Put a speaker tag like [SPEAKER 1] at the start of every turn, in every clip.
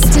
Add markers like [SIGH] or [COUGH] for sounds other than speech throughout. [SPEAKER 1] to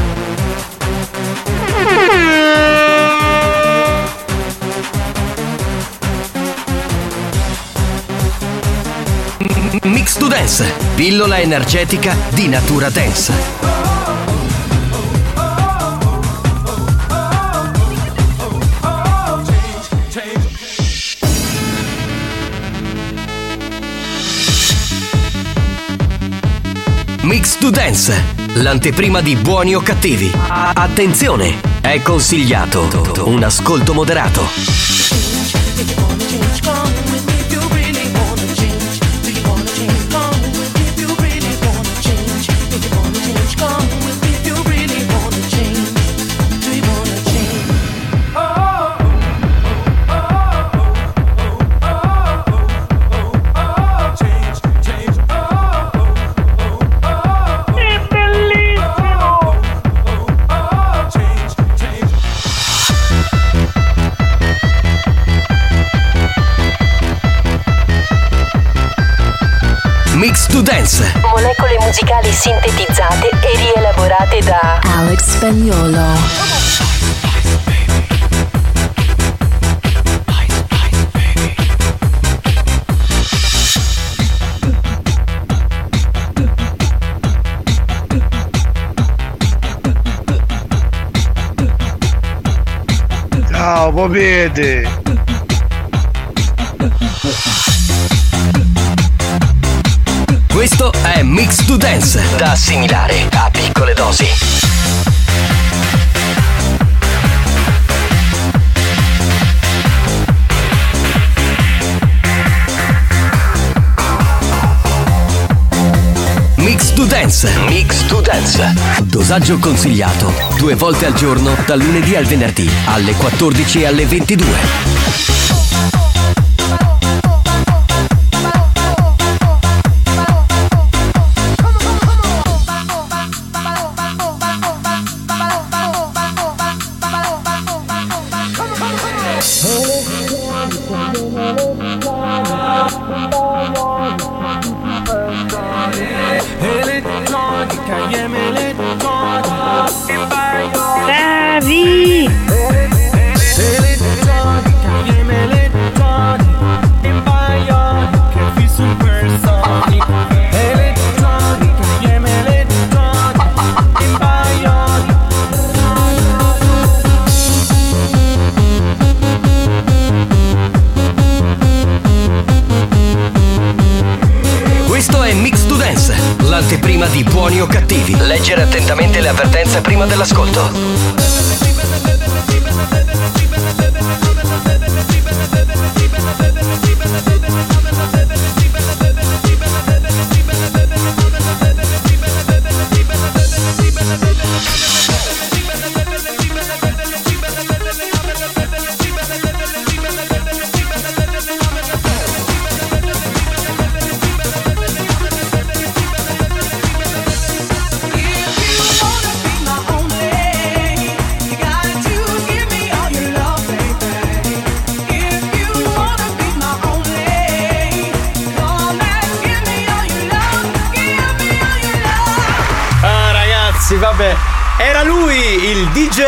[SPEAKER 2] Mix to Dance, pillola energetica di natura dance. Mix to Dance, l'anteprima di buoni o cattivi. Attenzione, è consigliato un ascolto moderato. Mix to Dance,
[SPEAKER 3] molecole musicali sintetizzate e rielaborate da
[SPEAKER 1] Alex Spagnolo.
[SPEAKER 4] Ciao, popete!
[SPEAKER 2] questo è Mix to Dance, da assimilare a piccole dosi. Mix to Dance, Mix to Dance. Dosaggio consigliato, due volte al giorno, dal lunedì al venerdì, alle 14 e alle 22.
[SPEAKER 5] Elettronica, IM elettronica, che baio.
[SPEAKER 6] Bravi!
[SPEAKER 5] Elettronica, IM elettronica, che baio. Che vi supersonic. Elettronica, IM elettronica, che baio.
[SPEAKER 2] Questo è Mix to Dance, l'anteprima di buoni o cattivi. Leggere attentamente le avvertenze prima dell'ascolto.
[SPEAKER 5] If you wanna be my only,
[SPEAKER 7] Ah, vabbè. Era lui, il DJ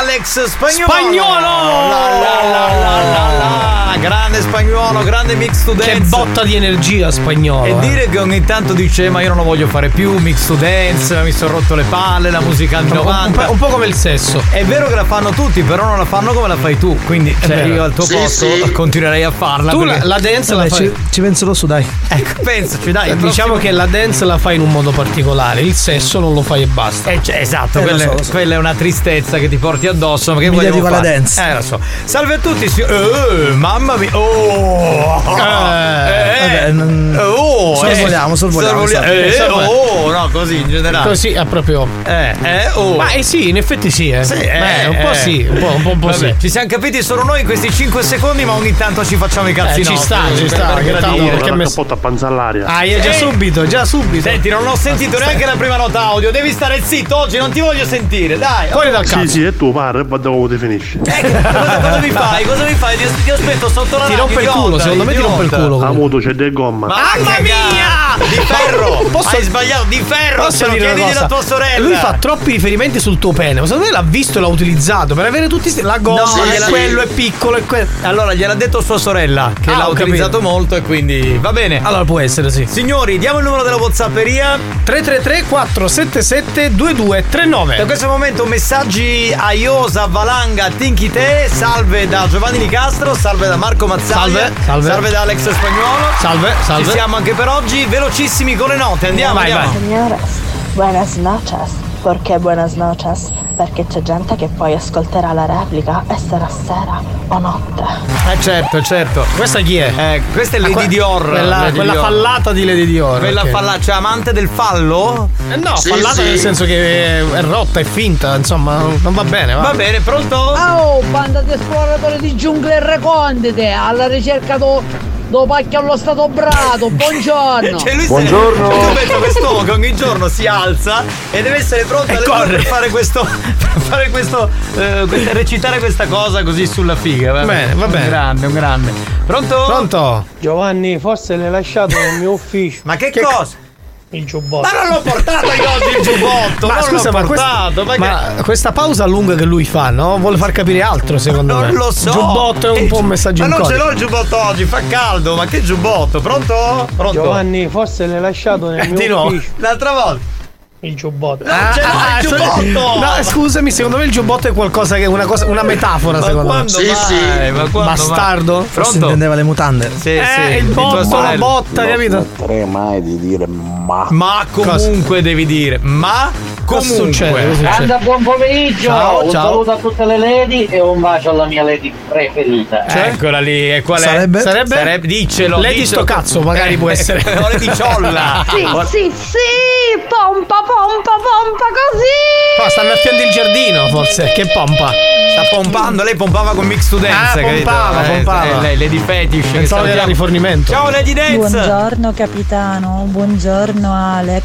[SPEAKER 7] Alex Spagnolo.
[SPEAKER 8] Spagnolo!
[SPEAKER 7] La, la, la, la, la, la. Grande spagnolo, grande mix to dance.
[SPEAKER 8] Che botta di energia spagnolo.
[SPEAKER 7] E
[SPEAKER 8] eh.
[SPEAKER 7] dire che ogni tanto dice "Eh, ma io non lo voglio fare più, mix to dance, mi sono rotto le palle, la musica anni
[SPEAKER 8] Un- un,
[SPEAKER 7] 90.
[SPEAKER 8] po', un po' come il sesso.
[SPEAKER 7] È vero che la fanno tutti, però non la fanno come la fai tu. Quindi cioè,
[SPEAKER 8] vero.
[SPEAKER 7] io al tuo
[SPEAKER 9] Sì,
[SPEAKER 7] posto
[SPEAKER 9] sì.
[SPEAKER 7] continuerei a farla.
[SPEAKER 8] Tu la,
[SPEAKER 7] perché-
[SPEAKER 8] la dance la
[SPEAKER 4] Vabbè,
[SPEAKER 8] fai.
[SPEAKER 4] ci, ci penso adesso, dai.
[SPEAKER 7] Ecco, pensaci, dai. il
[SPEAKER 8] Diciamo
[SPEAKER 7] prossimo-
[SPEAKER 8] che la dance la fai in un modo particolare, il sesso non lo fai e basta.
[SPEAKER 7] Eh, cioè, esatto,
[SPEAKER 4] Eh, lo
[SPEAKER 7] quella,
[SPEAKER 4] so, lo so.
[SPEAKER 7] quella è una tristezza che ti porti addosso. Ma che
[SPEAKER 4] Mi
[SPEAKER 7] vogliamo
[SPEAKER 4] dedico alla
[SPEAKER 7] fare?
[SPEAKER 4] dance.
[SPEAKER 7] Eh, lo so. Salve a tutti, si- eh, mamma mia. Oh, eh,
[SPEAKER 4] vabbè, non-
[SPEAKER 7] oh,
[SPEAKER 4] sorvoliamo, sorvoliamo,
[SPEAKER 7] sorvolia-
[SPEAKER 4] salve.
[SPEAKER 7] eh,
[SPEAKER 8] Salve.
[SPEAKER 7] oh, no, così in generale.
[SPEAKER 8] Così è proprio.
[SPEAKER 7] Eh, eh, oh.
[SPEAKER 8] Ma eh sì, in effetti sì, eh.
[SPEAKER 7] Sì,
[SPEAKER 8] Beh,
[SPEAKER 7] eh,
[SPEAKER 8] un po'
[SPEAKER 7] eh.
[SPEAKER 8] sì, un po', un po', un po'
[SPEAKER 7] Vabbè,
[SPEAKER 8] sì.
[SPEAKER 7] Ci siamo capiti solo noi in questi 5 secondi, ma ogni tanto ci facciamo i cazzi
[SPEAKER 8] Eh, ci
[SPEAKER 7] nostri.
[SPEAKER 8] sta, ci sta,
[SPEAKER 7] Per
[SPEAKER 8] che tanto-
[SPEAKER 7] gradire.
[SPEAKER 8] perché
[SPEAKER 9] la
[SPEAKER 8] messo-
[SPEAKER 9] capotta a panza all'aria.
[SPEAKER 8] Ah, io già
[SPEAKER 7] Eh.
[SPEAKER 8] subito, già subito.
[SPEAKER 7] Senti, non ho sentito neanche la prima nota audio. Devi stare zitto oggi, non ti voglio sentire. Dai,
[SPEAKER 8] Fuori dal cazzo.
[SPEAKER 9] Sì, sì, e tu, guarda, guarda come ti finisci.
[SPEAKER 7] cosa, cosa mi fai? Cosa mi fai? Ti, ti aspetto sotto la
[SPEAKER 8] Ti
[SPEAKER 7] radio,
[SPEAKER 8] rompe il culo,
[SPEAKER 7] idiota,
[SPEAKER 8] secondo me ti rompe il
[SPEAKER 7] idiota.
[SPEAKER 8] culo.
[SPEAKER 9] A
[SPEAKER 8] comunque.
[SPEAKER 9] moto c'è del gomma.
[SPEAKER 7] Mamma mia! Di ferro! Hai sbagliato, di ferro!
[SPEAKER 8] Posso
[SPEAKER 7] se lo
[SPEAKER 8] dire
[SPEAKER 7] chiedi
[SPEAKER 8] una cosa?
[SPEAKER 7] della tua sorella!
[SPEAKER 8] Lui fa troppi riferimenti sul tuo pene. Ma secondo me l'ha visto e l'ha utilizzato per avere tutti sti- la gomma,
[SPEAKER 7] No, sì,
[SPEAKER 8] gliela-
[SPEAKER 7] sì.
[SPEAKER 8] quello è piccolo e quello.
[SPEAKER 7] Allora, gliel'ha detto sua sorella, che
[SPEAKER 8] Ah,
[SPEAKER 7] l'ha
[SPEAKER 8] ho capito.
[SPEAKER 7] utilizzato molto e quindi va bene.
[SPEAKER 8] Allora può essere, sì.
[SPEAKER 7] Signori, diamo il numero della Whatsapperia.
[SPEAKER 8] 333 477
[SPEAKER 7] Da
[SPEAKER 8] 2239.
[SPEAKER 7] questo momento messaggi a Iosa, Valanga, Tinky Te, salve da Giovanni Nicastro, salve da Marco Mazzali,
[SPEAKER 8] Salve, salve.
[SPEAKER 7] da Alex Spagnuolo.
[SPEAKER 8] Salve, salve.
[SPEAKER 7] Ci siamo anche per oggi, velocissimi con le note, andiamo,
[SPEAKER 8] Vai,
[SPEAKER 7] andiamo.
[SPEAKER 8] vai.
[SPEAKER 3] Señoras, buenas noches. Perché buenas noches? Perché c'è gente che poi ascolterà la replica e sarà sera o notte.
[SPEAKER 7] Eh certo, certo.
[SPEAKER 8] Questa chi è? Ah,
[SPEAKER 7] Eh, questa è Lady
[SPEAKER 8] Que-
[SPEAKER 7] Dior.
[SPEAKER 8] Quella,
[SPEAKER 7] Lady
[SPEAKER 8] quella
[SPEAKER 7] Dior.
[SPEAKER 8] fallata di Lady Dior.
[SPEAKER 7] Quella
[SPEAKER 8] ok.
[SPEAKER 7] falla- cioè amante del fallo?
[SPEAKER 8] Eh no,
[SPEAKER 9] Sì,
[SPEAKER 8] fallata
[SPEAKER 9] sì.
[SPEAKER 8] nel senso che è, è rotta, è finta, insomma, non va bene. Va.
[SPEAKER 7] Va bene, pronto?
[SPEAKER 3] Oh, banda di esploratori di giungle recondite alla ricerca do, do pacchio allo stato brato.
[SPEAKER 8] [LAUGHS]
[SPEAKER 3] Buongiorno.
[SPEAKER 7] Cioè, lui [LAUGHS] Buongiorno. Se, detto questo che ogni giorno si alza e deve essere pronto alle
[SPEAKER 8] corre.
[SPEAKER 7] due per fare questo. [LAUGHS] Per fare questo. eh, questa- recitare questa cosa così sulla figa. Va
[SPEAKER 8] Bene, va bene.
[SPEAKER 7] Un grande, un grande. Pronto?
[SPEAKER 8] Pronto?
[SPEAKER 4] Giovanni, forse l'hai lasciato nel mio ufficio.
[SPEAKER 7] Ma che, cosa?
[SPEAKER 4] Il giubbotto.
[SPEAKER 7] Ma non l'ho portato io oggi il giubbotto!
[SPEAKER 8] Ma
[SPEAKER 7] non
[SPEAKER 8] scusa,
[SPEAKER 7] l'ho
[SPEAKER 8] ma, questa,
[SPEAKER 7] portato! ma che-
[SPEAKER 8] ma questa pausa lunga che lui fa, no? Vuole far capire altro, secondo me.
[SPEAKER 7] Non lo so.
[SPEAKER 8] Il Giubbotto è un
[SPEAKER 7] Eh,
[SPEAKER 8] po' un messaggio
[SPEAKER 7] Ma
[SPEAKER 8] in
[SPEAKER 7] non ce
[SPEAKER 8] codice.
[SPEAKER 7] l'ho il giubbotto oggi, fa caldo, ma che giubbotto? Pronto? Pronto?
[SPEAKER 4] forse l'hai lasciato nel
[SPEAKER 8] Eh, di nuovo.
[SPEAKER 7] L'altra volta.
[SPEAKER 4] Il giubbotto.
[SPEAKER 7] Non ce l'ho
[SPEAKER 8] Ah,
[SPEAKER 7] il
[SPEAKER 8] so-
[SPEAKER 7] giubbotto!
[SPEAKER 8] No, scusami, secondo me il giubbotto è qualcosa che è una, cosa, una metafora,
[SPEAKER 7] ma
[SPEAKER 8] secondo
[SPEAKER 7] quando
[SPEAKER 9] Sì,
[SPEAKER 7] mai?
[SPEAKER 9] sì.
[SPEAKER 7] Eh, Ma
[SPEAKER 8] me.
[SPEAKER 7] quando mai?
[SPEAKER 8] Bastardo.
[SPEAKER 4] Forse
[SPEAKER 7] Pronto?
[SPEAKER 4] intendeva le mutande.
[SPEAKER 7] Sì,
[SPEAKER 8] eh,
[SPEAKER 7] sì,
[SPEAKER 8] il
[SPEAKER 7] di tua
[SPEAKER 8] botto, la
[SPEAKER 7] sorella.
[SPEAKER 8] botta, capito?
[SPEAKER 9] mai di dire ma.
[SPEAKER 7] Ma comunque devi dire, ma
[SPEAKER 8] Cosa
[SPEAKER 7] comunque.
[SPEAKER 8] succede? Cosa succede?
[SPEAKER 3] Eh, buon pomeriggio.
[SPEAKER 8] Ciao, Un ciao. saluto
[SPEAKER 3] a tutte le lady e un bacio alla mia lady preferita.
[SPEAKER 8] Eh,
[SPEAKER 3] Ecco.
[SPEAKER 7] Cioè? Eccola lì, e qual è?
[SPEAKER 4] Sarebbe?
[SPEAKER 7] Sarebbe? Diccelo.
[SPEAKER 8] Lei di
[SPEAKER 7] diccelo.
[SPEAKER 8] sto cazzo, magari può essere. [LAUGHS]
[SPEAKER 7] o le picciolla.
[SPEAKER 3] sì, sì, pompa, pompa, pompa così.
[SPEAKER 7] Oh,
[SPEAKER 8] No, stanno affiando il giardino, forse. Che pompa.
[SPEAKER 7] Sta pompando, lei pompava con Mix to Dance,
[SPEAKER 8] Ah,
[SPEAKER 7] capito?
[SPEAKER 8] pompava,
[SPEAKER 7] Eh,
[SPEAKER 8] pompava.
[SPEAKER 7] eh, lei, Lady Fetish. che
[SPEAKER 8] Pensavo che era
[SPEAKER 7] salutiamo.
[SPEAKER 8] rifornimento.
[SPEAKER 7] Ciao Lady Dance.
[SPEAKER 3] capitano, buongiorno Alex.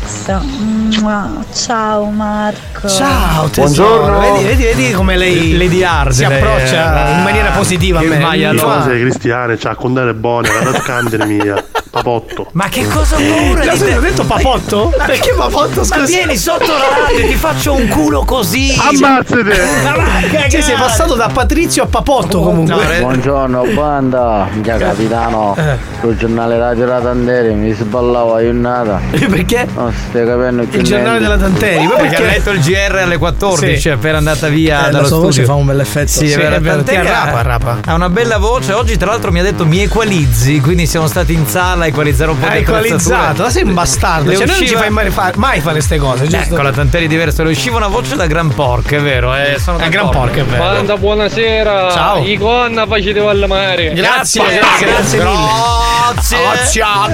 [SPEAKER 3] Ciao Marco.
[SPEAKER 8] Ciao, tesoro. Vedi, vedi, vedi come lei
[SPEAKER 7] Lady Hard.
[SPEAKER 8] si
[SPEAKER 7] lei,
[SPEAKER 8] approccia
[SPEAKER 7] eh,
[SPEAKER 8] in maniera positiva a
[SPEAKER 7] che
[SPEAKER 8] me.
[SPEAKER 7] maialone.
[SPEAKER 8] Fa-
[SPEAKER 9] No, sei cristiane, c'ha condare buone, la candele mia. [LAUGHS] Papotto.
[SPEAKER 7] Ma che cosa ho paura
[SPEAKER 8] Già
[SPEAKER 7] di
[SPEAKER 8] se
[SPEAKER 7] te?
[SPEAKER 8] ho detto papotto? [LAUGHS] Perché papotto?
[SPEAKER 7] Ma
[SPEAKER 8] Scusa.
[SPEAKER 7] vieni sotto la radio, ti faccio un culo così.
[SPEAKER 9] Ammazzate!
[SPEAKER 7] Ma va a cagare.
[SPEAKER 8] Cioè, sei passato da Patrizio a papotto
[SPEAKER 7] No,
[SPEAKER 8] comunque.
[SPEAKER 7] re-
[SPEAKER 4] Buongiorno banda,
[SPEAKER 8] Eh.
[SPEAKER 4] già capitano, sul giornale Radio La Tandere mi sballavo aiunata,
[SPEAKER 8] Eh, Perché?
[SPEAKER 4] non Oh, stai capendo più
[SPEAKER 8] Il giornale della Tanteri. Ma
[SPEAKER 7] Perché ha
[SPEAKER 8] perché?
[SPEAKER 7] letto il GR alle 14,
[SPEAKER 8] Sì.
[SPEAKER 7] è appena andata via
[SPEAKER 4] Eh,
[SPEAKER 7] dallo
[SPEAKER 4] la sua voce
[SPEAKER 7] studio.
[SPEAKER 4] fa un bel effetto.
[SPEAKER 7] Sì, è vero,
[SPEAKER 8] è vero,
[SPEAKER 7] tant'è
[SPEAKER 8] ti
[SPEAKER 7] che
[SPEAKER 8] arrapa,
[SPEAKER 7] ha-
[SPEAKER 8] arrapa.
[SPEAKER 7] Ha una bella voce. Oggi, tra l'altro, mi ha detto mi equalizzi. Quindi siamo stati in sala a equalizzare un po'
[SPEAKER 8] Ha
[SPEAKER 7] di
[SPEAKER 8] equalizzato. Ma sei un bastardo.
[SPEAKER 7] Le
[SPEAKER 8] Cioè, noi non ci
[SPEAKER 7] usciva-
[SPEAKER 8] fai mai, fa- mai fare queste cose, cioè- giusto?
[SPEAKER 7] Ecco, la Tanteri è diversa. Le usciva una voce da gran porca, è vero? Eh, sono
[SPEAKER 8] È gran
[SPEAKER 7] d'accordo.
[SPEAKER 8] porca, è vero.
[SPEAKER 4] buonasera,
[SPEAKER 8] Ciao.
[SPEAKER 4] Icona facete mare.
[SPEAKER 8] Grazie, grazie, grazie mille.
[SPEAKER 7] Grazie.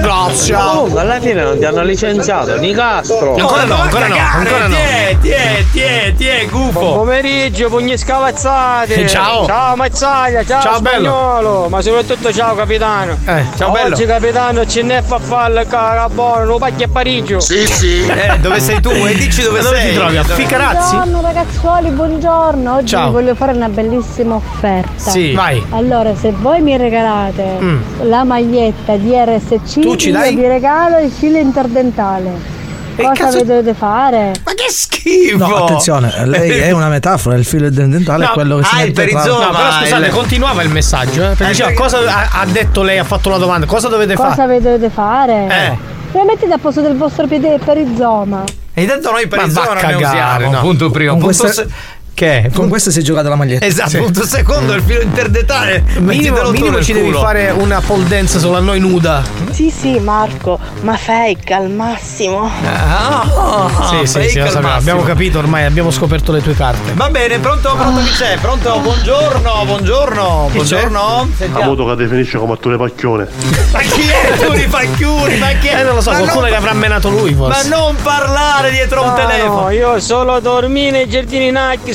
[SPEAKER 8] grazie.
[SPEAKER 4] alla fine non ti hanno licenziato, Nicastro.
[SPEAKER 8] Ancora no, ancora no, ancora no.
[SPEAKER 7] Tiè, tiè, tiè, tiè, gufo.
[SPEAKER 4] pomeriggio, pugni scavazzate.
[SPEAKER 8] Eh, Ciao.
[SPEAKER 4] Ciao Mazzaglia, ciao,
[SPEAKER 8] Ciao, bello.
[SPEAKER 4] spagnolo, ma soprattutto ciao capitano.
[SPEAKER 8] Eh, ciao bello.
[SPEAKER 4] Oggi capitano ce n'è fa falle carabono, lo pacchi a Parigi.
[SPEAKER 9] Sì, sì.
[SPEAKER 7] Eh, dove sei tu? E dici dove,
[SPEAKER 8] Dove
[SPEAKER 7] sei?
[SPEAKER 8] ti trovi? A Ficarazzi?
[SPEAKER 3] Buongiorno ragazzuoli, buongiorno. Oggi
[SPEAKER 8] Ciao.
[SPEAKER 3] vi voglio fare una bellissima offerta.
[SPEAKER 7] Sì.
[SPEAKER 8] Vai. Mm.
[SPEAKER 3] Allora, se voi mi regalate la maglietta di RSC,
[SPEAKER 8] Tu ci dai?
[SPEAKER 3] io vi regalo il filo interdentale. Cosa dovete fare?
[SPEAKER 7] Ma che schifo!
[SPEAKER 10] No, attenzione, lei è una metafora, il filo dentale è quello che
[SPEAKER 7] ah,
[SPEAKER 10] si mette tra-
[SPEAKER 8] No, ah, però scusate, continuava il messaggio. eh, perché
[SPEAKER 10] Eh,
[SPEAKER 8] diceva,
[SPEAKER 10] perché-
[SPEAKER 8] cosa ha, ha detto lei, ha fatto la domanda, cosa dovete
[SPEAKER 3] Cosa
[SPEAKER 8] fare?
[SPEAKER 3] dovete fare?
[SPEAKER 8] Eh.
[SPEAKER 3] Lo mettete a posto del vostro piede del perizoma.
[SPEAKER 7] E intanto noi per
[SPEAKER 8] Ma
[SPEAKER 7] il
[SPEAKER 8] va a
[SPEAKER 7] zona ne
[SPEAKER 8] cagare,
[SPEAKER 7] usiamo.
[SPEAKER 8] no.
[SPEAKER 7] Punto primo.
[SPEAKER 8] Con
[SPEAKER 7] punto
[SPEAKER 8] questa-
[SPEAKER 7] se-
[SPEAKER 8] Che?
[SPEAKER 10] Con questa si è giocata la maglietta.
[SPEAKER 7] Esatto, punto secondo, il filo interdetale. mettitelo
[SPEAKER 8] Minimo,
[SPEAKER 7] tu
[SPEAKER 8] minimo
[SPEAKER 7] nel
[SPEAKER 8] ci devi
[SPEAKER 7] culo.
[SPEAKER 8] fare una pole dance solo a noi nuda.
[SPEAKER 11] Sì, sì, Marco, ma fake al massimo.
[SPEAKER 8] sì, sì, sì, lo sappiamo. abbiamo capito ormai, abbiamo scoperto le tue carte.
[SPEAKER 7] Va bene, pronto, pronto chi c'è? Pronto? Buongiorno, buongiorno,
[SPEAKER 8] Chi c'è?
[SPEAKER 7] buongiorno.
[SPEAKER 9] La
[SPEAKER 7] Sentiamo.
[SPEAKER 9] moto che definisce come attore pacchione.
[SPEAKER 7] Ma chi è Turi Facchiuri? Ma chi è?
[SPEAKER 8] Eh, non lo so, qualcuno che avrà menato lui
[SPEAKER 7] Ma
[SPEAKER 8] forse.
[SPEAKER 7] non parlare dietro un
[SPEAKER 4] Ah,
[SPEAKER 7] telefono.
[SPEAKER 4] no, io solo dormi nei giardini nacchi,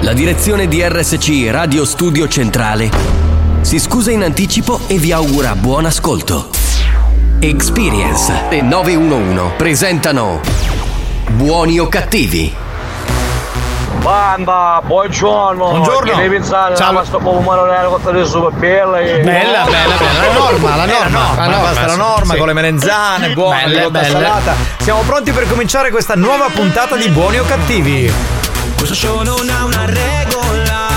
[SPEAKER 2] La direzione di RSC Radio Studio Centrale si scusa in anticipo e vi augura buon ascolto. Experience e 911 presentano Buoni o cattivi?
[SPEAKER 4] Banda, buongiorno.
[SPEAKER 2] Buongiorno.
[SPEAKER 4] Che ne pensate da questo pomodoro della cotta di super bella? eh?
[SPEAKER 7] Bella, bella, bella, la norma, la norma, la norma, basta la norma
[SPEAKER 4] sì.
[SPEAKER 7] con le merenzane, buona,
[SPEAKER 4] Belle,
[SPEAKER 7] ricotta
[SPEAKER 4] belle.
[SPEAKER 7] salata. Siamo pronti per cominciare questa nuova puntata di Buoni o Cattivi. Questo show non ha una regola.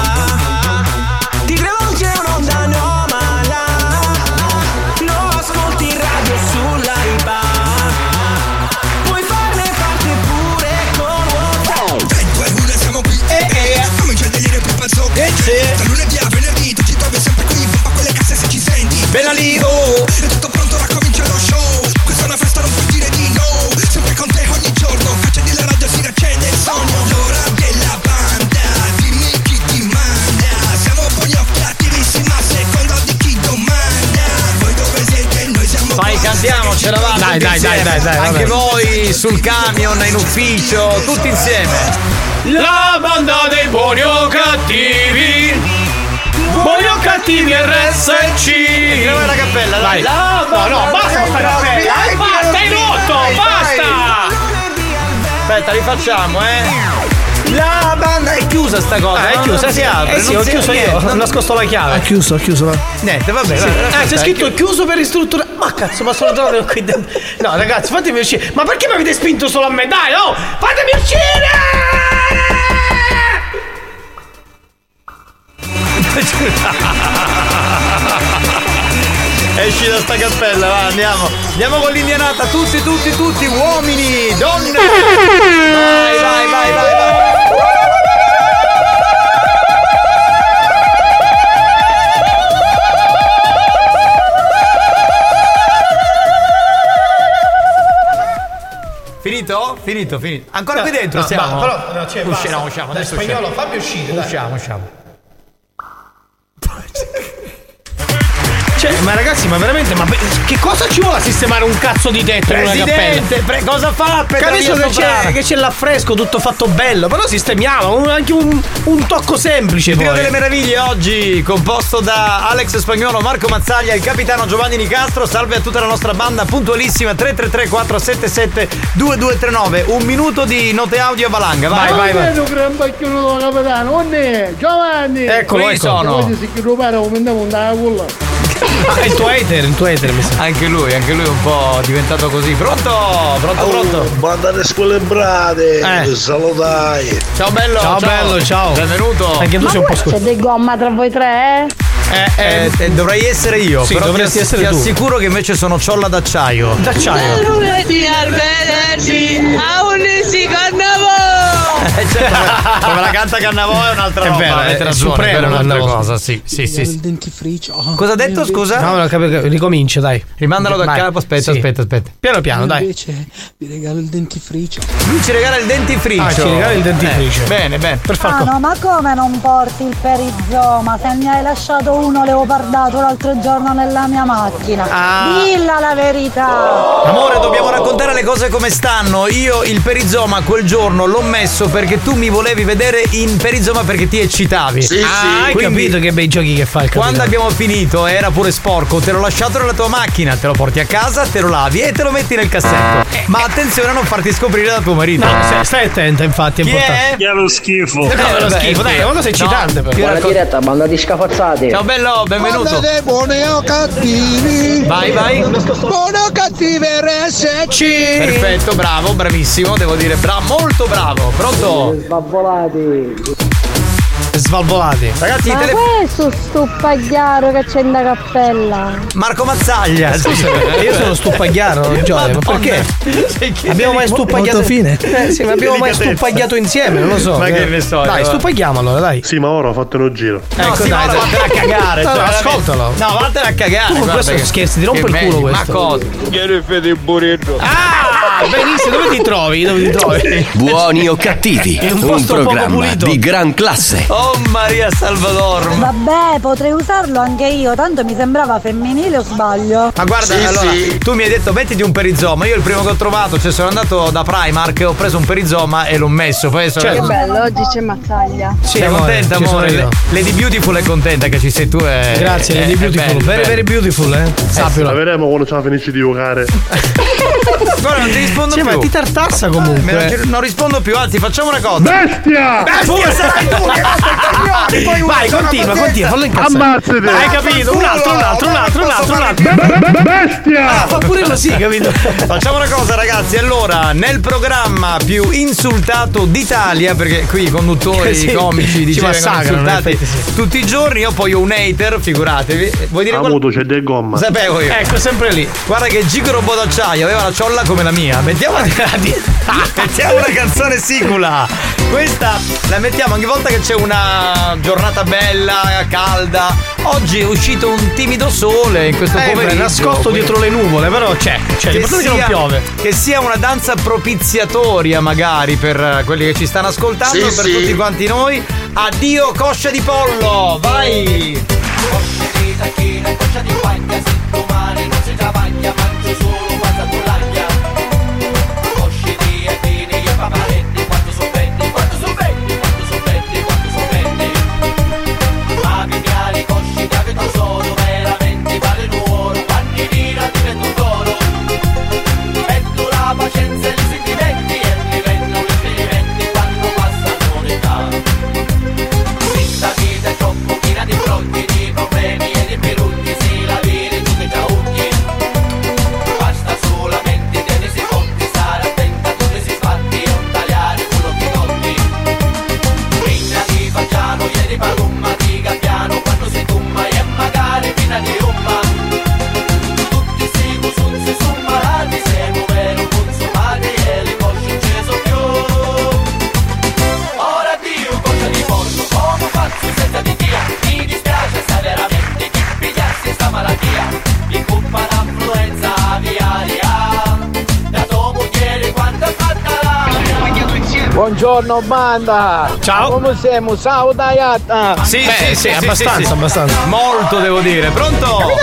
[SPEAKER 5] Ti rivolge un'onda anomala. Non ascolti radio sull'aiba. Puoi farne parte pure con WhatsApp. Dai, due lune siamo qui. Eh, eh. Comincia a dire più pazzo che c'è. Da lunedì a venerdì tu ci trovi sempre qui. Pompa quelle casse se ci senti. Bella lì, oh. È tutto pronto, ora comincia lo show. Questa è una festa, non puoi dire di no. Sempre con te ogni giorno. Accendi la radio, si raccende il sogno. L'ora della banda. Dimmi chi ti manda. Siamo buoni o cattivissimi a seconda di chi domanda. Voi dove siete? Noi siamo
[SPEAKER 7] Vai, cantiamo, ce la vado.
[SPEAKER 8] Dai, dai, dai, dai, dai,
[SPEAKER 7] Anche
[SPEAKER 8] vabbè.
[SPEAKER 7] voi sul camion, in ufficio, tutti insieme.
[SPEAKER 5] La banda dei buoni o cattivi Buoni o cattivi RSC
[SPEAKER 7] Andiamo alla cappella, dai.
[SPEAKER 5] La
[SPEAKER 7] No, no, basta con sta cappella.
[SPEAKER 5] Basta, è rotto, basta
[SPEAKER 7] Aspetta, rifacciamo, eh. La banda è chiusa sta cosa.
[SPEAKER 8] Ah, è
[SPEAKER 7] no?
[SPEAKER 8] chiusa,
[SPEAKER 7] Non
[SPEAKER 8] sì. Eh sì, ho chiuso io,
[SPEAKER 7] niente,
[SPEAKER 8] ho
[SPEAKER 7] non-
[SPEAKER 8] nascosto la chiave.
[SPEAKER 10] Ha chiuso, ha chiuso. va.
[SPEAKER 7] Niente, va bene.
[SPEAKER 8] Sì.
[SPEAKER 7] va bene,
[SPEAKER 8] Ah, c'è
[SPEAKER 7] aspetta,
[SPEAKER 8] scritto chiuso per ristrutturare. Ma cazzo, ma sono entrato qui dentro. No, ragazzi, fatemi uscire. Ma perché mi avete spinto solo a me? Dai, oh! Fatemi uscire!
[SPEAKER 7] [LAUGHS] Esci da sta cappella, va, andiamo. Andiamo con l'indianata, tutti, tutti, tutti, uomini, donne. Vai, vai, vai, vai, vai. Finito? Finito, finito. Ancora qui dentro
[SPEAKER 8] No,
[SPEAKER 7] siamo.
[SPEAKER 8] no, però, no, cioè,
[SPEAKER 7] usciamo,
[SPEAKER 8] basta.
[SPEAKER 7] usciamo.
[SPEAKER 8] Dai,
[SPEAKER 7] Adesso
[SPEAKER 8] spagnolo,
[SPEAKER 7] usciamo.
[SPEAKER 8] fammi uscire, dai.
[SPEAKER 7] Usciamo, usciamo. Eh,
[SPEAKER 8] Cioè, ma ragazzi, ma veramente, ma pe- che cosa ci vuole a sistemare un cazzo di tetto in una
[SPEAKER 7] Presidente,
[SPEAKER 8] cappella?
[SPEAKER 7] pre- cosa fa per la
[SPEAKER 8] Capisco che
[SPEAKER 7] via
[SPEAKER 8] c'è,
[SPEAKER 7] sovrana?
[SPEAKER 8] che c'è l'affresco tutto fatto bello, però sistemiamo un- anche un, un tocco semplice.
[SPEAKER 7] Il Trio
[SPEAKER 8] poi.
[SPEAKER 7] delle Meraviglie
[SPEAKER 8] oh.
[SPEAKER 7] oggi, composto da Alex Spagnolo, Marco Mazzaglia, il capitano Giovanni Nicastro. Salve a tutta la nostra banda puntualissima 333 477 2239. Un minuto di note audio a valanga, vai, vai, vai.
[SPEAKER 12] un gran bacchiuno da capitano, onne, Giovanni!
[SPEAKER 7] Eccolo, Qui eccolo. Ecco, sono.
[SPEAKER 12] Oggi si chiude pare, aumentiamo un tavolo.
[SPEAKER 8] Ah, il tuo hater, il tuo hater mi sa.
[SPEAKER 7] Anche lui, anche lui è un po' diventato così. Pronto? Pronto, pronto?
[SPEAKER 13] Banda delle scuole brate,
[SPEAKER 7] Eh.
[SPEAKER 13] salutai.
[SPEAKER 7] Ciao bello,
[SPEAKER 8] Ciao, bello, ciao.
[SPEAKER 7] Benvenuto.
[SPEAKER 8] Anche tu sei un po' scorso.
[SPEAKER 3] C'è dei gomma tra voi tre?
[SPEAKER 7] Eh, eh, eh, dovrei essere io,
[SPEAKER 8] Cioè, Sì,
[SPEAKER 7] però ti
[SPEAKER 8] dovresti
[SPEAKER 7] ass-
[SPEAKER 8] essere
[SPEAKER 7] ti
[SPEAKER 8] tu.
[SPEAKER 7] assicuro che invece sono ciolla d'acciaio. Eh,
[SPEAKER 8] D'acciaio.
[SPEAKER 5] Lunedì al venerdì a un secondo
[SPEAKER 7] certo, come la canta Cannavò è un'altra
[SPEAKER 8] È
[SPEAKER 7] roba.
[SPEAKER 8] vero,
[SPEAKER 7] avete
[SPEAKER 8] è
[SPEAKER 7] ragione,
[SPEAKER 8] supremo
[SPEAKER 7] quella è un'altra
[SPEAKER 8] Cannavò.
[SPEAKER 7] cosa, sì, sì, sì. sì.
[SPEAKER 8] Oh, Cosa ha detto, scusa? No, non capisco. Ricomincio, dai.
[SPEAKER 7] Rimandalo da capo, aspetta, aspetta, aspetta.
[SPEAKER 8] Piano piano, dai.
[SPEAKER 4] Invece vi regalo il dentifricio.
[SPEAKER 7] Lui ci regala il dentifricio.
[SPEAKER 8] Ah, ci regala il dentifricio.
[SPEAKER 7] Eh, bene, bene. Per
[SPEAKER 1] Ah no, ma come non porti il perizoma? Se ne hai lasciato uno leopardato l'altro giorno nella mia macchina. Dilla la verità!
[SPEAKER 7] Amore, dobbiamo raccontare le cose come stanno. Io il perizoma quel giorno l'ho messo perché tu mi volevi vedere in perizoma perché ti eccitavi.
[SPEAKER 8] Sì,
[SPEAKER 7] ah,
[SPEAKER 8] sì.
[SPEAKER 7] Hai
[SPEAKER 8] Quindi-
[SPEAKER 7] capito
[SPEAKER 8] che bei giochi che fa il
[SPEAKER 7] Quando abbiamo finito era pure sporco, te l'ho lasciato nella tua macchina, te lo porti a casa, te lo lavi e te lo metti nel cassetto. Ma attenzione a non farti scoprire da tuo marito.
[SPEAKER 8] No, se- stai attenta, infatti, è
[SPEAKER 7] Chi
[SPEAKER 8] importante.
[SPEAKER 7] è? Chi è lo schifo? è Eh. lo schifo, dai, è una cosa eccitante però.
[SPEAKER 14] Buona diretta, banda di scafazzati.
[SPEAKER 7] Ciao bello, benvenuto.
[SPEAKER 4] Guardate, buone o cattivi.
[SPEAKER 7] Vai, vai.
[SPEAKER 4] Buone o cattive RSC.
[SPEAKER 7] Perfetto, bravo, bravissimo, devo dire, bra- molto bravo. Pronto?
[SPEAKER 14] Svalvolati.
[SPEAKER 8] Svalvolati.
[SPEAKER 7] Ragazzi,
[SPEAKER 1] ma
[SPEAKER 7] tele-
[SPEAKER 1] questo stuppagliaro che c'è in da cappella.
[SPEAKER 7] Marco Mazzaglia.
[SPEAKER 8] Scusa, io sono stuppagliaro, Gioia, ma perché? Abbiamo mai stupagliato
[SPEAKER 15] Molto fine.
[SPEAKER 8] Eh, sì, ma abbiamo mai
[SPEAKER 9] Delicatezza.
[SPEAKER 8] stupagliato insieme, non lo so. eh. Dai, stuppagliamo allora, dai.
[SPEAKER 9] Sì, ma ora ho fatto uno giro.
[SPEAKER 8] Ecco,
[SPEAKER 7] sì,
[SPEAKER 8] dai,
[SPEAKER 7] ma
[SPEAKER 8] dai.
[SPEAKER 7] vattene a cagare,
[SPEAKER 8] No,
[SPEAKER 7] cioè,
[SPEAKER 8] ascoltalo.
[SPEAKER 7] veramente. No, vattene a cagare.
[SPEAKER 8] Tu con
[SPEAKER 7] guarda
[SPEAKER 8] questo
[SPEAKER 7] che-
[SPEAKER 8] scherzi, ti
[SPEAKER 7] che
[SPEAKER 8] rompo il culo
[SPEAKER 7] meglio,
[SPEAKER 8] questo.
[SPEAKER 7] Ma cosa? Ieri fede il burrito.
[SPEAKER 8] Ah, benissimo, dove ti trovi? Dove ti trovi?
[SPEAKER 2] Buoni o
[SPEAKER 8] [LAUGHS]
[SPEAKER 2] cattivi,
[SPEAKER 8] In un
[SPEAKER 2] un
[SPEAKER 8] posto poco
[SPEAKER 2] programma
[SPEAKER 8] pulito.
[SPEAKER 2] di gran
[SPEAKER 8] Ah,
[SPEAKER 2] classe.
[SPEAKER 7] Oh Maria Salvador.
[SPEAKER 1] Vabbè, potrei usarlo anche io, tanto mi sembrava femminile o sbaglio?
[SPEAKER 7] Ma guarda, allora, tu mi hai detto mettiti un perizoma. Io il primo che ho trovato, cioè sono andato da Primark, ho preso un perizoma e l'ho messo. Poi sono
[SPEAKER 8] Certo.
[SPEAKER 1] Che bello, oggi c'è Mazzaglia.
[SPEAKER 7] Sei contenta, Certo. amore? Le- Lady Beautiful è contenta che ci sei tu. È,
[SPEAKER 8] Grazie,
[SPEAKER 7] è-
[SPEAKER 8] Lady
[SPEAKER 7] è
[SPEAKER 8] Beautiful.
[SPEAKER 7] bello,
[SPEAKER 8] Very,
[SPEAKER 7] bello.
[SPEAKER 8] very beautiful, eh. Sappilo.
[SPEAKER 9] La vedremo quando ce la finisci di giocare.
[SPEAKER 7] Guarda, non ti rispondo
[SPEAKER 8] Sì,
[SPEAKER 7] più.
[SPEAKER 8] ma ti tartassa
[SPEAKER 7] Me non,
[SPEAKER 8] comunque.
[SPEAKER 7] ti- non rispondo più, anzi, facciamo una cosa.
[SPEAKER 9] Bestia!
[SPEAKER 7] Bestia! Sarai tu [LAUGHS] che basta il coglione, poi uno
[SPEAKER 8] Vai,
[SPEAKER 7] sarà
[SPEAKER 8] continua,
[SPEAKER 7] contento.
[SPEAKER 8] continua, fallo incazzare.
[SPEAKER 9] Ammazzati!
[SPEAKER 8] Hai capito? Un altro, un altro, un altro, un altro, un altro.
[SPEAKER 9] Bestia!
[SPEAKER 8] Ah, fa pure così, capito?
[SPEAKER 7] Facciamo una cosa ragazzi, allora nel programma più insultato d'Italia, perché qui i conduttori,
[SPEAKER 8] [LAUGHS] Sì,
[SPEAKER 7] i comici
[SPEAKER 8] ci
[SPEAKER 7] dicevano
[SPEAKER 8] massacrano,
[SPEAKER 7] insultati
[SPEAKER 8] in effetti, Ah,
[SPEAKER 7] tutti i giorni, io poi ho un hater, figuratevi. Vuoi dire
[SPEAKER 9] A
[SPEAKER 7] qual-
[SPEAKER 9] muto c'è del gomma.
[SPEAKER 7] Sapevo io.
[SPEAKER 8] Ecco, sempre lì.
[SPEAKER 7] Guarda che Gico Robot d'acciaio aveva la ciolla come la mia.
[SPEAKER 8] [LAUGHS]
[SPEAKER 7] Mettiamo, [LAUGHS] mettiamo una canzone sicula. Questa la mettiamo ogni volta che c'è una giornata bella, calda. Oggi è uscito un timido sole in questo
[SPEAKER 8] Eh, beh,
[SPEAKER 7] pomeriggio.
[SPEAKER 8] nascosto
[SPEAKER 7] quindi- Eh,
[SPEAKER 8] dietro le nuvole, però c'è. C'è, l'importante è che non piove.
[SPEAKER 7] che sia una danza propiziatoria magari per eh, quelli che ci stanno ascoltando,
[SPEAKER 8] Sì,
[SPEAKER 7] per
[SPEAKER 8] sì.
[SPEAKER 7] tutti quanti noi. Addio coscia di pollo, vai!
[SPEAKER 5] Pazienza e i sentimenti e diventano esperimenti quando passano l'età. Questa vita è troppo piena di brogli, di problemi e di perucchi, si la vire tu che giaucchi. Basta solamente tenersi conti, stare attenta a tutti si fatti e non tagliare quello che togli. Pinna di fagiano, ieri palumma, di gabbiano, quando si tumma e magari fina di umma. Tutti si cusunzi su malati, se muovono consumati e li posci inceso più. Ora Dio cosa di porto, come faccio senza di via Mi dispiace sa veramente chi pigliarsi sta malattia In colpa d'influenza aviaria Da tuo ieri quando è fatta la
[SPEAKER 4] Buongiorno banda!
[SPEAKER 8] Ciao.
[SPEAKER 4] Come siamo? Ciao Dayata!
[SPEAKER 7] Sì,
[SPEAKER 8] Beh,
[SPEAKER 7] sì,
[SPEAKER 8] sì,
[SPEAKER 7] sì, sì,
[SPEAKER 8] abbastanza,
[SPEAKER 7] sì, sì.
[SPEAKER 8] abbastanza.
[SPEAKER 7] Molto devo dire, pronto?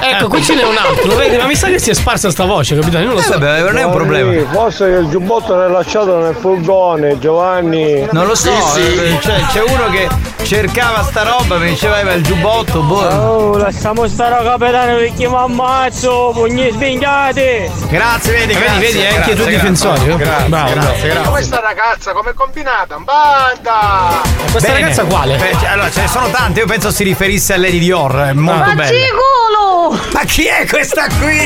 [SPEAKER 8] Ecco, qui ce n'è un altro, vedi? Ma mi sa che si è sparsa sta voce, capito? Io non lo so.
[SPEAKER 7] vabbè, non è un problema.
[SPEAKER 4] Forse che il giubbotto l'hai lasciato nel furgone, Giovanni.
[SPEAKER 7] Non lo so, eh, cioè, c'è uno che cercava sta roba, mi diceva "Ma il giubbotto, boh.
[SPEAKER 16] Oh, lasciamo stare a capitano perché mi ammazzo, pugni svingiati!
[SPEAKER 7] Grazie, vedi,
[SPEAKER 8] Vedi,
[SPEAKER 7] grazie,
[SPEAKER 8] vedi, anche
[SPEAKER 7] grazie,
[SPEAKER 8] i tuoi
[SPEAKER 7] grazie.
[SPEAKER 8] difensori, eh?
[SPEAKER 7] Grazie,
[SPEAKER 8] Bravo,
[SPEAKER 7] grazie, grazie.
[SPEAKER 4] Questa ragazza come è combinata? Banda!
[SPEAKER 8] Questa
[SPEAKER 7] Bene. cioè,
[SPEAKER 8] ragazza quale?
[SPEAKER 5] Ah,
[SPEAKER 7] Beh, cioè, allora, ce ne sono tante, io penso si riferisse a Lady Dior, è molto
[SPEAKER 1] Ma
[SPEAKER 7] bella.
[SPEAKER 1] cicolo!
[SPEAKER 8] Ciao!
[SPEAKER 7] Ma chi è questa qui?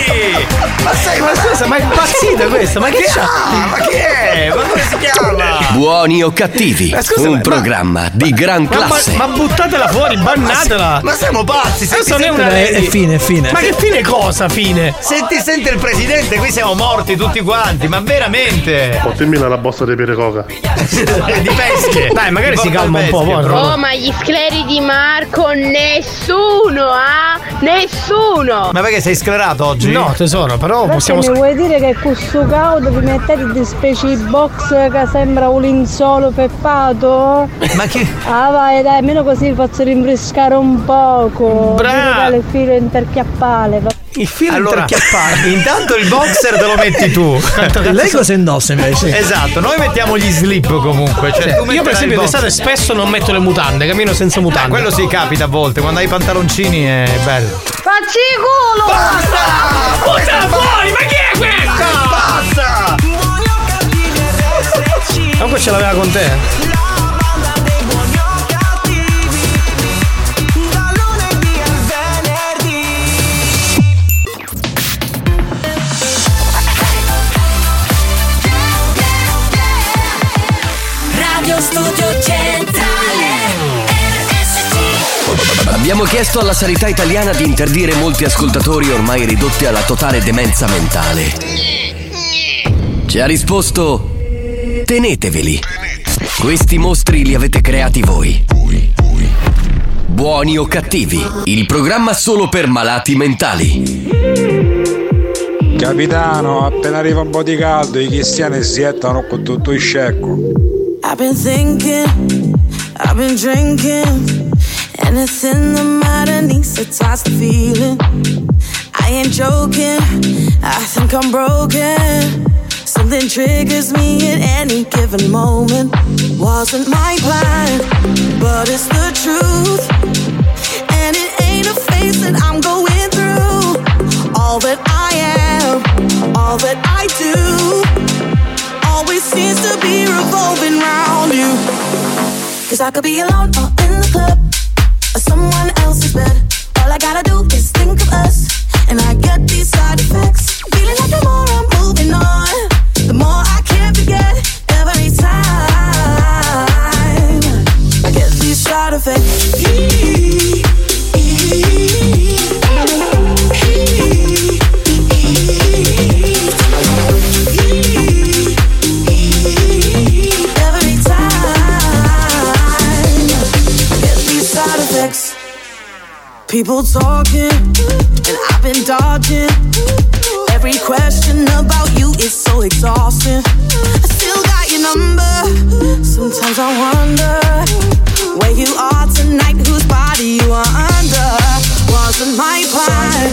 [SPEAKER 7] Ma sei
[SPEAKER 8] Ma scusa, ma è impazzita questa? Ma che c'ha?
[SPEAKER 7] Ah, ma chi è? Ma come si chiama?
[SPEAKER 2] Buoni o cattivi,
[SPEAKER 8] Eh, scusa,
[SPEAKER 2] un
[SPEAKER 8] ma-
[SPEAKER 2] programma di gran
[SPEAKER 8] Ma, ma,
[SPEAKER 2] classe.
[SPEAKER 8] ma buttatela fuori, bannatela!
[SPEAKER 7] Ma siamo pazzi, se
[SPEAKER 8] Questa
[SPEAKER 7] ti
[SPEAKER 8] non è
[SPEAKER 7] sente-
[SPEAKER 8] una
[SPEAKER 17] Beh,
[SPEAKER 8] lady.
[SPEAKER 17] è fine, è fine.
[SPEAKER 8] Ma che fine cosa, fine?
[SPEAKER 7] Se ti sente il presidente, qui siamo morti tutti quanti, ma veramente?
[SPEAKER 9] Portimela la bossa di pere coca.
[SPEAKER 7] Di pesche.
[SPEAKER 8] Dai, magari si
[SPEAKER 7] Porta
[SPEAKER 8] calma un po',
[SPEAKER 7] pesche,
[SPEAKER 8] porca.
[SPEAKER 7] bro.
[SPEAKER 18] Oh, ma gli scleri di Marco, nessuno, ah? Nessuno!
[SPEAKER 7] Ma perché sei sclerato oggi?
[SPEAKER 8] No, tesoro, però
[SPEAKER 3] Perché
[SPEAKER 8] possiamo.
[SPEAKER 3] mi vuoi dire che con questo caldo vi mettete di specie i box che sembra un linzolo peppato?
[SPEAKER 7] Ma che.
[SPEAKER 3] Ah vai dai, almeno così vi faccio rinfrescare un poco. Bravo! Il filo interchiappale. va-
[SPEAKER 8] Il filo
[SPEAKER 7] Allora, intanto il boxer te lo metti tu.
[SPEAKER 17] Lei cosa indossa invece?
[SPEAKER 7] Esatto, noi mettiamo gli slip comunque. Cioè,
[SPEAKER 8] Cioè,
[SPEAKER 7] tu
[SPEAKER 8] io per
[SPEAKER 7] metterai
[SPEAKER 8] esempio
[SPEAKER 7] il
[SPEAKER 8] d'estate
[SPEAKER 7] boxer.
[SPEAKER 8] spesso non metto le mutande, cammino senza
[SPEAKER 7] Ah,
[SPEAKER 8] mutande.
[SPEAKER 7] quello si capita a volte, quando hai i pantaloncini è bello.
[SPEAKER 5] Facci culo! Basta!
[SPEAKER 8] Buttala fuori, ma chi è questa?
[SPEAKER 5] Basta!
[SPEAKER 8] Comunque ce l'aveva con te.
[SPEAKER 5] Radio Studio Centrale
[SPEAKER 2] Abbiamo chiesto alla sanità italiana di interdire molti ascoltatori ormai ridotti alla totale demenza mentale. Ci ha risposto: teneteveli. Questi mostri li avete creati voi. Buoni o cattivi, il programma solo per malati mentali.
[SPEAKER 14] Capitano, appena arriva un po' di caldo, i cristiani si gettano con tutto il scecco.
[SPEAKER 19] I've been thinking, I've been drinking, and it's in the mind that needs to toss the feeling. I ain't joking, I think I'm broken. Something triggers me at any given moment. Wasn't my plan, but it's the truth. And it ain't a phase that I'm going through. All that I am, all that I do always seems to be revolving round you. Cause I could be alone or in the club or someone else's bed. All I gotta do is think of us, and I get these side effects. Feeling like the more I'm moving on, the more I can't forget every time. I get these side effects. Every time I get these side effects. People talking, and I've been dodging. Every question about you is so exhausting. I still got your number. Sometimes I wonder where you are tonight, whose body you are under. Wasn't my plan,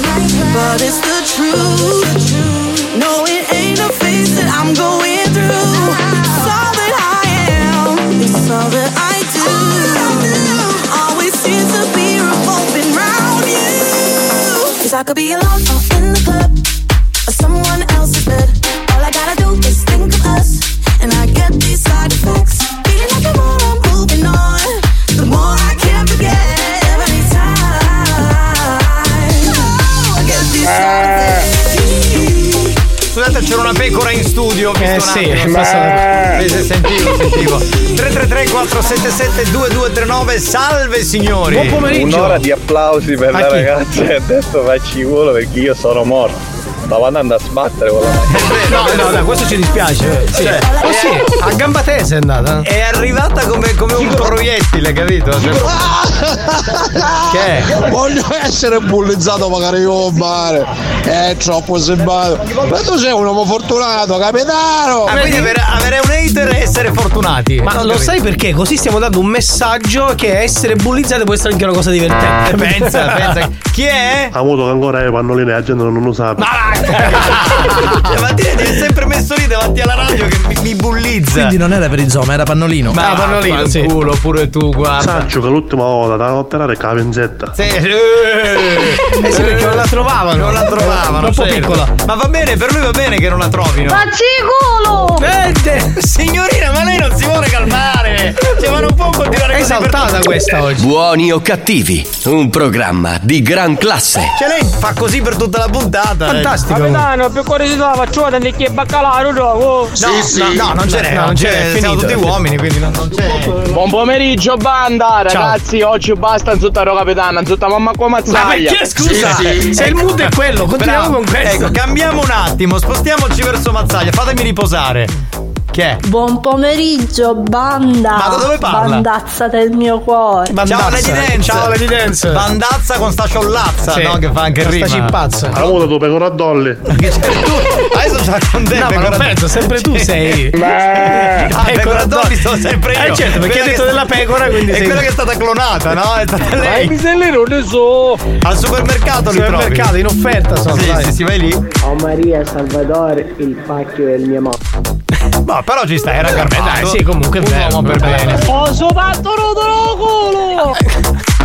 [SPEAKER 19] but it's the truth. No, it ain't a phase that I'm going through. It's all that I am. It's all that I do. Always seems to be revolving round you. 'Cause I could be alone or in the club or someone else's bed. All I gotta do is think of us, and I get these side effects. Feeling like the more I'm moving on, the more I can't forget every time. I get these side effects.
[SPEAKER 7] Scusate, c'era una pecora in studio. ho visto
[SPEAKER 8] Eh,
[SPEAKER 7] un
[SPEAKER 8] sì,
[SPEAKER 7] attimo.
[SPEAKER 8] ma-
[SPEAKER 7] Sì, sì, Eh, sentivo, sentivo. 333-477-2239, salve signori.
[SPEAKER 20] Un'ora di applausi per
[SPEAKER 7] A
[SPEAKER 20] la
[SPEAKER 7] chi?
[SPEAKER 20] ragazza e adesso facci culo perché io sono morto. Stavo andando a sbattere con la
[SPEAKER 8] No, no, no, questo ci dispiace. eh, Sì.
[SPEAKER 20] Cioè,
[SPEAKER 8] oh sì, Eh, a gamba tesa è andata.
[SPEAKER 7] È arrivata come, come un proiettile, capito? Cioè- Che è?
[SPEAKER 4] Voglio essere bullizzato magari io al mare. È troppo simpatico. Ma tu sei un uomo fortunato, capitano!
[SPEAKER 7] Ah, quindi avere, avere un hater e essere fortunati.
[SPEAKER 8] Ma
[SPEAKER 7] Non
[SPEAKER 8] lo
[SPEAKER 7] capito.
[SPEAKER 8] sai perché? Così stiamo dando un messaggio che essere bullizzati può essere anche una cosa divertente.
[SPEAKER 7] Eh,
[SPEAKER 8] [LAUGHS]
[SPEAKER 7] pensa, pensa. Chi è?
[SPEAKER 9] Ha avuto che ancora è pannoline, la gente non lo sa.
[SPEAKER 7] Cioè, ma ti vedi, è sempre messo lì davanti alla radio che mi, mi bullizza.
[SPEAKER 17] Quindi non era per il zoom, era pannolino.
[SPEAKER 7] Ma
[SPEAKER 17] Ah,
[SPEAKER 7] culo pure tu, guarda.
[SPEAKER 9] Saccio che l'ultima volta moda da ottenere che la penzetta.
[SPEAKER 7] Sì, eh, eh sì, perché non la trovavano. Non la trovavano.
[SPEAKER 8] Troppo
[SPEAKER 7] certo.
[SPEAKER 8] piccola.
[SPEAKER 7] Ma va bene, per lui va bene che non la trovino.
[SPEAKER 6] Facci culo!
[SPEAKER 7] Niente! Signorina, ma lei non si vuole calmare! Cioè, ma non può continuare così per
[SPEAKER 8] Esaltata
[SPEAKER 7] tutti.
[SPEAKER 8] questa oggi.
[SPEAKER 2] Buoni o cattivi, un programma di gran classe.
[SPEAKER 7] Cioè, lei fa così per tutta la puntata. eh.
[SPEAKER 21] Capitano, per curiosità faccio vedere che baccalaro
[SPEAKER 8] oh,
[SPEAKER 21] dopo.
[SPEAKER 7] No, no, no, non ce
[SPEAKER 8] Eh,
[SPEAKER 7] n'è, non ce n'è, siamo tutti uomini, quindi non, non c'è.
[SPEAKER 22] Buon pomeriggio banda, ragazzi, oggi basta insultare capitano, insultare mamma qua
[SPEAKER 8] Ma
[SPEAKER 22] mazzaglia.
[SPEAKER 8] perché scusa? Se il mood è quello, continuiamo
[SPEAKER 7] Ecco. Bravo.
[SPEAKER 8] con questo.
[SPEAKER 7] Ecco, cambiamo un attimo, spostiamoci verso Mazzaglia, fatemi riposare. Che è?
[SPEAKER 3] Buon pomeriggio, banda!
[SPEAKER 7] Ma da dove parla?
[SPEAKER 3] Bandazza del mio cuore!
[SPEAKER 7] Ciao Lady Dance.
[SPEAKER 8] Ciao, Lady Dance.
[SPEAKER 7] Bandazza con sta sciollazza,
[SPEAKER 8] Sì.
[SPEAKER 7] no? Che fa anche
[SPEAKER 8] Con sta
[SPEAKER 7] rima.
[SPEAKER 8] cippazza.
[SPEAKER 9] Allora muta tu pecora
[SPEAKER 8] [LAUGHS]
[SPEAKER 9] a dolle.
[SPEAKER 7] Adesso c'ha con te.
[SPEAKER 8] No, ma non
[SPEAKER 7] pecora-
[SPEAKER 8] penso, sempre tu sei.
[SPEAKER 7] Ah, pecora Dolly sono sempre io.
[SPEAKER 8] Eh, certo, perché
[SPEAKER 7] Quella
[SPEAKER 8] ha
[SPEAKER 7] che
[SPEAKER 8] detto
[SPEAKER 7] sta-
[SPEAKER 8] della pecora, quindi
[SPEAKER 7] È
[SPEAKER 8] sei-
[SPEAKER 7] quella che è stata clonata, no? È stata
[SPEAKER 8] Ma
[SPEAKER 7] lei.
[SPEAKER 8] i
[SPEAKER 7] pisellino ne so. Al supermercato li trovi.
[SPEAKER 8] Supermercato, in offerta sono,
[SPEAKER 7] Sì,
[SPEAKER 8] dai.
[SPEAKER 7] sì, sì, vai lì.
[SPEAKER 4] Oh Maria Salvador, il pacchio del mio mamma.
[SPEAKER 7] No, boh, però ci stai, era garbato.
[SPEAKER 8] dai, sì, comunque è
[SPEAKER 7] Un
[SPEAKER 8] bello,
[SPEAKER 7] uomo per
[SPEAKER 8] bello.
[SPEAKER 7] bene.
[SPEAKER 5] Ho sopato rotolo culo!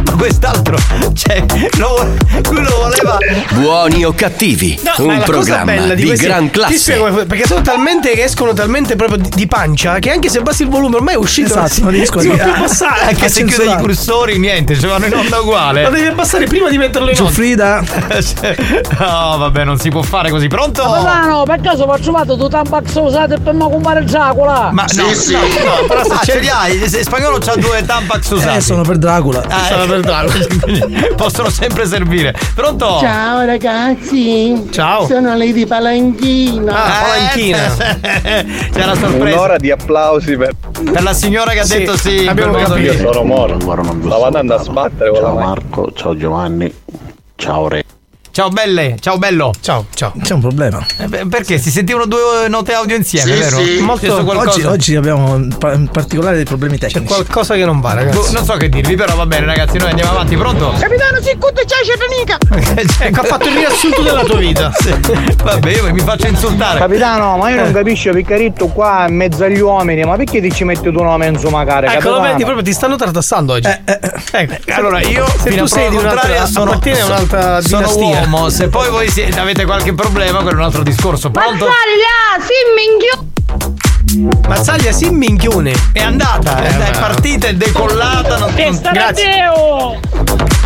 [SPEAKER 7] Ma quest'altro, cioè, lo, lui lo voleva.
[SPEAKER 2] Buoni o cattivi,
[SPEAKER 8] No, ma
[SPEAKER 2] un
[SPEAKER 8] la cosa
[SPEAKER 2] programma
[SPEAKER 8] bella
[SPEAKER 2] di,
[SPEAKER 8] questi-
[SPEAKER 2] gran
[SPEAKER 8] Ti
[SPEAKER 2] classe.
[SPEAKER 8] spiego come- perché sono talmente che escono talmente proprio di, di pancia che anche se abbassi il volume ormai è uscito.
[SPEAKER 23] Esatto, non riesco a
[SPEAKER 8] si può
[SPEAKER 23] dire.
[SPEAKER 8] più passare.
[SPEAKER 7] Anche
[SPEAKER 23] Ha
[SPEAKER 7] se chiude i
[SPEAKER 23] censurato.
[SPEAKER 7] cursori, niente, ci [LAUGHS] vanno in onda uguale. Eh,
[SPEAKER 8] Lo devi abbassare prima di metterlo in onda.
[SPEAKER 7] [LAUGHS]
[SPEAKER 23] Giuffrida,
[SPEAKER 7] No, vabbè, non si può fare così. Pronto?
[SPEAKER 4] Capitano, per caso faccio fatto tu tambax usato per me compare il giacola?
[SPEAKER 7] Ma no, no, no, però se ce li hai, se spagnolo c'ha due tampax usati.
[SPEAKER 23] eh, sono per Dracula.
[SPEAKER 7] Ah,
[SPEAKER 8] Sono per
[SPEAKER 7] [LAUGHS] Quindi Possono sempre servire. Pronto?
[SPEAKER 24] Ciao ragazzi!
[SPEAKER 7] Ciao.
[SPEAKER 24] Sono Lady Palanchina!
[SPEAKER 7] Ah, palanchina. C'è la sorpresa
[SPEAKER 25] Un'ora di applausi per.
[SPEAKER 7] per la signora che ha
[SPEAKER 8] Sì,
[SPEAKER 7] detto sì. in
[SPEAKER 8] abbiamo
[SPEAKER 7] quel modo
[SPEAKER 8] capito.
[SPEAKER 25] Io
[SPEAKER 7] lì.
[SPEAKER 25] sono morto.
[SPEAKER 12] Ancora non vi ho
[SPEAKER 25] Stavo andando a
[SPEAKER 12] salutato.
[SPEAKER 25] sbattere con la
[SPEAKER 12] Ciao
[SPEAKER 25] mano.
[SPEAKER 12] Marco, ciao Giovanni, ciao Re.
[SPEAKER 7] Ciao belle, ciao bello.
[SPEAKER 8] Ciao, ciao.
[SPEAKER 23] C'è un problema.
[SPEAKER 7] Eh, beh, Perché si sentivano due note audio insieme, vero? Molto qualcosa.
[SPEAKER 23] Oggi, oggi abbiamo pa- in particolare dei problemi tecnici.
[SPEAKER 8] Qualcosa che non va,
[SPEAKER 7] Boh,
[SPEAKER 8] ragazzi.
[SPEAKER 7] non so che dirvi, però va bene, ragazzi, noi andiamo avanti, pronto?
[SPEAKER 4] Capitano, si cutte c'è
[SPEAKER 8] [LAUGHS]
[SPEAKER 4] cernica!
[SPEAKER 8] Ecco, ha fatto il riassunto della tua vita.
[SPEAKER 7] Vabbè, io mi faccio insultare.
[SPEAKER 4] Capitano, ma io
[SPEAKER 8] Eh.
[SPEAKER 4] non capisco Piccaritto qua in mezzo agli uomini, ma perché ti ci metti tu nome insomma cara?
[SPEAKER 8] Ecco, lo
[SPEAKER 4] capitano?
[SPEAKER 8] vedi proprio, ti stanno tartassando oggi. Ecco.
[SPEAKER 7] Eh, Allora, io
[SPEAKER 8] se
[SPEAKER 7] fino
[SPEAKER 8] tu
[SPEAKER 7] a
[SPEAKER 8] sei
[SPEAKER 7] prova
[SPEAKER 8] di un'altra
[SPEAKER 7] contraria sono,
[SPEAKER 8] appartieni a un'altra
[SPEAKER 7] sono
[SPEAKER 8] dinastia.
[SPEAKER 7] uomo, se poi voi siete- avete qualche problema, quello è un altro discorso. Pronto?
[SPEAKER 6] Mazzari là, si minchio!
[SPEAKER 8] Mazzaglia si minchione.
[SPEAKER 7] È andata, è, è partita, è decollata. Non...
[SPEAKER 5] Testa da
[SPEAKER 8] Grazie.
[SPEAKER 5] Deo!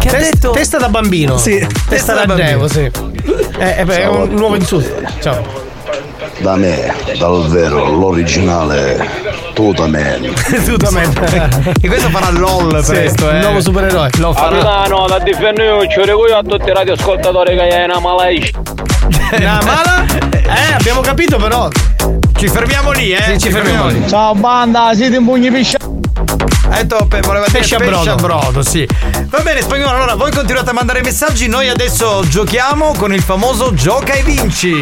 [SPEAKER 8] Che detto? Testa da bambino.
[SPEAKER 23] Sì.
[SPEAKER 8] Testa da
[SPEAKER 7] bambino.
[SPEAKER 8] devo, sì. Eh, eh, beh, è un nuovo insulto. Ciao.
[SPEAKER 12] Da me, davvero, l'originale,
[SPEAKER 7] [LAUGHS]
[SPEAKER 12] totalmente.
[SPEAKER 7] E questo farà LOL
[SPEAKER 8] Sì,
[SPEAKER 7] presto, eh.
[SPEAKER 8] un nuovo supereroe.
[SPEAKER 7] Lo farà.
[SPEAKER 4] Capitano, da difenderci, io a tutti i radioascoltatori che è una malaiscia.
[SPEAKER 8] Una mala? Eh, abbiamo capito però.
[SPEAKER 7] Ci fermiamo lì, eh.
[SPEAKER 8] Sì, ci fermiamo lì.
[SPEAKER 4] Ciao banda, siete in pugni piscia.
[SPEAKER 7] Ha detto pe- Eh, voleva dire pesce
[SPEAKER 8] Pesce a brodo.
[SPEAKER 7] a brodo, sì. Va bene, spagnolo, allora voi continuate a mandare messaggi, noi adesso giochiamo con il famoso gioca e vinci.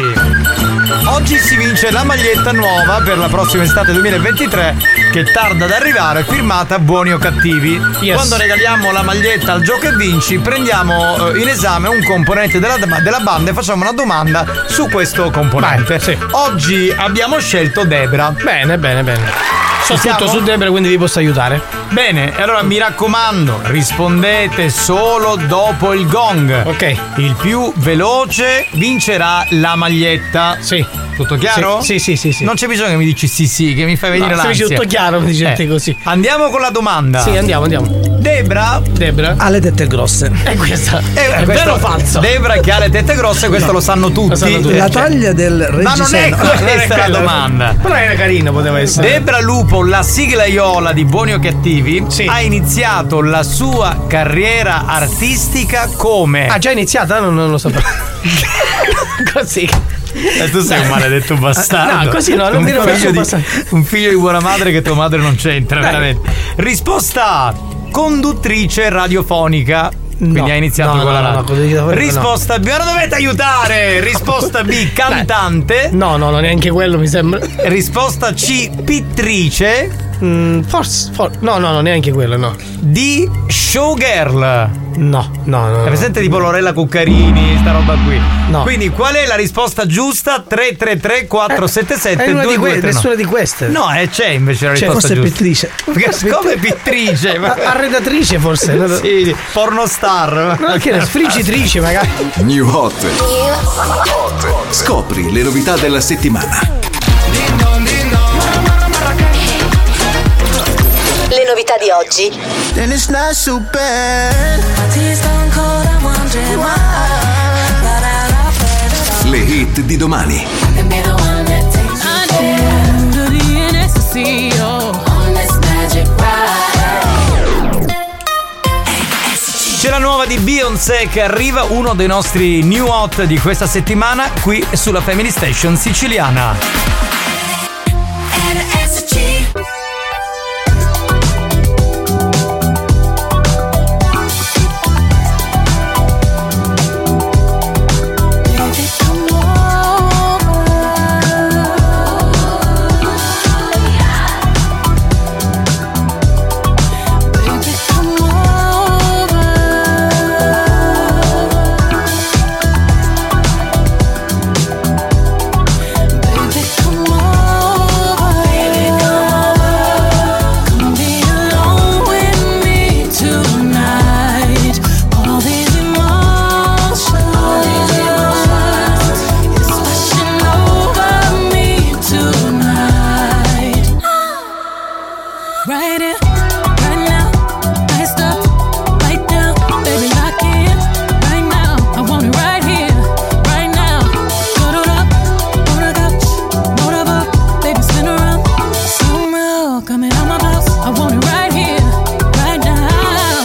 [SPEAKER 7] Oggi si vince la maglietta nuova per la prossima estate 2023 che tarda ad arrivare, firmata Buoni o Cattivi.
[SPEAKER 8] Yes.
[SPEAKER 7] Quando regaliamo la maglietta al gioca e vinci, prendiamo eh, in esame un componente della, della banda e facciamo una domanda su questo componente.
[SPEAKER 8] Vai, sì.
[SPEAKER 7] Oggi abbiamo scelto Debra.
[SPEAKER 8] Bene, bene, bene. So
[SPEAKER 7] Ci siamo?
[SPEAKER 8] tutto su Debra, quindi vi posso aiutare.
[SPEAKER 7] Bene, e allora mi raccomando, rispondete solo dopo il gong.
[SPEAKER 8] Ok.
[SPEAKER 7] Il più veloce vincerà la maglietta.
[SPEAKER 8] Sì.
[SPEAKER 7] Tutto chiaro?
[SPEAKER 8] Sì, sì, sì, sì.
[SPEAKER 7] Non c'è bisogno che mi dici sì, sì, che mi fai venire
[SPEAKER 8] No, se
[SPEAKER 7] l'ansia.
[SPEAKER 8] dici tutto chiaro, mi dicete
[SPEAKER 7] Eh,
[SPEAKER 8] così.
[SPEAKER 7] Andiamo con la domanda.
[SPEAKER 8] Sì, andiamo, andiamo.
[SPEAKER 7] Debra.
[SPEAKER 8] Debra.
[SPEAKER 23] Ha le tette
[SPEAKER 8] [LAUGHS]
[SPEAKER 23] grosse.
[SPEAKER 8] è questa.
[SPEAKER 7] eh,
[SPEAKER 8] È,
[SPEAKER 7] questo-
[SPEAKER 8] vero o falso?
[SPEAKER 7] Debra che ha le tette grosse, questo lo sanno tutti. Eh, cioè,
[SPEAKER 8] sanno tutti.
[SPEAKER 23] La taglia del
[SPEAKER 7] Ma non è
[SPEAKER 23] reggiseno.
[SPEAKER 8] [LAUGHS] Non
[SPEAKER 7] questa la
[SPEAKER 8] quello.
[SPEAKER 7] domanda.
[SPEAKER 8] Però era carina, [LAUGHS] poteva essere.
[SPEAKER 7] Debra Lupo, la sigla Iola di Buoni o Cattivi,
[SPEAKER 8] Sì.
[SPEAKER 7] ha iniziato la sua carriera artistica come?
[SPEAKER 8] Ah, già iniziata? Non, non lo sapevo. così.
[SPEAKER 7] E Eh, tu sei un maledetto bastardo.
[SPEAKER 8] Eh, No, così no, non
[SPEAKER 7] un
[SPEAKER 8] dire
[SPEAKER 7] figlio,
[SPEAKER 8] maledetto
[SPEAKER 7] di,
[SPEAKER 8] bastardo.
[SPEAKER 7] un figlio di buona madre che tua madre non c'entra,
[SPEAKER 8] Dai.
[SPEAKER 7] veramente. Risposta A, conduttrice radiofonica. Quindi
[SPEAKER 8] No,
[SPEAKER 7] ha iniziato
[SPEAKER 8] no,
[SPEAKER 7] con la
[SPEAKER 8] no, no,
[SPEAKER 7] radio.
[SPEAKER 8] no, conduttrice radiofonica no.
[SPEAKER 7] Risposta B, ma non dovete aiutare!
[SPEAKER 8] [LAUGHS]
[SPEAKER 7] Risposta B, cantante.
[SPEAKER 8] No, no, no, neanche quello mi sembra.
[SPEAKER 7] Risposta C, pittrice.
[SPEAKER 8] Mm, forse, for- No, no, no, neanche quello, no.
[SPEAKER 7] D, showgirl.
[SPEAKER 8] No, no, no.
[SPEAKER 7] È presente tipo Lorella Cuccarini, sta roba qui. Quindi qual è la risposta giusta? 333 477
[SPEAKER 8] è una di que- nessuna di queste.
[SPEAKER 7] No, eh, c'è invece la
[SPEAKER 8] C'è,
[SPEAKER 7] risposta
[SPEAKER 8] forse è
[SPEAKER 7] giusta.
[SPEAKER 8] pittrice.
[SPEAKER 7] Perché- Come pittrice? Ma-
[SPEAKER 8] Arredatrice forse.
[SPEAKER 7] sì, pornostar.
[SPEAKER 8] Ma che era? Friggitrice magari.
[SPEAKER 20] New Hot. Scopri le novità della settimana.
[SPEAKER 23] Le novità di oggi.
[SPEAKER 20] Le hit di domani.
[SPEAKER 7] C'è la nuova di Beyoncé che arriva, uno dei nostri new hot di questa settimana, qui sulla Family Station siciliana.
[SPEAKER 23] Right here, right now, messed up, right down, baby, lock it in. Right now, I want it right here, right now. Cuddled up, on the couch, rolled up, baby, spin around. Somehow, coming out my blouse, I want it right here, right now.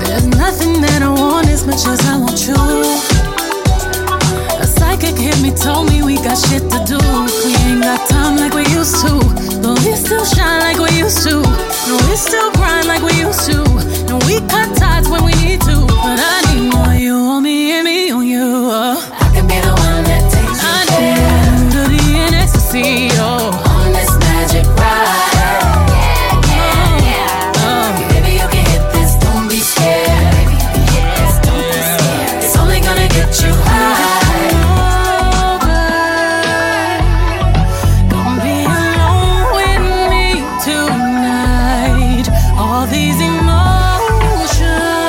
[SPEAKER 23] There's nothing that I want as much as I want you. A psychic hit me, told me we got shit to do. We ain't got time like we used to, but we still shine like we used to. No, we still grind like we used to. No, we cut ties when we need to, but I need more you on me and me on you. I can be the one that takes you to the end ecstasy. Oh, on this magic ride. Yeah, yeah, yeah. Baby, you can hit this. Don't be scared. Baby, you can hit this. Don't be scared. It's only gonna get you high. Don't be alone with me tonight. All these emotions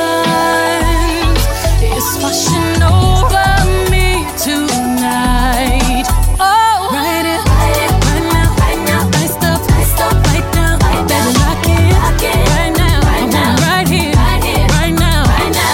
[SPEAKER 23] is washing over me tonight. Oh, right here, right now, right now, iced up, iced up, right down, baby, lock it, right now, I want it right here, right now,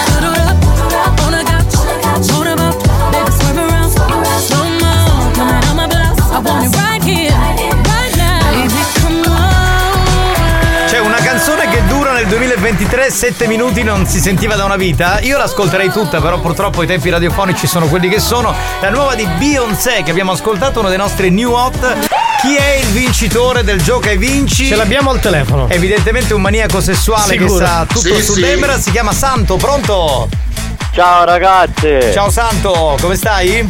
[SPEAKER 23] cuddled up, on the couch, hold 'em up, baby, swerve around, slow mo, coming out my blouse, I want it right here, right now, baby, come on.
[SPEAKER 7] C'è una canzone che dura nel 2023 7 minuti non si sentiva da una vita. Io l'ascolterei tutta, però purtroppo i tempi radiofonici sono quelli che sono. La nuova di Beyoncé che abbiamo ascoltato, uno dei nostri new hot. Chi è il vincitore del gioco e vinci?
[SPEAKER 8] Ce l'abbiamo al telefono.
[SPEAKER 7] Evidentemente un maniaco sessuale che
[SPEAKER 8] Sicuro.
[SPEAKER 7] sa tutto
[SPEAKER 8] Sì,
[SPEAKER 7] su
[SPEAKER 8] sì.
[SPEAKER 7] Debra, si chiama Santo, pronto?
[SPEAKER 4] Ciao ragazzi!
[SPEAKER 7] Ciao Santo, come stai?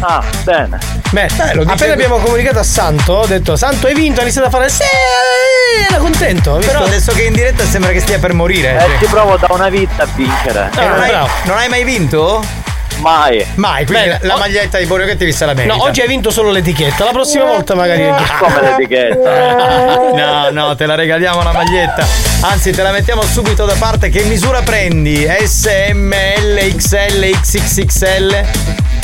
[SPEAKER 4] Ah, bene.
[SPEAKER 8] Beh, appena abbiamo comunicato a Santo, ho detto Santo hai vinto, ha iniziato a fare sì,
[SPEAKER 7] Eh,
[SPEAKER 8] era contento. hai visto?
[SPEAKER 7] Però adesso che è in diretta sembra che stia per morire.
[SPEAKER 4] Eh, ci provo da una vita a vincere.
[SPEAKER 7] E non, hai, non hai mai vinto?
[SPEAKER 4] Mai.
[SPEAKER 7] Ah, Mai, quindi
[SPEAKER 8] Beh,
[SPEAKER 7] la,
[SPEAKER 8] o-
[SPEAKER 7] maglietta di Borio che ti se la merita. Eh.
[SPEAKER 8] No, oggi hai vinto solo l'etichetta, la prossima volta magari.
[SPEAKER 4] Come l'etichetta?
[SPEAKER 7] [LAUGHS] No, no, te la regaliamo la maglietta. Anzi, te la mettiamo subito da parte. Che misura prendi? SML, XL, XXXL?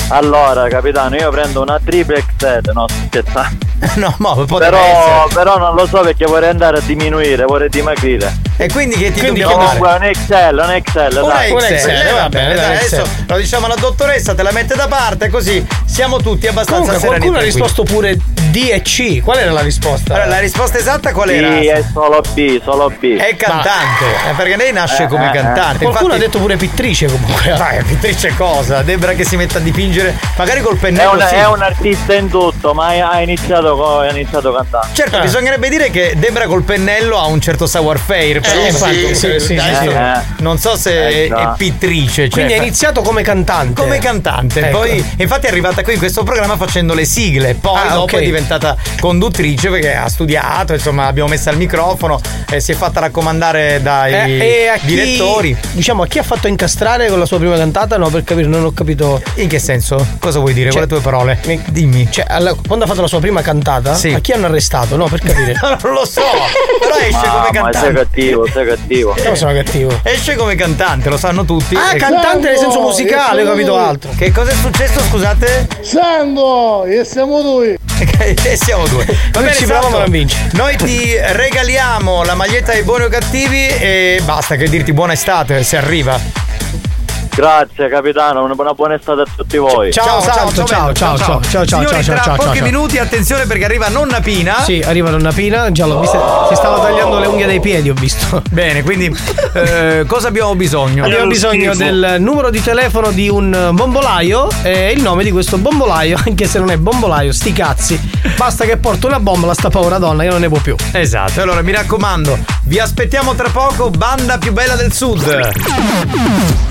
[SPEAKER 4] Allora, capitano, io prendo una triple XL, no, scherzando.
[SPEAKER 7] No, mo, potrebbe
[SPEAKER 4] Però,
[SPEAKER 7] essere.
[SPEAKER 4] però non lo so perché vorrei andare a diminuire, vorrei dimagrire.
[SPEAKER 7] E quindi che ti dobbiamo
[SPEAKER 4] comunque un XL, un XL,
[SPEAKER 7] Una
[SPEAKER 4] dai.
[SPEAKER 7] XL, eh, va bene, dai,
[SPEAKER 8] XL.
[SPEAKER 7] adesso lo diciamo alla dottoressa, te la mette da parte, così siamo tutti abbastanza
[SPEAKER 8] Comunque,
[SPEAKER 7] sereni.
[SPEAKER 8] qualcuno ha
[SPEAKER 7] tranquilli.
[SPEAKER 8] risposto pure D e C. Qual era la risposta?
[SPEAKER 7] Allora, la risposta esatta qual era?
[SPEAKER 4] Sì, è solo B, solo B.
[SPEAKER 7] È cantante, eh, perché lei nasce
[SPEAKER 8] Eh,
[SPEAKER 7] come
[SPEAKER 8] eh, eh.
[SPEAKER 7] cantante.
[SPEAKER 8] Qualcuno ha detto
[SPEAKER 7] pure pittrice [LAUGHS] comunque. Dai, pittrice cosa? Debra che si mette a dipingere, magari col pennello.
[SPEAKER 4] È un-
[SPEAKER 7] sì.
[SPEAKER 4] è un artista in tutto, ma ha iniziato, co- ha iniziato cantando.
[SPEAKER 7] Certo,
[SPEAKER 4] Eh.
[SPEAKER 7] bisognerebbe dire che Debra col pennello ha un certo savoir faire, Eh, infatti, sì, sì,
[SPEAKER 8] adesso
[SPEAKER 4] Eh,
[SPEAKER 7] sì, sì. Non so se
[SPEAKER 8] Eh, già.
[SPEAKER 7] è pittrice. Cioè,
[SPEAKER 8] Quindi è
[SPEAKER 7] fa-
[SPEAKER 8] iniziato come cantante.
[SPEAKER 7] Come cantante,
[SPEAKER 8] Ecco.
[SPEAKER 7] poi infatti è arrivata qui in questo programma facendo le sigle, poi
[SPEAKER 8] Ah,
[SPEAKER 7] dopo
[SPEAKER 8] ok.
[SPEAKER 7] è diventata conduttrice perché ha studiato, insomma l'abbiamo messa al microfono e si è fatta raccomandare dai
[SPEAKER 8] Eh, e a chi,
[SPEAKER 7] direttori.
[SPEAKER 8] Diciamo a chi ha fatto incastrare con la sua prima cantata? No, per capire, non ho capito.
[SPEAKER 7] In che senso? Cosa vuoi dire? Con le tue parole? Dimmi.
[SPEAKER 8] Cioè, alla- quando ha fatto la sua prima cantata,
[SPEAKER 7] Sì.
[SPEAKER 8] a chi hanno arrestato? No, per [LAUGHS] capire.
[SPEAKER 7] non lo so, però esce Eh, come
[SPEAKER 26] ma
[SPEAKER 7] cantante.
[SPEAKER 26] sei cattivo, sei cattivo.
[SPEAKER 8] Io sono cattivo.
[SPEAKER 7] Esce come cantante, lo sanno tutti. Ecco.
[SPEAKER 8] Ah,
[SPEAKER 7] E-
[SPEAKER 8] cantante nel senso musicale, ho capito altro.
[SPEAKER 7] Che cosa è successo, scusate?
[SPEAKER 27] Sango, e siamo lui.
[SPEAKER 7] e Eh, siamo due. Va
[SPEAKER 8] Non
[SPEAKER 7] bene,
[SPEAKER 8] ci provo,
[SPEAKER 7] Santo,
[SPEAKER 8] ma non vince.
[SPEAKER 7] Noi ti regaliamo la maglietta dei buoni o cattivi e basta che dirti buona estate se arriva.
[SPEAKER 26] Grazie capitano, una buona, buona estate a tutti voi.
[SPEAKER 8] Ciao, Santo, ciao,
[SPEAKER 7] Beto,
[SPEAKER 8] ciao, ciao, ciao, ciao,
[SPEAKER 7] Signori,
[SPEAKER 8] ciao,
[SPEAKER 7] tra
[SPEAKER 8] ciao, ciao,
[SPEAKER 7] pochi
[SPEAKER 8] ciao.
[SPEAKER 7] minuti attenzione perché arriva nonna Pina.
[SPEAKER 8] Sì, arriva Nonna Pina, già l'ho vista. Si stava tagliando le unghie dei piedi, ho visto.
[SPEAKER 7] Bene, quindi eh, cosa abbiamo bisogno?
[SPEAKER 8] Abbiamo bisogno del numero di telefono di un bombolaio e il nome di questo bombolaio, [LAUGHS] anche se non è bombolaio, sti cazzi. Basta che porta una bombola, sta paura donna, io non ne può più.
[SPEAKER 7] Esatto, allora mi raccomando, vi aspettiamo tra poco, banda più bella del sud.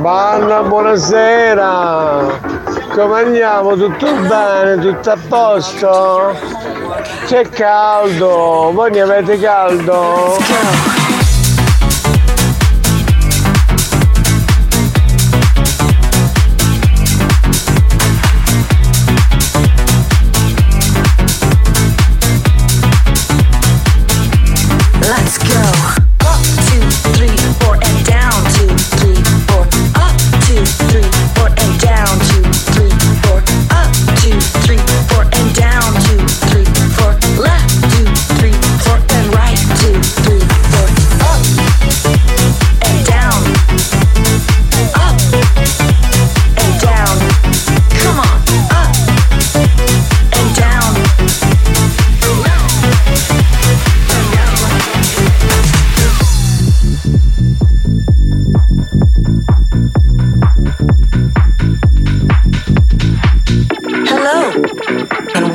[SPEAKER 4] Banna, buonasera! Come andiamo? Tutto bene? Tutto a posto? C'è caldo? Voi ne avete caldo?
[SPEAKER 28] Let's go. Up, two, three, four, and down, two, three, four. Up, two, three, four, and down, two, three, four. Up, two, three, four, and down, two, three, four. Left, two, three, four, and right, two, three, four. Up and down. Up and down. Come on. Up and down. Hello, and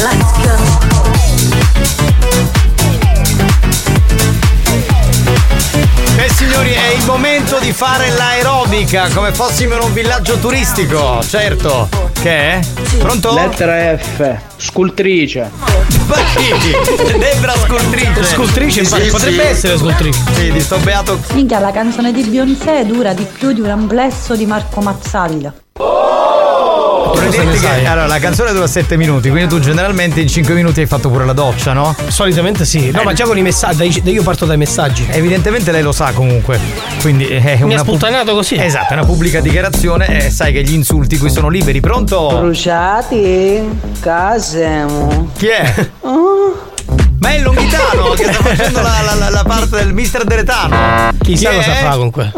[SPEAKER 28] Let's go.
[SPEAKER 7] Beh signori, è il momento di fare l'aerobica come fossimo in un villaggio turistico, certo. Che è? Pronto? [LAUGHS]
[SPEAKER 29] Lettera F, scultrice.
[SPEAKER 7] Debra scultrice.
[SPEAKER 8] Scultrice, infatti, potrebbe essere
[SPEAKER 7] scultrice. Sì, di sto beato.
[SPEAKER 1] Minchia, la canzone di Beyoncé dura di più di un amplesso di Marco Mazzaglia.
[SPEAKER 8] Oh,
[SPEAKER 7] Vorrei dirti che allora, la canzone dura 7 minuti, quindi tu generalmente in 5 minuti hai fatto pure la doccia, no? Eh.
[SPEAKER 8] Solitamente sì. No, ma già con i messaggi, io parto dai messaggi.
[SPEAKER 7] Evidentemente lei lo sa comunque. Quindi è una
[SPEAKER 8] Mi ha
[SPEAKER 7] pub-
[SPEAKER 8] sputtanato così.
[SPEAKER 7] Esatto, è una pubblica dichiarazione e sai che gli insulti qui sono liberi. Pronto?
[SPEAKER 6] Bruciati, casemo.
[SPEAKER 7] Chi è? Ma è il Longhitano che sta facendo la, la- la- la parte del mister Deretano.
[SPEAKER 8] Chissà
[SPEAKER 7] Chi
[SPEAKER 8] cosa
[SPEAKER 7] è?
[SPEAKER 8] fa comunque.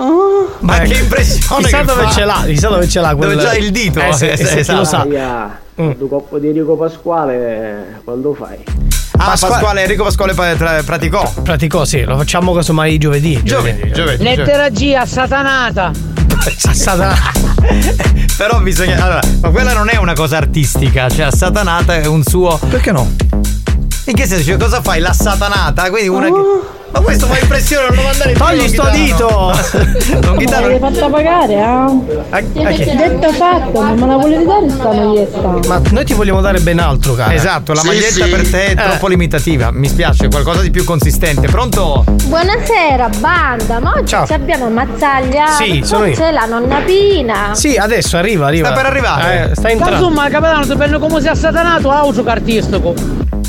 [SPEAKER 7] Ma che impressione
[SPEAKER 8] Chissà
[SPEAKER 7] che
[SPEAKER 8] dove
[SPEAKER 7] fa.
[SPEAKER 8] ce l'ha, chissà dove ce l'ha quel-
[SPEAKER 7] Dove c'ha il dito.
[SPEAKER 8] Eh, sì,
[SPEAKER 7] eh,
[SPEAKER 8] sì,
[SPEAKER 7] sì,
[SPEAKER 8] chi lo sa. Mm.
[SPEAKER 4] Il coppo di Enrico
[SPEAKER 7] eh,
[SPEAKER 4] Pasquale quando fai?
[SPEAKER 8] Eh,
[SPEAKER 7] Ah, Pasquale, Enrico Pasquale pa- tra- praticò.
[SPEAKER 8] Praticò, sì, certo. Eh, lo facciamo casomai giovedì.
[SPEAKER 7] Giovedì, giovedì.
[SPEAKER 4] Lettera G a Satanata.
[SPEAKER 7] [LAUGHS]
[SPEAKER 8] A Satana.
[SPEAKER 7] Però bisogna. Allora, ma quella non è una cosa artistica, cioè la satanata è un suo. Perché no? In che senso? Cioè, cosa fai? La satanata? Quindi una che. Ma questo fa impressione, non lo mandare in
[SPEAKER 8] Togli sto dito!
[SPEAKER 7] [LAUGHS] Non chitarra.
[SPEAKER 3] l'avete fatta pagare,
[SPEAKER 8] Ah,
[SPEAKER 3] eh?
[SPEAKER 7] A- a chi?
[SPEAKER 3] Detto fatto, non me la volete dare sta maglietta?
[SPEAKER 8] Ma noi ti vogliamo dare ben altro, cara.
[SPEAKER 7] Esatto, la maglietta per te è
[SPEAKER 8] Eh.
[SPEAKER 7] troppo limitativa. Mi spiace, qualcosa di più consistente. Pronto?
[SPEAKER 3] Buonasera, banda, ma oggi
[SPEAKER 7] Ciao.
[SPEAKER 3] ci abbiamo Mazzaglia.
[SPEAKER 8] Sì,
[SPEAKER 3] Poi
[SPEAKER 8] sono io.
[SPEAKER 3] C'è la nonna Pina.
[SPEAKER 8] Sì, adesso arriva, arriva.
[SPEAKER 7] Sta per arrivare.
[SPEAKER 8] Eh, sta entrando.
[SPEAKER 5] Insomma, capitano, dipende come sia satanato, ha uso artistico.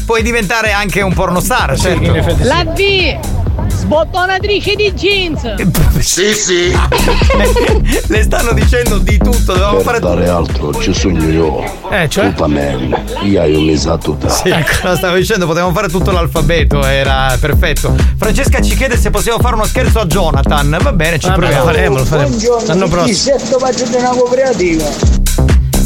[SPEAKER 7] Puoi diventare anche un pornostar, certo.
[SPEAKER 5] La D, sbottonatrice di jeans.
[SPEAKER 8] Eh,
[SPEAKER 7] Sì, sì. Le stanno dicendo di tutto, dovevamo
[SPEAKER 30] Per
[SPEAKER 7] fare
[SPEAKER 30] dare altro ci sono io.
[SPEAKER 7] Eh,
[SPEAKER 8] cioè?
[SPEAKER 30] Tutta man. Io esatto ho messa tutta.
[SPEAKER 7] Sì, ecco, lo stavo dicendo, potevamo fare tutto l'alfabeto, era perfetto. Francesca ci chiede se possiamo fare uno scherzo a Jonathan. Va bene, ci
[SPEAKER 8] Vabbè,
[SPEAKER 7] proviamo.
[SPEAKER 8] lo faremo, lo faremo.
[SPEAKER 7] Buongiorno, L'anno chi prossimo. dice
[SPEAKER 3] sto facendo una cooperativa.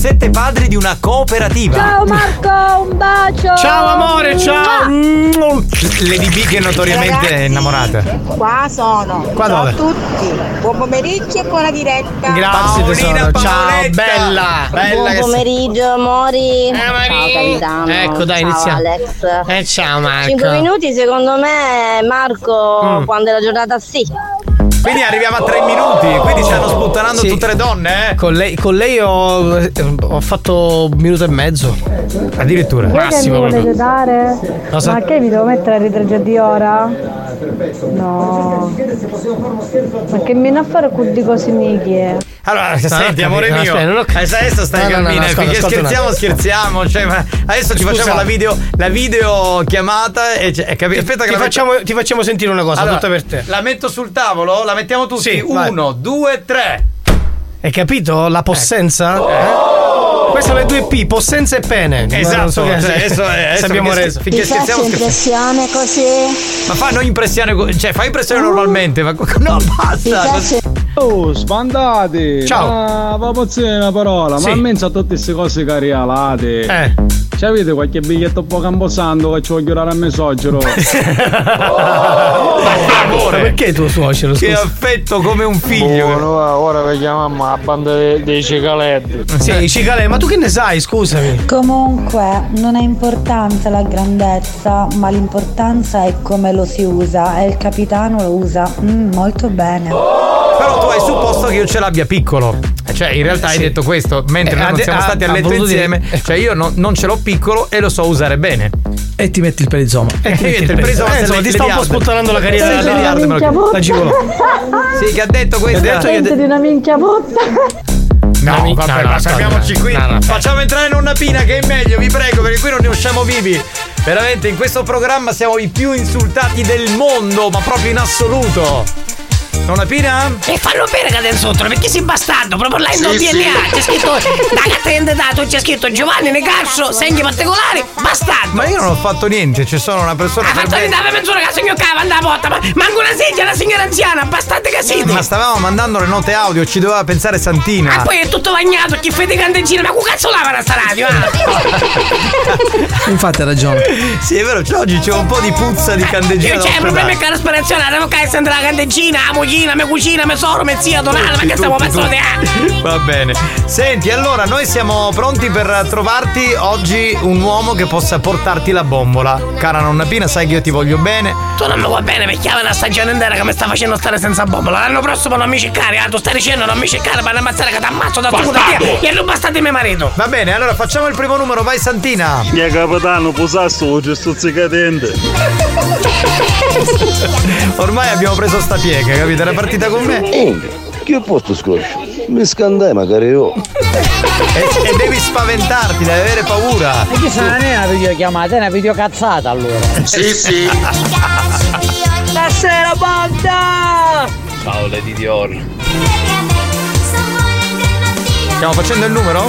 [SPEAKER 7] Sette padri di una cooperativa.
[SPEAKER 3] Ciao Marco, un bacio.
[SPEAKER 7] Ciao, amore, ciao. Lady B che è notoriamente
[SPEAKER 6] Ragazzi.
[SPEAKER 7] innamorata.
[SPEAKER 6] Qua sono.
[SPEAKER 7] Qua
[SPEAKER 6] Ciao a
[SPEAKER 7] dove?
[SPEAKER 6] tutti. Buon pomeriggio e buona diretta.
[SPEAKER 8] Grazie tesoro,
[SPEAKER 7] Ah,
[SPEAKER 8] ciao,
[SPEAKER 6] Paoletta.
[SPEAKER 8] bella, bella che sei.
[SPEAKER 6] pomeriggio,
[SPEAKER 31] Eh,
[SPEAKER 6] amori.
[SPEAKER 8] Ciao, capitano. Ecco, dai, Ciao, iniziamo.
[SPEAKER 6] Alex.
[SPEAKER 8] Eh ciao Marco.
[SPEAKER 6] Cinque minuti secondo me Marco
[SPEAKER 7] Mm.
[SPEAKER 6] quando è la giornata sì.
[SPEAKER 7] Quindi arriviamo a tre minuti, quindi ci hanno sputtanando
[SPEAKER 8] Sì.
[SPEAKER 7] tutte le donne, eh?
[SPEAKER 8] Con lei, con lei ho, eh, ho fatto un minuto e mezzo.
[SPEAKER 7] Addirittura.
[SPEAKER 1] Voi che mi
[SPEAKER 8] Massimo. proprio.
[SPEAKER 1] volete dare?
[SPEAKER 8] Cosa?
[SPEAKER 1] Ma che vi devo mettere a ritraggio di ora? No. Ma che mi viene a fare con di cose mie?
[SPEAKER 7] Allora,
[SPEAKER 8] No,
[SPEAKER 7] senti,
[SPEAKER 8] Ah, no,
[SPEAKER 7] amore
[SPEAKER 8] capito,
[SPEAKER 7] mio.
[SPEAKER 8] aspetta, non ho capito.
[SPEAKER 7] Adesso adesso stai
[SPEAKER 8] No, no, no,
[SPEAKER 7] cammina,
[SPEAKER 8] no, ascolta,
[SPEAKER 7] finché
[SPEAKER 8] ascolta un
[SPEAKER 7] scherziamo,
[SPEAKER 8] attimo.
[SPEAKER 7] scherziamo. Cioè, ma adesso ci
[SPEAKER 8] Scusa.
[SPEAKER 7] facciamo la video, la video chiamata e c'è- eh, capi- Aspetta che
[SPEAKER 8] ti,
[SPEAKER 7] la metto-
[SPEAKER 8] facciamo, ti facciamo sentire una cosa,
[SPEAKER 7] Allora,
[SPEAKER 8] tutta per te.
[SPEAKER 7] La metto sul tavolo, la mettiamo tutti.
[SPEAKER 8] Sì, vai.
[SPEAKER 7] Uno, due, tre.
[SPEAKER 8] Hai capito? La possenza?
[SPEAKER 7] Oh!
[SPEAKER 8] Eh? Queste sono le due P, possenza e pene.
[SPEAKER 7] Esatto,
[SPEAKER 8] Non
[SPEAKER 7] cioè,
[SPEAKER 8] se-
[SPEAKER 7] adesso-
[SPEAKER 8] se
[SPEAKER 7] adesso
[SPEAKER 8] abbiamo
[SPEAKER 7] finché-
[SPEAKER 8] reso.
[SPEAKER 7] finché- Ti faccio scherziamo,
[SPEAKER 6] impressione così?
[SPEAKER 7] Ma fa non impressione, co- cioè fai impressione normalmente, ma co- no, basta.
[SPEAKER 4] Oh, Ah, sbandate!
[SPEAKER 7] Ciao.
[SPEAKER 4] Ma va pozzere una parola,
[SPEAKER 7] Sì.
[SPEAKER 4] ma almeno a tutte queste cose che regalate!
[SPEAKER 7] Eh.
[SPEAKER 4] C'avete qualche biglietto un po' camposanto che ci voglio dare a mio suocero? Oh!
[SPEAKER 8] Ma perché tuo suocero?
[SPEAKER 4] Che
[SPEAKER 8] Scusa.
[SPEAKER 7] affetto come un
[SPEAKER 4] figlio! ora che chiamiamo la banda de- dei cicaletti.
[SPEAKER 8] Sì, Cicale, Eh, ma tu che ne sai? Scusami.
[SPEAKER 1] Comunque, non è importante la grandezza, ma l'importanza è come lo si usa e il capitano lo usa mm, molto bene.
[SPEAKER 7] Però tu hai supposto che io ce l'abbia piccolo. Eh, Cioè, in realtà hai
[SPEAKER 8] Sì.
[SPEAKER 7] detto questo, mentre
[SPEAKER 8] Eh,
[SPEAKER 7] noi
[SPEAKER 8] ha
[SPEAKER 7] non
[SPEAKER 8] de-
[SPEAKER 7] siamo
[SPEAKER 8] ha-
[SPEAKER 7] stati a
[SPEAKER 8] ha
[SPEAKER 7] letto
[SPEAKER 8] voluto dire-
[SPEAKER 7] insieme. Cioè, io non- non ce l'ho piccolo e lo so usare bene.
[SPEAKER 32] E ti metti il perizoma.
[SPEAKER 7] E ti metti Eh, il perizoma se
[SPEAKER 8] insomma,
[SPEAKER 7] le-
[SPEAKER 8] ti
[SPEAKER 7] le
[SPEAKER 8] sta un po'
[SPEAKER 7] diarde.
[SPEAKER 8] sputtanando la carriera
[SPEAKER 7] Sì,
[SPEAKER 8] della
[SPEAKER 7] sì,
[SPEAKER 8] della-
[SPEAKER 7] sì,
[SPEAKER 8] della-
[SPEAKER 7] minchia
[SPEAKER 8] la gigolo.
[SPEAKER 1] [LAUGHS]
[SPEAKER 7] Sì, che ha detto questa?
[SPEAKER 3] Senti di una minchia botta.
[SPEAKER 7] No,
[SPEAKER 8] mi-
[SPEAKER 7] vabbè,
[SPEAKER 8] no, no,
[SPEAKER 7] ma fermiamoci
[SPEAKER 8] no,
[SPEAKER 7] qui.
[SPEAKER 8] no, no.
[SPEAKER 7] Facciamo entrare nonna Pina che è meglio, vi prego, perché qui non ne usciamo vivi. Veramente in questo programma siamo i più insultati del mondo, ma proprio in assoluto. Nonna Pina?
[SPEAKER 31] E fallo bene che del sotto, perché sei bastardo? Proprio là in
[SPEAKER 7] Sì, sì.
[SPEAKER 31] DNA ah,
[SPEAKER 7] [LAUGHS]
[SPEAKER 31] c'è scritto la carta d'identità, tu c'è scritto Giovanni Negarso, segni particolari, bastardo!
[SPEAKER 7] Ma io non ho fatto niente, c'è solo una persona
[SPEAKER 31] Ha
[SPEAKER 7] per
[SPEAKER 31] fatto
[SPEAKER 7] bene.
[SPEAKER 31] andare per mezz'ora che sogno cava, andava a porta, ma manco una sedia, una signora anziana, bastante casino!
[SPEAKER 7] Ma stavamo mandando le note audio, ci doveva pensare
[SPEAKER 31] Ma
[SPEAKER 7] Santina.
[SPEAKER 31] Ah, poi è tutto bagnato, chi fede candeggina, ma che cazzo lava la sta
[SPEAKER 32] [LAUGHS]
[SPEAKER 31] radio? ah?
[SPEAKER 8] [LAUGHS]
[SPEAKER 32] Infatti ha ragione.
[SPEAKER 7] Sì, è vero, c'è oggi c'è un po' di puzza di candeggina.
[SPEAKER 31] Io c'è il problema Cioè, è che la sperazione, la devo che sembra la candeggina, la mogliina, mia cucina, mia sorella, mia zia, Donata, ma che stiamo eh? pensando di
[SPEAKER 7] Va bene. Senti, allora noi siamo pronti per trovarti oggi un uomo che possa portarti la bombola. Cara nonna Pina, sai che io ti voglio bene.
[SPEAKER 31] Tu non mi vuoi bene perché aveva una stagione intera che mi sta facendo stare senza bombola. L'anno prossimo non mi cercare, ah, tu stai dicendo non mi cercare per ammazzare che ti ammazzo da tua via e non bastate mio marito.
[SPEAKER 7] Va bene, allora facciamo il primo numero, vai Santina.
[SPEAKER 33] Mia capitano, posasso, oggi sto zicatente.
[SPEAKER 7] [LAUGHS] Ormai abbiamo preso sta piega, capito? Era partita con me.
[SPEAKER 30] Inga, che posto scoscio? Mi scandai magari io.
[SPEAKER 7] E, e devi spaventarti, devi avere paura.
[SPEAKER 5] E chissà, non è una videochiamata, è una videocazzata allora.
[SPEAKER 7] Sì, sì.
[SPEAKER 5] Buonasera, banda!
[SPEAKER 34] Ciao Lady Dior.
[SPEAKER 7] Stiamo facendo il numero?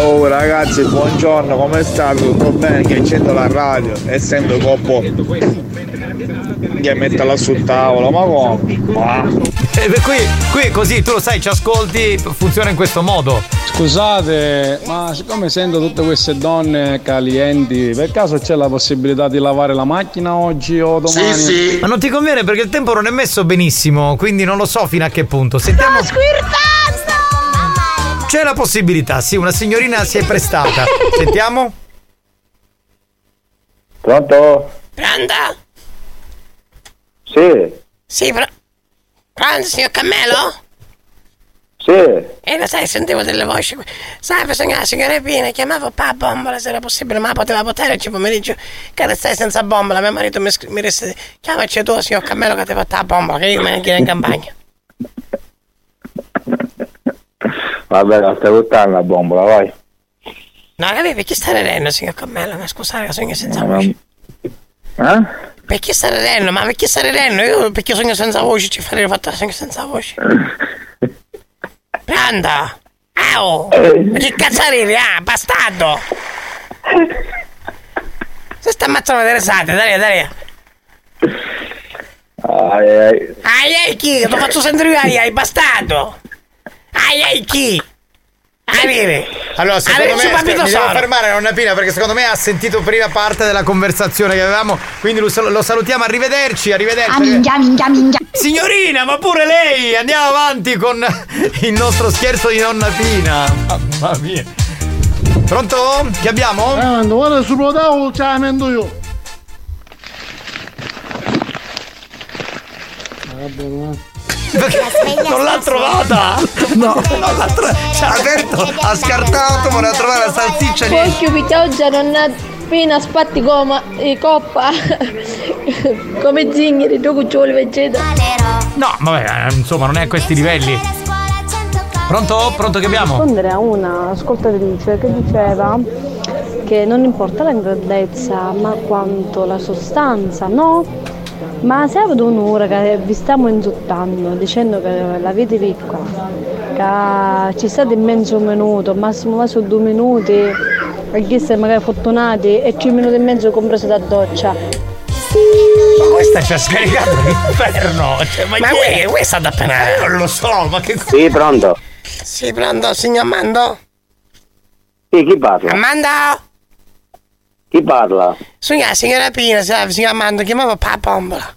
[SPEAKER 35] Oh ragazzi, buongiorno, come state? Tutto bene? Che accendo la radio, essendo coppo che metterla sul tavolo, ma come? Ma-
[SPEAKER 7] [LAUGHS] E qui, qui è così, tu lo sai, ci ascolti, funziona in questo modo.
[SPEAKER 4] Scusate, ma siccome sento tutte queste donne calienti, per caso c'è la possibilità di lavare la macchina oggi o domani?
[SPEAKER 7] Ma non ti conviene perché il tempo non è messo benissimo, quindi non lo so fino a che punto. Sentiamo.
[SPEAKER 5] squirtando!
[SPEAKER 7] C'è la possibilità, sì, una signorina si è
[SPEAKER 31] [LAUGHS]
[SPEAKER 7] prestata. Sentiamo.
[SPEAKER 36] Pronto?
[SPEAKER 31] Pronto?
[SPEAKER 36] Sì,
[SPEAKER 31] Sì, però. Pronto, signor Cammello?
[SPEAKER 36] sì.
[SPEAKER 31] E lo sai, sentivo delle voci. Salve, signora, signora Pina, chiamavo pa bombola se era possibile, ma poteva poter oggi pomeriggio. Che restai senza bombola, mio marito mi, scri- mi resta. Chiamaci tu, signor Cammello, che ti fa la bombola, che io me ne chiedo in campagna.
[SPEAKER 36] Vabbè, la stai buttando la bombola, vai.
[SPEAKER 31] No, capi, perché sta ridendo, signor Cammello? Ma scusate, che sogno senza voce.
[SPEAKER 36] Eh?
[SPEAKER 31] Perché sta ridendo? Ma perché sta ridendo? Io perché sogno senza voce, ci farei fatto sogno senza voce. Pronto? Au!
[SPEAKER 36] Eh.
[SPEAKER 31] Ma che cazzo arrivi, ah, bastardo! Se sta ammazzando delle risate, dai, dai!
[SPEAKER 36] Ai, ai.
[SPEAKER 31] Ai ai chi? Lo faccio sentire io, ai ai, bastardo! Ai ai chi? Arrivi!
[SPEAKER 7] Allora, secondo
[SPEAKER 31] Arrivi
[SPEAKER 7] me
[SPEAKER 31] su
[SPEAKER 7] aspetta,
[SPEAKER 31] Papito
[SPEAKER 7] mi devo
[SPEAKER 31] Saro.
[SPEAKER 7] fermare nonna Pina perché secondo me ha sentito prima parte della conversazione che avevamo, quindi lo, sal- lo salutiamo, arrivederci, arrivederci.
[SPEAKER 4] minchia, minchia.
[SPEAKER 7] Signorina, ma pure lei! Andiamo avanti con il nostro scherzo di nonna Pina. Mamma mia. Pronto? Che abbiamo?
[SPEAKER 3] Quando vuole sul tavolo ce la mando io.
[SPEAKER 7] Non l'ha trovata! No, non l'ha trovata! Alberto ha scartato, voleva trovare la
[SPEAKER 4] Cioè,
[SPEAKER 7] salsiccia lì!
[SPEAKER 37] Poi pitoggia non ha appena spatti coma, e coppa come zingari, tu cuccioli vegeta.
[SPEAKER 7] No, vabbè, eh, insomma, non è a questi livelli. Pronto? Pronto che abbiamo?
[SPEAKER 3] rispondere a una ascoltatrice che diceva che non importa la grandezza ma quanto la sostanza, no? Ma se avete un'ora che vi stiamo insultando dicendo che la vita è piccola, che ci state in mezzo un minuto, massimo massimo due minuti, e chi siete magari fortunati e 5 minuti e mezzo compreso da doccia,
[SPEAKER 7] Ma questa ci ha scaricato l'inferno! Cioè, ma
[SPEAKER 31] Ma
[SPEAKER 7] chi
[SPEAKER 31] uè,
[SPEAKER 7] è?
[SPEAKER 31] uè, sta da penare!
[SPEAKER 7] Non lo so, ma che.
[SPEAKER 36] Sì, pronto.
[SPEAKER 31] Sì, pronto, signor Mando?
[SPEAKER 36] Sì, chi parla?
[SPEAKER 31] Amanda!
[SPEAKER 36] Chi parla?
[SPEAKER 31] Signora, signora Pina, salve, signor Mando, chiamavo pa bombola.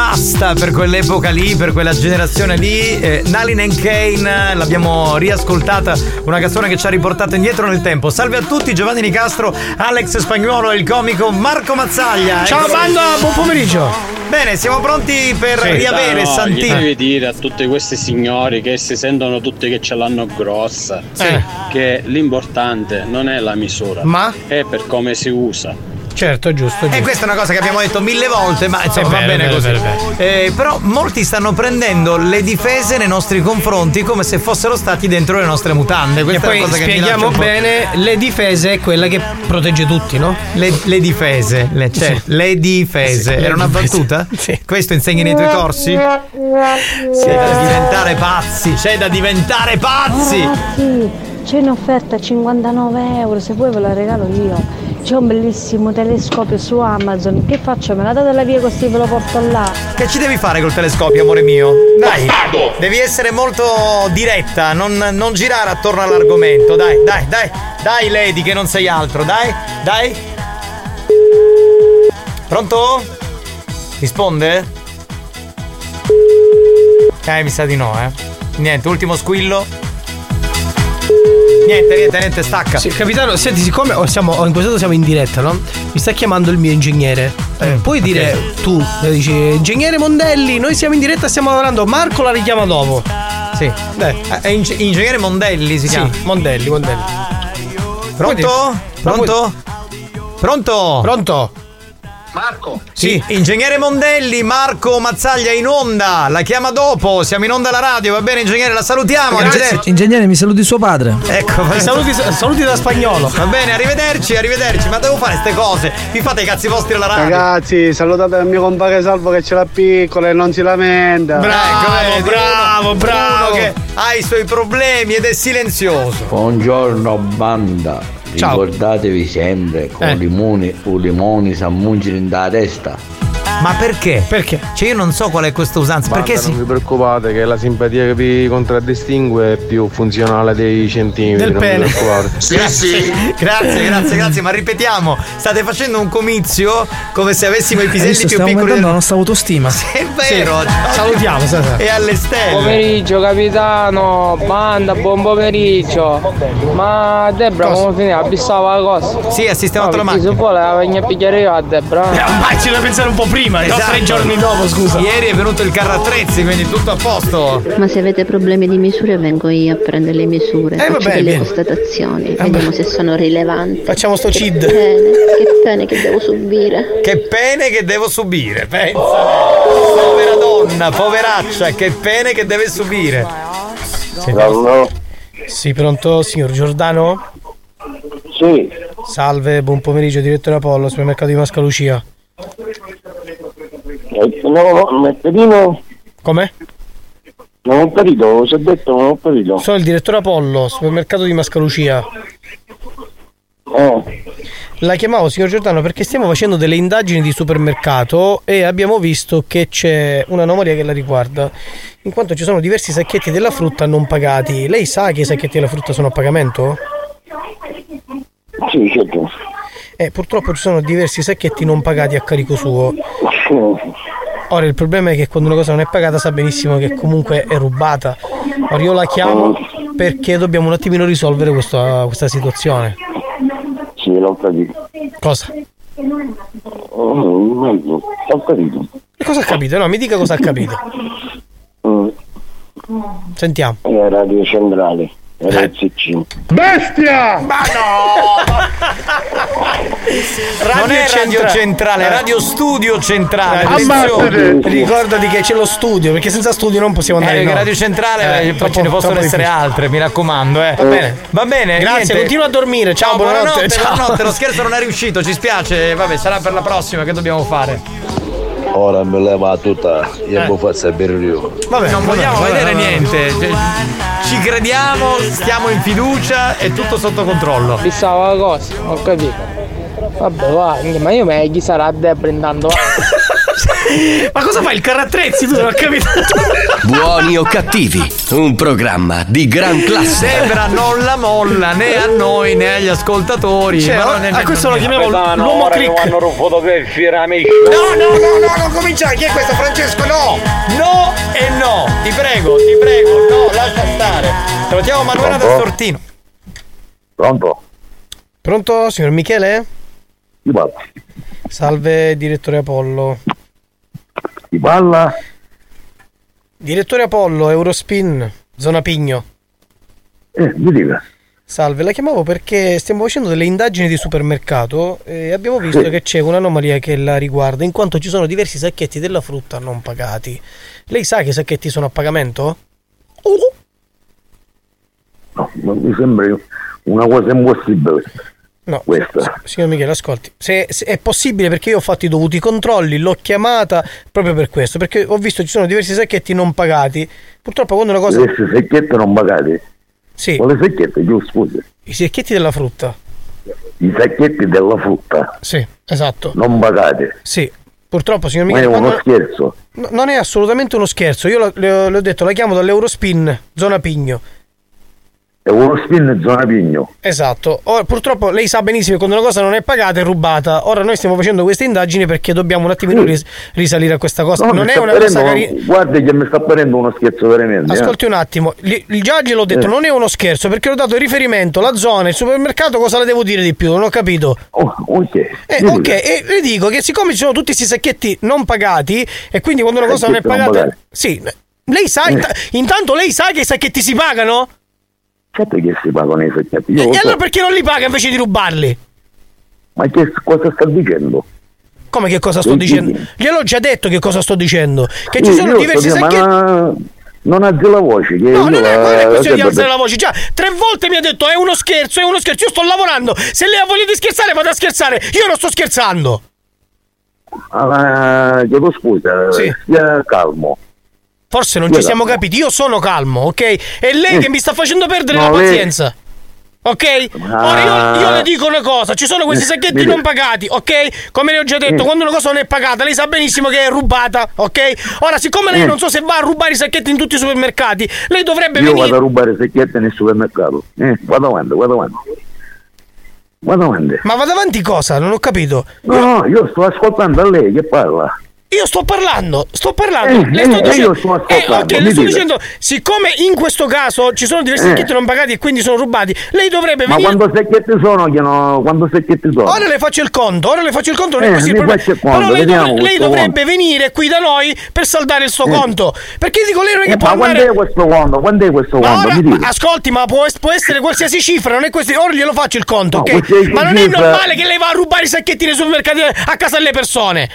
[SPEAKER 7] basta per quell'epoca lì, per quella generazione lì. Eh, Nalin and Kane, eh, l'abbiamo riascoltata, una canzone che ci ha riportato indietro nel tempo. Salve a tutti, Giovanni Nicastro, Alex Spagnuolo e il comico Marco Mazzaglia.
[SPEAKER 8] Ciao,
[SPEAKER 7] Ecco-
[SPEAKER 8] banda, buon pomeriggio.
[SPEAKER 7] Bene, siamo pronti per
[SPEAKER 38] Sì,
[SPEAKER 7] riavere
[SPEAKER 38] no, Gli
[SPEAKER 7] Santino.
[SPEAKER 38] devi dire a tutti questi signori che si sentono tutti che ce l'hanno grossa
[SPEAKER 8] Eh.
[SPEAKER 38] che l'importante non è la misura,
[SPEAKER 8] Ma?
[SPEAKER 38] è per come si usa.
[SPEAKER 8] Certo, giusto.
[SPEAKER 7] E questa è una cosa che abbiamo detto mille volte, ma insomma
[SPEAKER 38] È
[SPEAKER 7] va
[SPEAKER 38] vero,
[SPEAKER 7] bene
[SPEAKER 38] è vero,
[SPEAKER 7] così.
[SPEAKER 38] è vero,
[SPEAKER 7] Eh, però molti stanno prendendo le difese nei nostri confronti come se fossero stati dentro le nostre mutande.
[SPEAKER 8] E
[SPEAKER 7] Questa è
[SPEAKER 8] poi
[SPEAKER 7] una cosa che mi lascia
[SPEAKER 8] spieghiamo
[SPEAKER 7] un po'-
[SPEAKER 8] bene le difese è quella che protegge tutti, no?
[SPEAKER 7] Le, le difese, le, cioè,
[SPEAKER 8] Sì.
[SPEAKER 7] le difese.
[SPEAKER 8] Sì, le
[SPEAKER 7] Era una
[SPEAKER 8] difese.
[SPEAKER 7] battuta? Questo insegni nei tuoi corsi? C'è da diventare pazzi, c'è da diventare pazzi!
[SPEAKER 3] Ragazzi, c'è un'offerta a 59 euro, se vuoi ve la regalo io. C'è un bellissimo telescopio su Amazon. Che faccio? Me la date la via così ve lo porto là.
[SPEAKER 7] Che ci devi fare col telescopio, amore mio? Dai, devi essere molto diretta, non, non girare attorno all'argomento. Dai, dai, dai, dai, Lady, che non sei altro, dai, dai. Pronto? Risponde? Eh, mi sa di no, eh. Niente, ultimo squillo. Niente, niente, niente, stacca.
[SPEAKER 8] Sì, capitano, senti, siccome oh, siamo, oh, in questo caso siamo in diretta, no? Mi sta chiamando il mio ingegnere. Eh,
[SPEAKER 7] Mm,
[SPEAKER 8] puoi dire tu, eh, dici, ingegnere Mondelli, noi siamo in diretta, stiamo lavorando, Marco la richiama dopo. eh,
[SPEAKER 7] Sì. È ing- ingegnere Mondelli si chiama.
[SPEAKER 8] Sì, Mondelli, Mondelli.
[SPEAKER 7] Pronto? Pronto? Pronto?
[SPEAKER 8] Pronto?
[SPEAKER 7] Marco? Sì, ingegnere Mondelli, Marco Mazzaglia in onda, la chiama dopo, siamo in onda alla radio, va bene ingegnere, la salutiamo.
[SPEAKER 39] Ingegnere,
[SPEAKER 7] arrivederci.
[SPEAKER 39] ingegnere, mi saluti suo padre.
[SPEAKER 7] Ecco,
[SPEAKER 39] I saluti-
[SPEAKER 8] saluti da spagnolo.
[SPEAKER 7] Va bene, arrivederci, arrivederci, ma devo fare ste cose. Vi fate i cazzi vostri alla radio.
[SPEAKER 40] Ragazzi, salutate il mio compare Salvo che ce l'ha piccola e non si lamenta.
[SPEAKER 7] Ecco, vedi, bravo, bravo. che ha i suoi problemi ed è silenzioso.
[SPEAKER 41] Buongiorno banda, ricordatevi sempre con
[SPEAKER 7] Eh.
[SPEAKER 41] limone o limoni si ammungono in da testa.
[SPEAKER 7] Ma perché? Perché? Cioè io non so qual è questa usanza, perché
[SPEAKER 42] Banda,
[SPEAKER 7] si...
[SPEAKER 42] Non vi preoccupate che la simpatia che vi contraddistingue è più funzionale dei centimetri.
[SPEAKER 7] Del
[SPEAKER 42] non vi
[SPEAKER 7] pene. [LAUGHS]
[SPEAKER 42] preoccupate. [LAUGHS]
[SPEAKER 7] Grazie, grazie, grazie, ma ripetiamo, state facendo un comizio come se avessimo i
[SPEAKER 39] Hai
[SPEAKER 7] piselli
[SPEAKER 39] visto,
[SPEAKER 7] più
[SPEAKER 39] stiamo
[SPEAKER 7] piccoli
[SPEAKER 39] aumentando
[SPEAKER 7] del
[SPEAKER 39] la nostra autostima.
[SPEAKER 7] È vero.
[SPEAKER 8] Salutiamo,
[SPEAKER 7] E alle stelle.
[SPEAKER 4] Pomeriggio capitano, banda, buon pomeriggio. Ma Debra come finirà? Bissava la cosa.
[SPEAKER 7] Sì, ha sistemato la
[SPEAKER 4] macchina. Se vuole la venga a pigliare io a Debra. eh?
[SPEAKER 8] Ma ci da pensare un po' prima,
[SPEAKER 4] no? Tre giorni dopo, scusa.
[SPEAKER 7] Esatto. Ieri è venuto il carro attrezzi, quindi tutto a posto.
[SPEAKER 6] Ma se avete problemi di misure vengo io a prendere le misure,
[SPEAKER 7] Eh,
[SPEAKER 6] faccio
[SPEAKER 7] vabbè,
[SPEAKER 6] delle
[SPEAKER 7] bien. Eh,
[SPEAKER 6] constatazioni, vediamo se sono rilevanti.
[SPEAKER 8] Facciamo sto
[SPEAKER 6] che
[SPEAKER 8] CID.
[SPEAKER 6] Pene, che pene che devo subire.
[SPEAKER 7] Che pene che devo subire, pensa. Povera donna, poveraccia, che pene che deve subire.
[SPEAKER 8] Sì, pronto, signor Giordano?
[SPEAKER 43] Sì.
[SPEAKER 8] Salve, buon pomeriggio, direttore Apollo, supermercato di Mascalucia.
[SPEAKER 43] Eh, No, no, Martellino.
[SPEAKER 8] Come?
[SPEAKER 43] Non ho capito, ci ho detto non ho capito.
[SPEAKER 8] Sono il direttore Apollo, supermercato di Mascalucia.
[SPEAKER 43] Eh,
[SPEAKER 8] La chiamavo signor Giordano perché stiamo facendo delle indagini di supermercato e abbiamo visto che c'è un'anomalia che la riguarda, in quanto ci sono diversi sacchetti della frutta non pagati. Lei sa che i sacchetti della frutta sono a pagamento?
[SPEAKER 43] Sì, certo.
[SPEAKER 8] Eh, purtroppo ci sono diversi sacchetti non pagati a carico suo. Ora il problema è che quando una cosa non è pagata sa benissimo che comunque è rubata. Ora io la chiamo perché dobbiamo un attimino risolvere questa, questa situazione.
[SPEAKER 43] Sì, l'ho capito.
[SPEAKER 8] Cosa?
[SPEAKER 43] Oh, no, no, ho capito.
[SPEAKER 8] E cosa ha capito? No, mi dica cosa ha capito.
[SPEAKER 43] Mm,
[SPEAKER 8] Sentiamo. Eh.
[SPEAKER 43] È Radio Centrale, RSC.
[SPEAKER 8] Bestia! Ma
[SPEAKER 14] [LAUGHS]
[SPEAKER 8] Radio
[SPEAKER 7] non è
[SPEAKER 8] Centrale.
[SPEAKER 7] radio Eh, centrale, è radio studio centrale. attenzione.
[SPEAKER 8] Ricordati che c'è lo studio, perché senza studio non possiamo andare
[SPEAKER 7] Eh,
[SPEAKER 8] in
[SPEAKER 7] che
[SPEAKER 8] onda.
[SPEAKER 7] radio centrale, eh, poi
[SPEAKER 8] troppo-
[SPEAKER 7] ce ne possono
[SPEAKER 8] troppo
[SPEAKER 7] essere
[SPEAKER 8] difficile.
[SPEAKER 7] altre, mi raccomando. Eh.
[SPEAKER 8] Va bene.
[SPEAKER 7] va bene.
[SPEAKER 8] Grazie,
[SPEAKER 7] niente.
[SPEAKER 8] continua a dormire. Ciao, buonanotte,
[SPEAKER 7] buonanotte.
[SPEAKER 8] ciao.
[SPEAKER 7] buonanotte, lo scherzo non è riuscito, ci spiace. Vabbè, sarà per la prossima che dobbiamo fare.
[SPEAKER 44] Ora mi leva tutta e
[SPEAKER 7] Eh.
[SPEAKER 44] mi fa sapere io.
[SPEAKER 7] Vabbè, non
[SPEAKER 44] vabbè,
[SPEAKER 7] vogliamo
[SPEAKER 44] vabbè,
[SPEAKER 7] vedere
[SPEAKER 44] vabbè.
[SPEAKER 7] niente. Cioè, ci crediamo, stiamo in fiducia, è tutto sotto controllo.
[SPEAKER 4] Bissava la cosa,
[SPEAKER 8] [LAUGHS]
[SPEAKER 4] ho capito. Vabbè, va, ma io meglio chi sarà Debra intanto. va.
[SPEAKER 7] Ma cosa fai? Il carattrezzi tu non ho capito.
[SPEAKER 2] Buoni o cattivi, un programma di gran classe.
[SPEAKER 7] Sembra non la molla né a noi né agli ascoltatori.
[SPEAKER 8] Cioè,
[SPEAKER 7] Ma
[SPEAKER 8] a-
[SPEAKER 7] non è-
[SPEAKER 8] a questo lo chiamiamo
[SPEAKER 7] Capitano,
[SPEAKER 8] l'uomo
[SPEAKER 7] ora che
[SPEAKER 8] crick.
[SPEAKER 7] vanno
[SPEAKER 43] rubato per firamici.
[SPEAKER 8] No, no,
[SPEAKER 43] no, no, non cominciare. Chi è questo? Francesco, no!
[SPEAKER 7] No e no, ti prego, ti prego, no, lascia stare. Salutiamo Manuela da
[SPEAKER 8] Pronto?
[SPEAKER 7] Sortino.
[SPEAKER 43] Pronto?
[SPEAKER 8] Pronto, signor Michele?
[SPEAKER 43] Chi parla?
[SPEAKER 8] Salve, direttore Apollo.
[SPEAKER 43] Chi parla?
[SPEAKER 8] Direttore Apollo, Eurospin, zona Pigno.
[SPEAKER 43] Eh, mi dica.
[SPEAKER 8] Salve, la chiamavo perché stiamo facendo delle indagini di supermercato e abbiamo visto
[SPEAKER 43] Sì.
[SPEAKER 8] che c'è un'anomalia che la riguarda, in quanto ci sono diversi sacchetti della frutta non pagati. Lei sa che i sacchetti sono a pagamento?
[SPEAKER 43] No, ma mi sembra una cosa impossibile.
[SPEAKER 8] No,
[SPEAKER 43] Questa.
[SPEAKER 8] Signor Michele, ascolti, se, se è possibile perché io ho fatto i dovuti controlli, l'ho chiamata proprio per questo, perché ho visto ci sono diversi sacchetti non pagati. Purtroppo quando una cosa...
[SPEAKER 43] Queste secchiette non pagate.
[SPEAKER 8] Sì.
[SPEAKER 43] Quale secchiette? Giusto, scusa.
[SPEAKER 8] I sacchetti della frutta.
[SPEAKER 43] I sacchetti della frutta
[SPEAKER 8] Sì, esatto.
[SPEAKER 43] non pagate.
[SPEAKER 8] Sì, purtroppo signor
[SPEAKER 43] Ma è
[SPEAKER 8] Michele...
[SPEAKER 43] uno
[SPEAKER 8] quando-
[SPEAKER 43] scherzo.
[SPEAKER 8] No, non è assolutamente uno scherzo, io la- le, ho- le ho detto, la chiamo dall'Eurospin, zona Pigno.
[SPEAKER 43] È uno spin zona pigno.
[SPEAKER 8] Esatto, Ora, purtroppo lei sa benissimo che quando una cosa non è pagata è rubata. Ora noi stiamo facendo queste indagini perché dobbiamo un attimino ris- risalire a questa cosa.
[SPEAKER 43] No,
[SPEAKER 8] non è
[SPEAKER 43] mi sta
[SPEAKER 8] una
[SPEAKER 43] parendo-
[SPEAKER 8] cosa carina.
[SPEAKER 43] Guardi che mi sta parendo uno scherzo veramente. eh.
[SPEAKER 8] Ascolti un attimo, Gli- il già gliel'ho detto,
[SPEAKER 43] Eh.
[SPEAKER 8] non è uno scherzo perché ho dato il riferimento, la zona, il supermercato, cosa le devo dire di più? Non ho capito.
[SPEAKER 43] Oh, ok.
[SPEAKER 8] Eh,
[SPEAKER 43] Dimmi.
[SPEAKER 8] ok, e le dico che siccome ci sono tutti questi sacchetti non pagati e quindi quando una cosa non è
[SPEAKER 43] Eh, Sacchetti non
[SPEAKER 8] pagata...
[SPEAKER 43] pagati. Eh.
[SPEAKER 8] Sì, lei sa, int- intanto lei sa che i sacchetti si pagano?
[SPEAKER 43] Certo che si pagano i sacchetti. Io
[SPEAKER 8] E
[SPEAKER 43] lo so.
[SPEAKER 8] allora perché non li paga invece di rubarli?
[SPEAKER 43] Ma che cosa sta dicendo?
[SPEAKER 8] Come che cosa sto
[SPEAKER 43] Sì,
[SPEAKER 8] dicendo?
[SPEAKER 43] sì.
[SPEAKER 8] Gliel'ho già detto che cosa sto dicendo. Che ci
[SPEAKER 43] Eh, Io-
[SPEAKER 8] sono
[SPEAKER 43] io
[SPEAKER 8] diversi
[SPEAKER 43] sto dicendo,
[SPEAKER 8] sacchetti...
[SPEAKER 43] ma non- non alzi la voce. Che
[SPEAKER 8] No, non è, non è questione di
[SPEAKER 43] sempre-
[SPEAKER 8] alzare la voce. Già, tre volte mi ha detto è uno scherzo, è uno scherzo. Io sto lavorando. Se lei ha voglia di scherzare, vado a scherzare. Io non sto scherzando.
[SPEAKER 43] Ah, chiedo scusa, stia calmo.
[SPEAKER 8] Forse non
[SPEAKER 43] Io
[SPEAKER 8] ci siamo
[SPEAKER 43] calmo.
[SPEAKER 8] capiti. Io sono calmo, ok? È lei che mi sta facendo perdere
[SPEAKER 43] No,
[SPEAKER 8] la
[SPEAKER 43] Mm. lei-
[SPEAKER 8] pazienza. Ok? Ora io, io le dico una cosa: ci sono questi
[SPEAKER 43] Eh,
[SPEAKER 8] sacchetti
[SPEAKER 43] vedi.
[SPEAKER 8] non pagati, ok? Come le ho già detto,
[SPEAKER 43] Eh.
[SPEAKER 8] quando una cosa non è pagata, lei sa benissimo che è rubata, ok? Ora, siccome lei
[SPEAKER 43] Eh.
[SPEAKER 8] non so se va a rubare i sacchetti in tutti i supermercati, lei dovrebbe
[SPEAKER 43] Io
[SPEAKER 8] venire.
[SPEAKER 43] vado a rubare secchiette nel supermercato. Eh, vado avanti, vado avanti. Vado avanti.
[SPEAKER 8] Ma vado avanti cosa? Non ho capito.
[SPEAKER 43] No, no, io sto ascoltando a lei che parla.
[SPEAKER 8] Io sto parlando, sto parlando,
[SPEAKER 43] Eh,
[SPEAKER 8] le
[SPEAKER 43] eh,
[SPEAKER 8] sto
[SPEAKER 43] eh,
[SPEAKER 8] dicendo,
[SPEAKER 43] io sto ascoltando,
[SPEAKER 8] eh, ok, le
[SPEAKER 43] mi
[SPEAKER 8] sto
[SPEAKER 43] dica.
[SPEAKER 8] dicendo, siccome in questo caso ci sono diversi
[SPEAKER 43] Eh.
[SPEAKER 8] sacchetti non pagati e quindi sono rubati, lei dovrebbe
[SPEAKER 43] Ma
[SPEAKER 8] venire.
[SPEAKER 43] quanto secchiette sono? Che no, quanto secchiette sono?
[SPEAKER 8] Ora le faccio il conto, ora le faccio il conto, non è
[SPEAKER 43] Eh,
[SPEAKER 8] così il
[SPEAKER 43] mi
[SPEAKER 8] problema.
[SPEAKER 43] faccia il conto,
[SPEAKER 8] Però lei, dovre-
[SPEAKER 43] vediamo
[SPEAKER 8] lei
[SPEAKER 43] questo
[SPEAKER 8] dovrebbe venire qui da noi per saldare il suo
[SPEAKER 43] Eh.
[SPEAKER 8] conto. Perché dico lei non è che
[SPEAKER 43] Eh,
[SPEAKER 8] può
[SPEAKER 43] ma quando è
[SPEAKER 8] andare.
[SPEAKER 43] questo conto? Quando è questo
[SPEAKER 8] Ma
[SPEAKER 43] conto?
[SPEAKER 8] ora,
[SPEAKER 43] Mi
[SPEAKER 8] ma
[SPEAKER 43] dica.
[SPEAKER 8] ascolti, ma può, può essere qualsiasi cifra, non è questi. Ora glielo faccio il conto,
[SPEAKER 43] No,
[SPEAKER 8] ok?
[SPEAKER 43] qualsiasi
[SPEAKER 8] Ma non è
[SPEAKER 43] cifra-
[SPEAKER 8] normale che lei va a rubare i sacchetti nei supermercati a casa delle persone.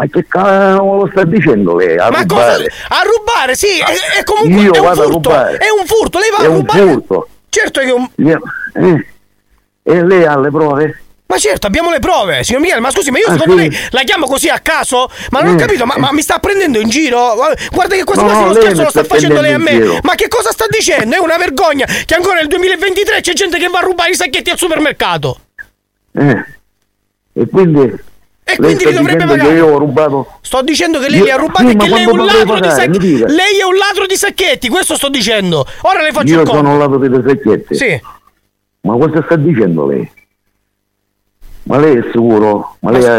[SPEAKER 43] Ma che cavolo sta dicendo lei? A
[SPEAKER 8] Ma cosa?
[SPEAKER 43] rubare?
[SPEAKER 8] A rubare, sì, è, è comunque
[SPEAKER 43] Eh, Io
[SPEAKER 8] è un
[SPEAKER 43] vado a
[SPEAKER 8] furto.
[SPEAKER 43] rubare.
[SPEAKER 8] È un furto, lei va
[SPEAKER 43] È
[SPEAKER 8] a
[SPEAKER 43] un
[SPEAKER 8] rubare.
[SPEAKER 43] furto.
[SPEAKER 8] Certo che è un.
[SPEAKER 43] Io- eh, E lei ha le prove?
[SPEAKER 8] Ma certo, abbiamo le prove, signor Michele, ma scusi, ma io
[SPEAKER 43] Ah,
[SPEAKER 8] secondo
[SPEAKER 43] sì.
[SPEAKER 8] lei la chiamo così a caso? Ma non ho
[SPEAKER 43] Mm.
[SPEAKER 8] capito, ma, ma mi sta prendendo in giro? Guarda che questo
[SPEAKER 43] No,
[SPEAKER 8] quasi
[SPEAKER 43] no,
[SPEAKER 8] uno
[SPEAKER 43] lei
[SPEAKER 8] scherzo
[SPEAKER 43] mi
[SPEAKER 8] lo sta
[SPEAKER 43] sta
[SPEAKER 8] facendo lei a
[SPEAKER 43] prendendo
[SPEAKER 8] me.
[SPEAKER 43] in giro.
[SPEAKER 8] Ma che cosa sta dicendo? È una vergogna che ancora nel 2023 c'è gente che va a rubare i sacchetti al supermercato.
[SPEAKER 43] Eh. E quindi... E lei
[SPEAKER 8] quindi
[SPEAKER 43] sta
[SPEAKER 8] li dovrebbe
[SPEAKER 43] dicendo che
[SPEAKER 8] pagare.
[SPEAKER 43] io ho rubato...
[SPEAKER 8] Sto dicendo che lei
[SPEAKER 43] Io-
[SPEAKER 8] li ha rubati
[SPEAKER 43] sì,
[SPEAKER 8] e
[SPEAKER 43] ma
[SPEAKER 8] che lei è un
[SPEAKER 43] quando dovrei
[SPEAKER 8] ladro di
[SPEAKER 43] pagare? Mi
[SPEAKER 8] sacchetti.
[SPEAKER 43] dica.
[SPEAKER 8] Lei è un ladro di sacchetti, questo sto dicendo. Ora le faccio
[SPEAKER 43] Io
[SPEAKER 8] il conto.
[SPEAKER 43] sono un lato delle secchiette.
[SPEAKER 8] Sì.
[SPEAKER 43] Ma cosa sta dicendo lei? Ma lei è sicuro? Ma lei ha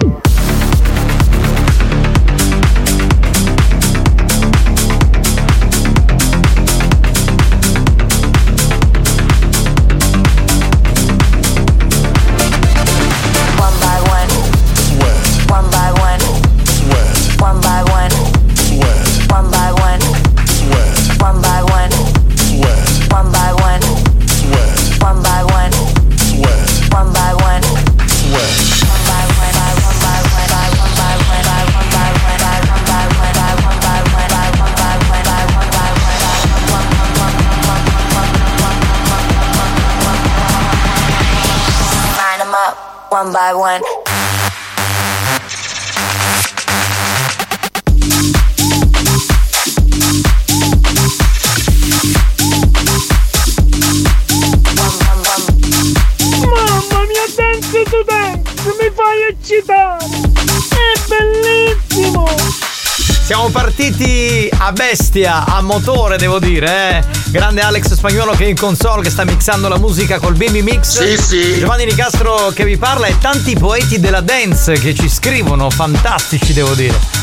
[SPEAKER 28] One by one, sweat. One by one, sweat. One by one, sweat. One by one, sweat. One by one, sweat. One by one, sweat. One by one, sweat. One by one, sweat. Line 'em up one by one.
[SPEAKER 45] Mamma mia, dance to dance, mi fai eccitare! È bellissimo!
[SPEAKER 7] Siamo partiti a bestia, a motore devo dire, eh. Grande Alex Spagnolo che è in console, che sta mixando la musica col Bimbi Mix.
[SPEAKER 12] Sì, sì.
[SPEAKER 7] Giovanni Nicastro che vi parla e tanti poeti della dance che ci scrivono, fantastici devo dire.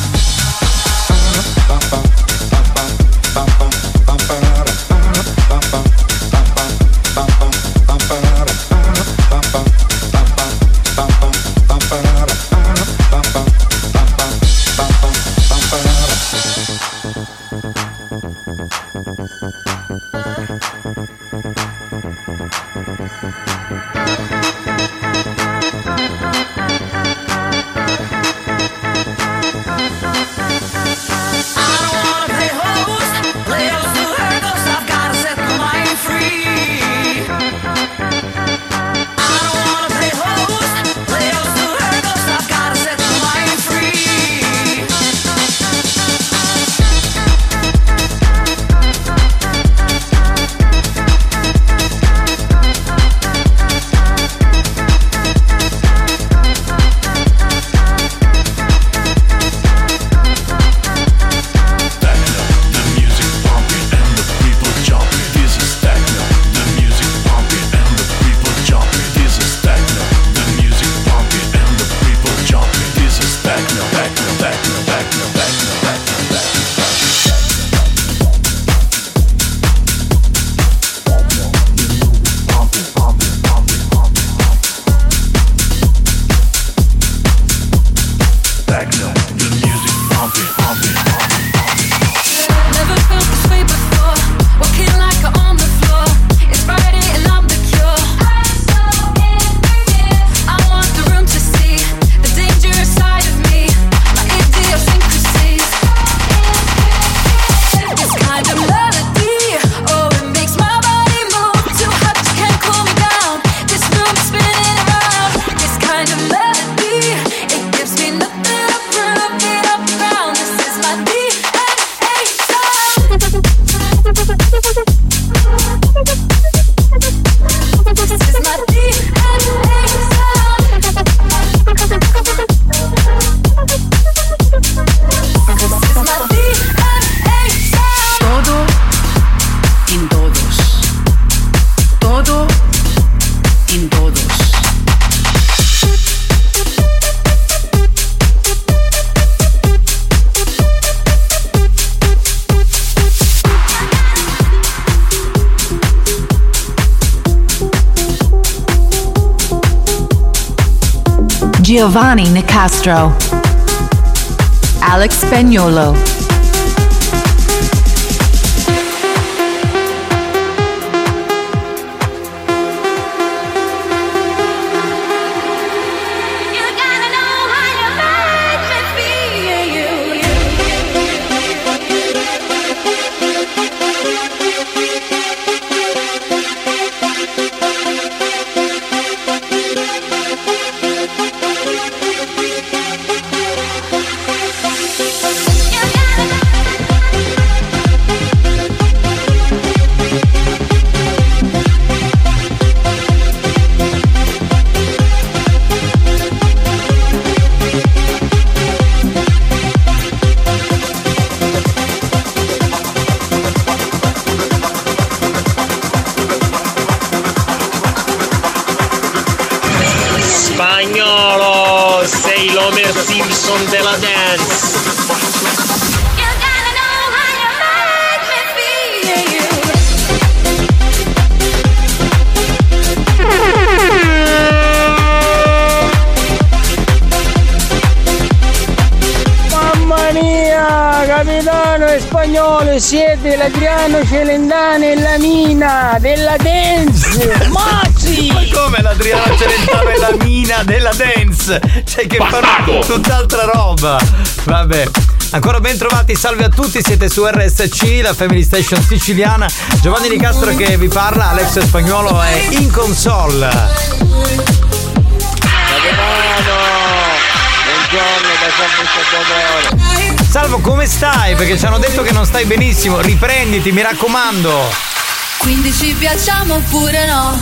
[SPEAKER 43] Never felt this way before. Walking like I'm on the floor. It's Friday and I'm the cure.
[SPEAKER 5] oh,
[SPEAKER 18] Giovanni Nicastro, Alex Spagnolo.
[SPEAKER 36] Spagnolo, sei l'Homer Simpson della dance.
[SPEAKER 4] Mamma mia, capitano spagnolo, siete l'Adriano Celendano e la mina della dance. Mazzi!
[SPEAKER 7] [LAUGHS] Ma come l'Adriano Celentano e la mina della dance? Cioè che fanno tutt'altra roba. Vabbè. Ancora ben trovati, salve a tutti, siete su RSC, la Family Station siciliana. Giovanni Nicastro che vi parla, Alex Spagnuolo è in console.
[SPEAKER 14] Buongiorno da Salvo Salvatore.
[SPEAKER 7] Salvo, come stai? Perché ci hanno detto che non stai benissimo. Riprenditi, mi raccomando.
[SPEAKER 5] Quindi ci piacciamo oppure no?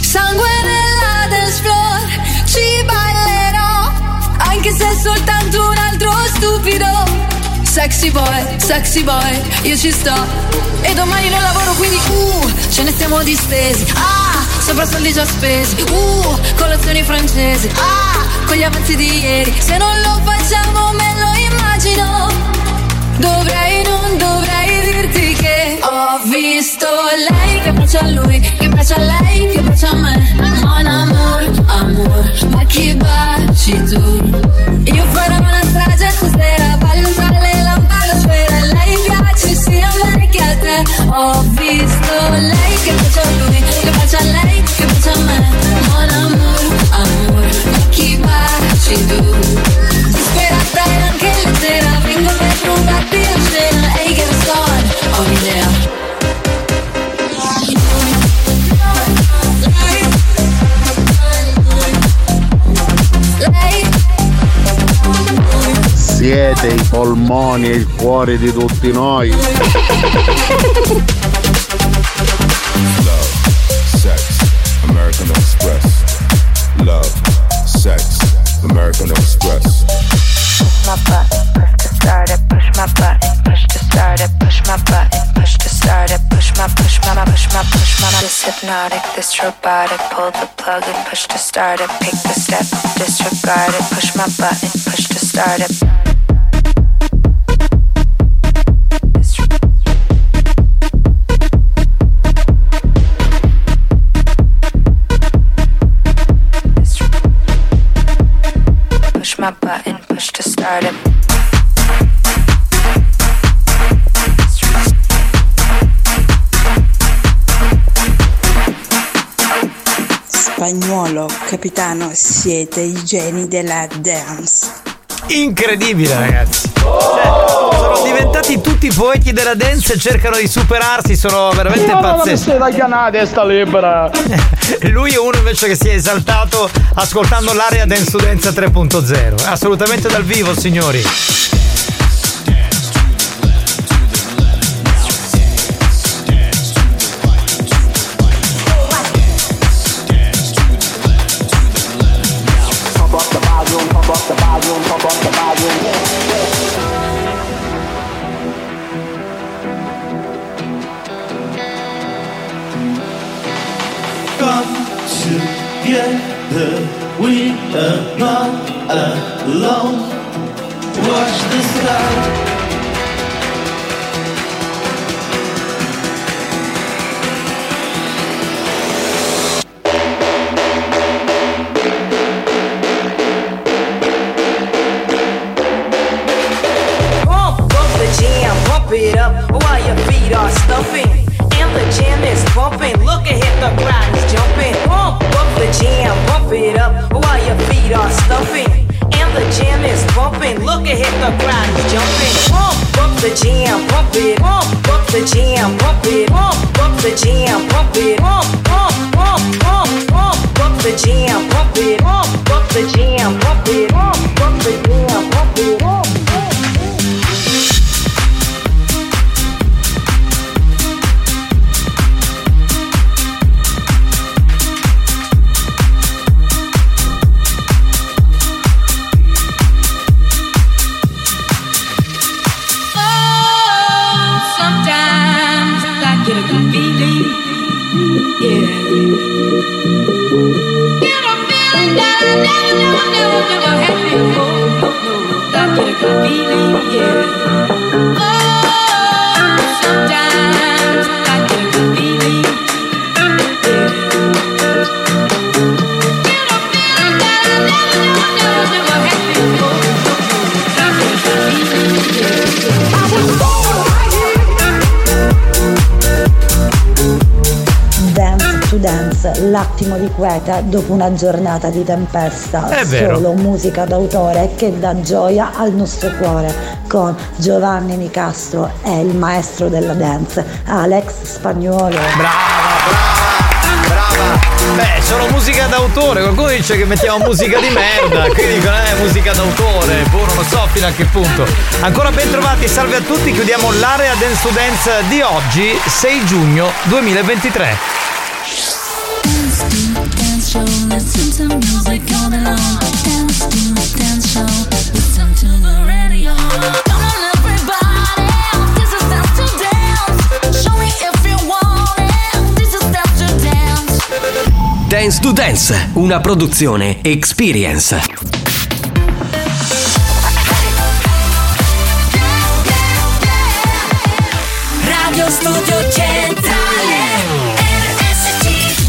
[SPEAKER 5] Sangue nella dance floor, ci ballerò Anche se è soltanto un altro stupido Sexy boy, sexy boy, io ci sto E domani non lavoro quindi uh, ce ne stiamo distesi Ah, sopra soldi già spesi Uh, colazioni francesi Ah, con gli avanzi di ieri Se non lo facciamo me lo immagino Dovrei, non dovrei dirti che ho visto lei che piace a lui, che piace a lei, che piace a me. Mon amor, amor, ma chi baci tu? Io farò una strage stasera, ballo tra le lampadosfere. Lei piace sia a me che a te. Ho visto lei che piace a lui, che piace a lei, che piace a me. Mon amor, amor, ma chi baci tu? Disperata e anche leggera Vengo per provarti la scena Ehi che ne so, ho un'idea
[SPEAKER 12] Siete i polmoni e il cuore di tutti noi.
[SPEAKER 14] Love, sex, American Express. Love, sex, American Express.
[SPEAKER 1] Push my button, push to start it, push my button, push to start it, push my button, push to start it, push my push my my, push my push my my. This hypnotic, this robotic, pull the plug and push to start it, pick the step, disregard it, push my button, push to start it. Push my button, push to start it.
[SPEAKER 3] Spagnuolo, capitano, siete i geni della dance.
[SPEAKER 7] Incredibile, ragazzi. Cioè, sono diventati tutti poeti della dance e cercano di superarsi, sono veramente pazzeschi.
[SPEAKER 19] la testa libera.
[SPEAKER 7] [LAUGHS] Lui è uno invece che si è esaltato ascoltando l'area Dance to Dance 3.0. Assolutamente dal vivo, signori.
[SPEAKER 14] Pump up the volume, pump up the volume, pump up the volume.
[SPEAKER 6] Come together, we are not alone. Watch the sky.
[SPEAKER 19] pump it up while your feet are stumping. And the jam is pumping. Look ahead, the crowd is jumping. Pump up the jam, pump it up while your feet are stumping. And the jam is pumping. Look ahead, the crowd is jumping. Pump up the jam, pump it. Pump up the jam, pump it. Pump up the jam, pump it. Pump, pump, pump, pump, pump. Pump the jam, pump it. Pump up the jam, pump it. Pump up the jam, pump it. Pump, pump.
[SPEAKER 46] Oh, sometimes I get a good feeling. Yeah. Get a feeling that I never, never, never, never had before. I get a good feeling, yeah. Oh, sometimes I get a good feeling. Yeah. Get a feeling that I never, never, never, never had before. I get a good feeling, yeah.
[SPEAKER 1] Dance to Dance, l'attimo di queta dopo una giornata di tempesta.
[SPEAKER 47] È vero.
[SPEAKER 1] Solo musica d'autore che dà gioia al nostro cuore. Con Giovanni Nicastro e il maestro della dance, Alex Spagnuolo.
[SPEAKER 7] Beh, sono musica d'autore, qualcuno dice che mettiamo musica di merda, quindi dicono eh musica d'autore, boh non lo so fino a che punto. Ancora ben trovati, salve a tutti, chiudiamo l'area Dance to Dance di oggi, 6 giugno 2023.
[SPEAKER 23] Dance to dance show, listen to music all day long. Dance to dance show, listen to the radio. Come on, everybody, this is dance to dance. Show me if you want it. This is dance to dance.
[SPEAKER 2] Dance to Dance, una produzione Experience.
[SPEAKER 23] Radio Studio Centrale. RSC.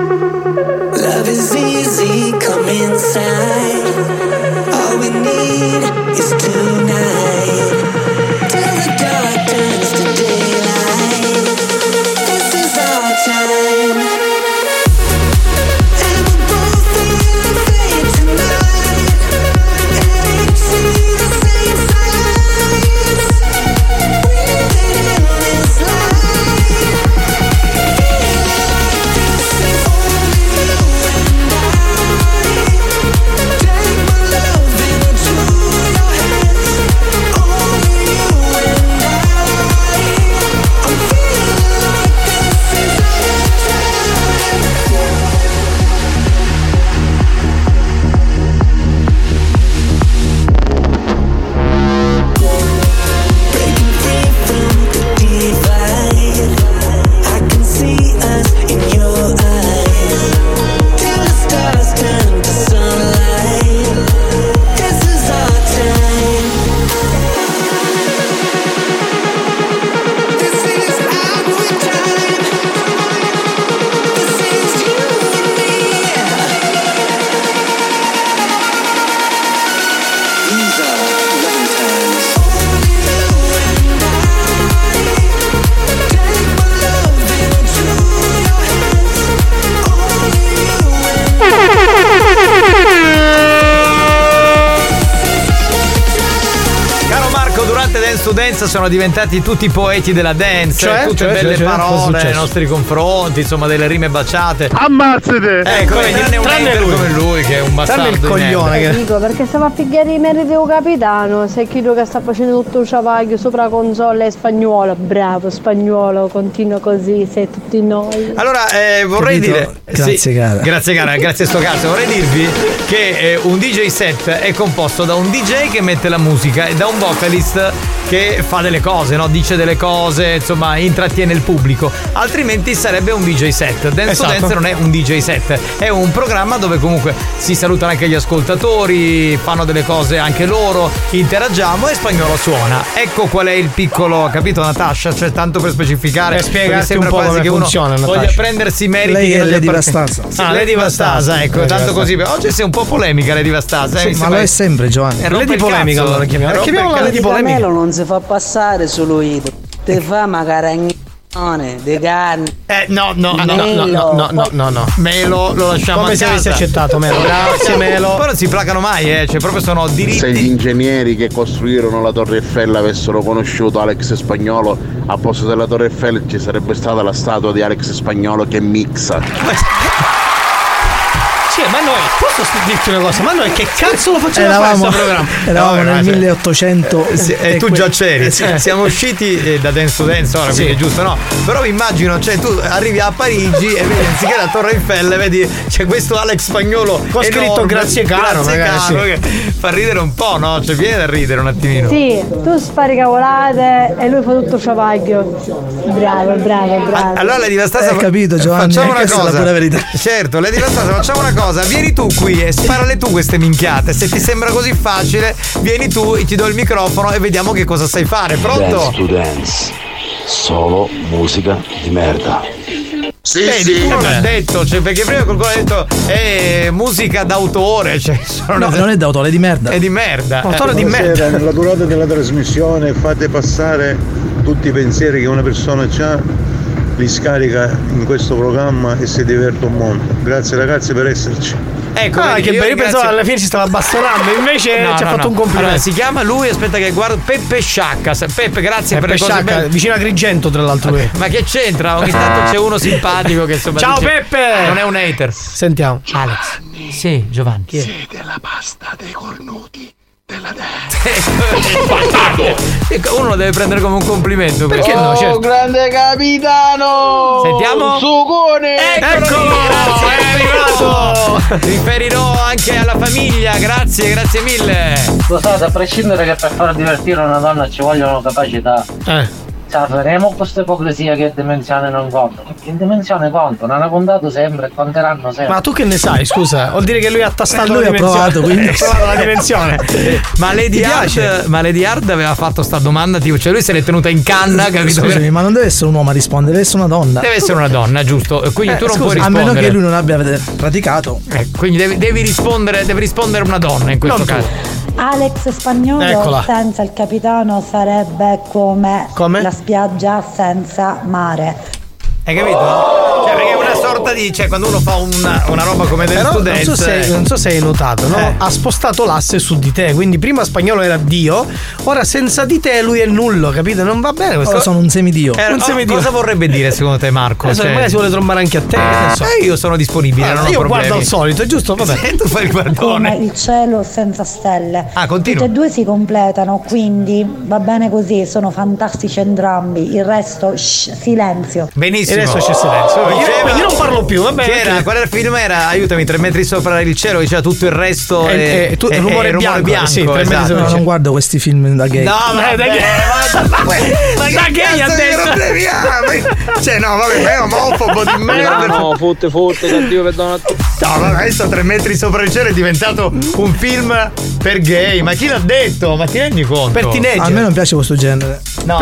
[SPEAKER 5] Love is easy, come inside. All we need is tonight. Till the dark turns to daylight. This is our time. And we're both in the fade tonight. And we see the same signs. We're living this life. Feel like this is only you and I.
[SPEAKER 7] danza sono diventati tutti poeti della dance,
[SPEAKER 8] Cioè?
[SPEAKER 7] tutte
[SPEAKER 8] Cioè,
[SPEAKER 7] belle
[SPEAKER 8] cioè, cioè, cosa è
[SPEAKER 7] parole nei
[SPEAKER 8] successo?
[SPEAKER 7] nostri confronti, insomma delle rime baciate.
[SPEAKER 8] Ammazzate!
[SPEAKER 7] Ecco, vedi, tranne un hater come lui che è un bastardo.
[SPEAKER 8] eh, Tranne il
[SPEAKER 7] di merda.
[SPEAKER 8] coglione che-
[SPEAKER 3] Dico perché stava a pigliare i meriti del capitano, sei chiudo che sta facendo tutto un ciavaglio sopra la console è spagnolo, bravo spagnolo, continua così, sei tutti noi.
[SPEAKER 7] Allora, eh, vorrei
[SPEAKER 48] Capito?
[SPEAKER 7] dire.
[SPEAKER 48] Grazie, cara.
[SPEAKER 7] Grazie, cara, grazie a sto cazzo. Vorrei dirvi che eh, un DJ set è composto da un DJ che mette la musica e da un vocalist che fa delle cose, no? Dice delle cose, insomma, intrattiene il pubblico. Altrimenti sarebbe un DJ set. Dance
[SPEAKER 48] Esatto.
[SPEAKER 7] to Dance non è un DJ set, è un programma dove comunque si salutano anche gli ascoltatori, fanno delle cose anche loro, interagiamo e spagnolo suona. Ecco qual è il piccolo, capito Natascia? Cioè, tanto per specificare,
[SPEAKER 8] Eh, spiegarti
[SPEAKER 7] perché sembra
[SPEAKER 8] un po'
[SPEAKER 7] quasi
[SPEAKER 8] come
[SPEAKER 7] che uno
[SPEAKER 8] funziona,
[SPEAKER 7] voglia
[SPEAKER 8] Natascia.
[SPEAKER 7] prendersi i meriti
[SPEAKER 48] Lei
[SPEAKER 7] che
[SPEAKER 48] è
[SPEAKER 7] non gli
[SPEAKER 48] Lady
[SPEAKER 7] appartengono.
[SPEAKER 48] Vastasa.
[SPEAKER 7] [LAUGHS] Ah, Lady Vastasa, ecco,
[SPEAKER 48] Lady
[SPEAKER 7] tanto così.
[SPEAKER 48] Vastasa.
[SPEAKER 7] Oggi sei un po' polemica Lady Vastasa, eh, mi
[SPEAKER 48] Sì, ma
[SPEAKER 7] sembra
[SPEAKER 48] lo è
[SPEAKER 7] che-
[SPEAKER 48] sempre Giovanni.
[SPEAKER 7] Eh, rompe il cazzo. Eh, rompe il cazzo.
[SPEAKER 31] Caramelo non si fa passare solo ito. Te fa magaragnone, de carne.
[SPEAKER 7] Ecco. Eh, no, no, no, no, no,
[SPEAKER 31] Melo.
[SPEAKER 7] no, no, no, no. Melo lo lasciamo
[SPEAKER 8] Come
[SPEAKER 7] a
[SPEAKER 8] se
[SPEAKER 7] casa.
[SPEAKER 8] avessi accettato, [LAUGHS] Melo. Grazie, Melo.
[SPEAKER 7] Poi non si placano mai, eh, cioè proprio sono diritti.
[SPEAKER 36] Se gli ingegneri che costruirono la Torre Eiffel avessero conosciuto Alex Spagnolo, a posto della Torre Eiffel ci sarebbe stata la statua di Alex Spagnolo che mixa.
[SPEAKER 8] Sì, ma noi, posso dirti una cosa, ma noi che cazzo lo facciamo a fare
[SPEAKER 48] Eravamo,
[SPEAKER 8] questo programma?
[SPEAKER 48] [LAUGHS] eravamo
[SPEAKER 7] No,
[SPEAKER 48] nel
[SPEAKER 7] grazie.
[SPEAKER 48] 1800
[SPEAKER 7] Sì, e tu già c'eri. [LAUGHS] Siamo usciti eh, da Dance to Dance ora,
[SPEAKER 48] Eh, Sì.
[SPEAKER 7] quindi è giusto, no? Però mi immagino, cioè, tu arrivi a Parigi e vedi anziché la Torre Eiffel, vedi, c'è questo Alex spagnolo.
[SPEAKER 8] Con scritto
[SPEAKER 7] enorme,
[SPEAKER 8] grazie caro,
[SPEAKER 7] grazie
[SPEAKER 8] magari,
[SPEAKER 7] caro,
[SPEAKER 8] sì.
[SPEAKER 7] che fa ridere un po', no? Cioè, viene da ridere un attimino.
[SPEAKER 3] Sì, tu spari cavolate e lui fa tutto il ciavaglio. Bravo, bravo, bravo.
[SPEAKER 7] Allora Lady Vastasa
[SPEAKER 48] Hai Eh, capito, Giovanni?
[SPEAKER 7] Facciamo una
[SPEAKER 48] Questa è la
[SPEAKER 7] cosa
[SPEAKER 48] pura verità.
[SPEAKER 7] Certo Lady Vastasa facciamo una cosa Vieni tu qui e sparale tu queste minchiate Se ti sembra così facile Vieni tu ti do il microfono E vediamo che cosa sai fare
[SPEAKER 49] Dance
[SPEAKER 7] Pronto?
[SPEAKER 49] to dance. Solo musica di merda.
[SPEAKER 7] Sì, Vedi,
[SPEAKER 49] sì.
[SPEAKER 7] tu non
[SPEAKER 49] Eh.
[SPEAKER 7] ha detto cioè, Perché prima qualcuno ha detto Eh musica d'autore cioè, [LAUGHS] sono
[SPEAKER 48] No, non è d'autore, è di merda.
[SPEAKER 7] È di merda Eh.
[SPEAKER 12] Buonasera, nella durata della trasmissione fate passare tutti i pensieri che una persona ha, li scarica in questo programma e si diverte un mondo. Grazie ragazzi per esserci.
[SPEAKER 7] Ecco,
[SPEAKER 8] Ah,
[SPEAKER 7] vedi,
[SPEAKER 8] che
[SPEAKER 7] io
[SPEAKER 8] bello, io
[SPEAKER 7] ringrazio-
[SPEAKER 8] pensavo alla fine ci stava bastonando, invece
[SPEAKER 7] No,
[SPEAKER 8] ci ha
[SPEAKER 7] no,
[SPEAKER 8] fatto
[SPEAKER 7] no.
[SPEAKER 8] un complimento.
[SPEAKER 7] Allora, si chiama lui, aspetta che guardo Peppe Sciacca. Se- Peppe, grazie per
[SPEAKER 8] Peppe
[SPEAKER 7] le cose
[SPEAKER 8] Sciacca,
[SPEAKER 7] belle.
[SPEAKER 8] vicino a Grigento, tra l'altro. lui. Ah.
[SPEAKER 7] Ma che c'entra? Ogni tanto c'è uno simpatico che insomma
[SPEAKER 8] Ciao,
[SPEAKER 7] dice- "Ah,
[SPEAKER 8] Peppe!
[SPEAKER 7] Non è un hater.
[SPEAKER 8] Sentiamo.
[SPEAKER 7] Alex. Sì, Giovanni. Chi è?
[SPEAKER 12] la pasta dei cornuti della
[SPEAKER 7] Ecco, Uno lo deve prendere come un complimento.
[SPEAKER 12] Perché no, certo.
[SPEAKER 7] certo.
[SPEAKER 12] grande capitano!
[SPEAKER 7] Sentiamo.
[SPEAKER 12] Sucone!
[SPEAKER 7] Eccolo! È arrivato! Riferirò anche alla famiglia, grazie, grazie mille.
[SPEAKER 50] Scusate, a prescindere che per far divertire una donna ci vogliono capacità. Salveremo questa ipocrisia che dimensione non conta. Che dimensione contano, hanno contato sempre e conteranno sempre.
[SPEAKER 8] Ma tu che ne sai, scusa? Vuol dire che lui ha tastato
[SPEAKER 50] Eh, lui
[SPEAKER 8] la
[SPEAKER 50] ha
[SPEAKER 8] dimensione.
[SPEAKER 50] provato, quindi.
[SPEAKER 8] Ha provato la dimensione.
[SPEAKER 7] Ma Lady,
[SPEAKER 8] Ti piace?
[SPEAKER 7] Hard, ma Lady Hard aveva fatto sta domanda, tipo, cioè lui se l'è tenuta in canna, capito?
[SPEAKER 48] Scusami, ma non deve essere un uomo a rispondere, deve essere una donna.
[SPEAKER 7] Deve essere una donna, giusto? E Quindi
[SPEAKER 48] Eh,
[SPEAKER 7] tu non
[SPEAKER 48] scusa,
[SPEAKER 7] puoi
[SPEAKER 48] A
[SPEAKER 7] rispondere.
[SPEAKER 48] meno che lui non abbia praticato.
[SPEAKER 7] Eh, quindi devi, devi rispondere, deve rispondere una donna in questo caso.
[SPEAKER 1] Alex Spagnolo
[SPEAKER 7] Eccola.
[SPEAKER 1] senza il capitano sarebbe come,
[SPEAKER 7] Come?
[SPEAKER 1] la spiaggia senza mare.
[SPEAKER 7] Hai capito? Cioè, perché è una sorta di. Cioè, quando uno fa una, una roba come del
[SPEAKER 8] Però non
[SPEAKER 7] studente.
[SPEAKER 8] so, se, non so se hai notato, no?
[SPEAKER 7] Eh.
[SPEAKER 8] Ha spostato l'asse su di te. Quindi prima spagnolo era Dio, ora senza di te lui è nullo, capito? Non va bene questo.
[SPEAKER 48] Ora sono un semidio.
[SPEAKER 8] Eh,
[SPEAKER 48] Un
[SPEAKER 8] oh,
[SPEAKER 48] semidio.
[SPEAKER 7] Cosa vorrebbe dire secondo te, Marco? Cioè,
[SPEAKER 8] Adesso Eh, magari si vuole trombare anche a te. che ne so.
[SPEAKER 7] Eh, io sono disponibile.
[SPEAKER 8] Guarda,
[SPEAKER 7] non ho
[SPEAKER 8] io
[SPEAKER 7] problemi.
[SPEAKER 8] guardo al solito, è giusto? Vabbè.
[SPEAKER 7] Sì, tu fai il
[SPEAKER 1] Come
[SPEAKER 7] guardone.
[SPEAKER 1] Eh, il cielo senza stelle.
[SPEAKER 7] Ah, continua.
[SPEAKER 1] Tutte e due si completano, quindi va bene così, sono fantastici entrambi. Il resto, shh, silenzio.
[SPEAKER 7] Benissimo.
[SPEAKER 8] E adesso c'è silenzio. Vabbè, io-
[SPEAKER 7] Diceva-
[SPEAKER 8] io non parlo più, va bene,
[SPEAKER 7] C'era,
[SPEAKER 8] perché-
[SPEAKER 7] qual era il film? Era aiutami, tre metri sopra il cielo, diceva tutto il resto.
[SPEAKER 8] Eh,
[SPEAKER 7] è-
[SPEAKER 8] eh, tu-
[SPEAKER 7] è- è
[SPEAKER 8] rumore bianco, sì, tre metri
[SPEAKER 7] esatto.
[SPEAKER 48] No, non guardo questi film da gay.
[SPEAKER 7] No,
[SPEAKER 8] Eh,
[SPEAKER 7] ma
[SPEAKER 48] dai
[SPEAKER 7] dai, [LAUGHS] ma che cazzo di problemiamo? Cioè, no, vabbè, ma è omofobo [LAUGHS] di merda.
[SPEAKER 51] [LAUGHS] No, fotte, fotte, cattivo, perdono a tutti.
[SPEAKER 7] No, ma adesso tre metri sopra il cielo è diventato un film per gay. Ma chi l'ha detto? Ma ti rendi conto?
[SPEAKER 48] A me non piace questo genere.
[SPEAKER 7] tu- Scusa, no,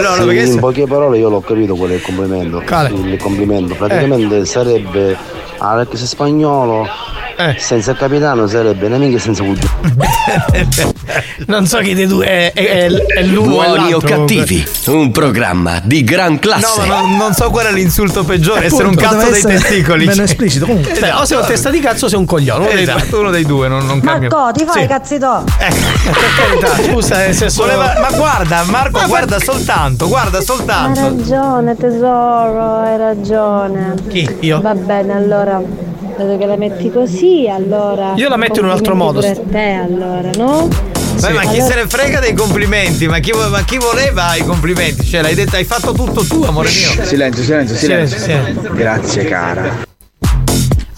[SPEAKER 7] no,
[SPEAKER 49] Sì,
[SPEAKER 7] perché
[SPEAKER 49] in poche parole io l'ho capito qual è il complimento. Il complimento praticamente
[SPEAKER 7] Eh.
[SPEAKER 49] sarebbe ah,
[SPEAKER 7] Eh. Eh,
[SPEAKER 49] Alex Spagnolo senza capitano sarebbe nemico senza cugino.
[SPEAKER 8] Non so chi dei due è, è, è, è l'uno
[SPEAKER 2] Buoni o
[SPEAKER 8] l'altro, comunque.
[SPEAKER 2] cattivi, un programma di gran classe.
[SPEAKER 7] No, ma non, non so qual è l'insulto peggiore, essere
[SPEAKER 2] Appunto,
[SPEAKER 7] un cazzo
[SPEAKER 2] doveva
[SPEAKER 7] dei
[SPEAKER 2] essere
[SPEAKER 7] testicoli.
[SPEAKER 2] meno
[SPEAKER 7] esplicito comunque.
[SPEAKER 8] Cioè, o sei un testa di cazzo o sei un coglione. Uno dei due.
[SPEAKER 7] Esatto, uno dei due, non, non cambia.
[SPEAKER 1] Marco, ti fai
[SPEAKER 7] Sì. Ecco.
[SPEAKER 1] i cazzi tuoi.
[SPEAKER 7] Per carità, scusa, nel senso- Voleva- ma guarda, Marco, guarda soltanto, guarda
[SPEAKER 3] Hai
[SPEAKER 7] soltanto.
[SPEAKER 3] ragione tesoro, hai ragione.
[SPEAKER 7] Chi? Io?
[SPEAKER 3] Va bene, allora, vedo che la metti così, allora...
[SPEAKER 7] Io la metto in un altro modo.
[SPEAKER 3] Per te allora, no?
[SPEAKER 7] Beh, ma chi
[SPEAKER 3] Allora-
[SPEAKER 7] se ne frega dei complimenti? Ma chi, vo- ma chi voleva i complimenti? Cioè, l'hai detto, hai fatto tutto tu, amore mio.
[SPEAKER 49] Silenzio, silenzio, silenzio. Grazie cara.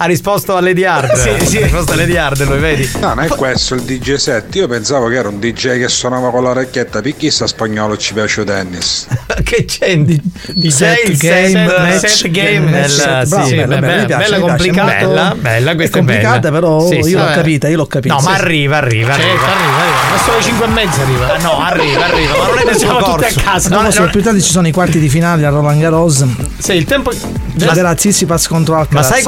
[SPEAKER 7] Ha risposto a Lady Hard.
[SPEAKER 49] Sì, sì.
[SPEAKER 7] Ha risposto a Lady Hard, lui, vedi?
[SPEAKER 52] No, non è questo il DJ set. Io pensavo che era un DJ che suonava con l'orecchietta. Per chissà spagnolo ci piace tennis.
[SPEAKER 7] [LAUGHS] che c'è? Di,
[SPEAKER 52] di
[SPEAKER 7] set game, match, game, match, set. Bravo,
[SPEAKER 48] sì,
[SPEAKER 7] bella,
[SPEAKER 48] bella,
[SPEAKER 7] bella,
[SPEAKER 48] mi piace, mi
[SPEAKER 7] bella
[SPEAKER 48] piace,
[SPEAKER 7] complicata.
[SPEAKER 48] bella.
[SPEAKER 7] Bella, questa
[SPEAKER 48] è
[SPEAKER 7] è bella.
[SPEAKER 48] complicata, però
[SPEAKER 7] Sì,
[SPEAKER 48] io
[SPEAKER 7] sì,
[SPEAKER 48] l'ho
[SPEAKER 7] vabbè.
[SPEAKER 48] capita, io l'ho capita.
[SPEAKER 7] No, ma
[SPEAKER 48] Sì.
[SPEAKER 7] arriva, arriva,
[SPEAKER 8] Certo,
[SPEAKER 7] arriva.
[SPEAKER 8] arriva, arriva. Ma sono le 5 e mezza arriva.
[SPEAKER 7] Ah, no, arriva, arriva. Ma non è nel
[SPEAKER 8] [LAUGHS] Siamo
[SPEAKER 7] suo
[SPEAKER 8] tutti
[SPEAKER 7] corso.
[SPEAKER 8] a casa.
[SPEAKER 48] No,
[SPEAKER 8] No,
[SPEAKER 48] ma
[SPEAKER 8] no,
[SPEAKER 48] solo più tardi ci sono i quarti di finale a Roland Garros.
[SPEAKER 8] Sì, il tempo.
[SPEAKER 48] Giocherà Tsitsipas contro Alcaraz.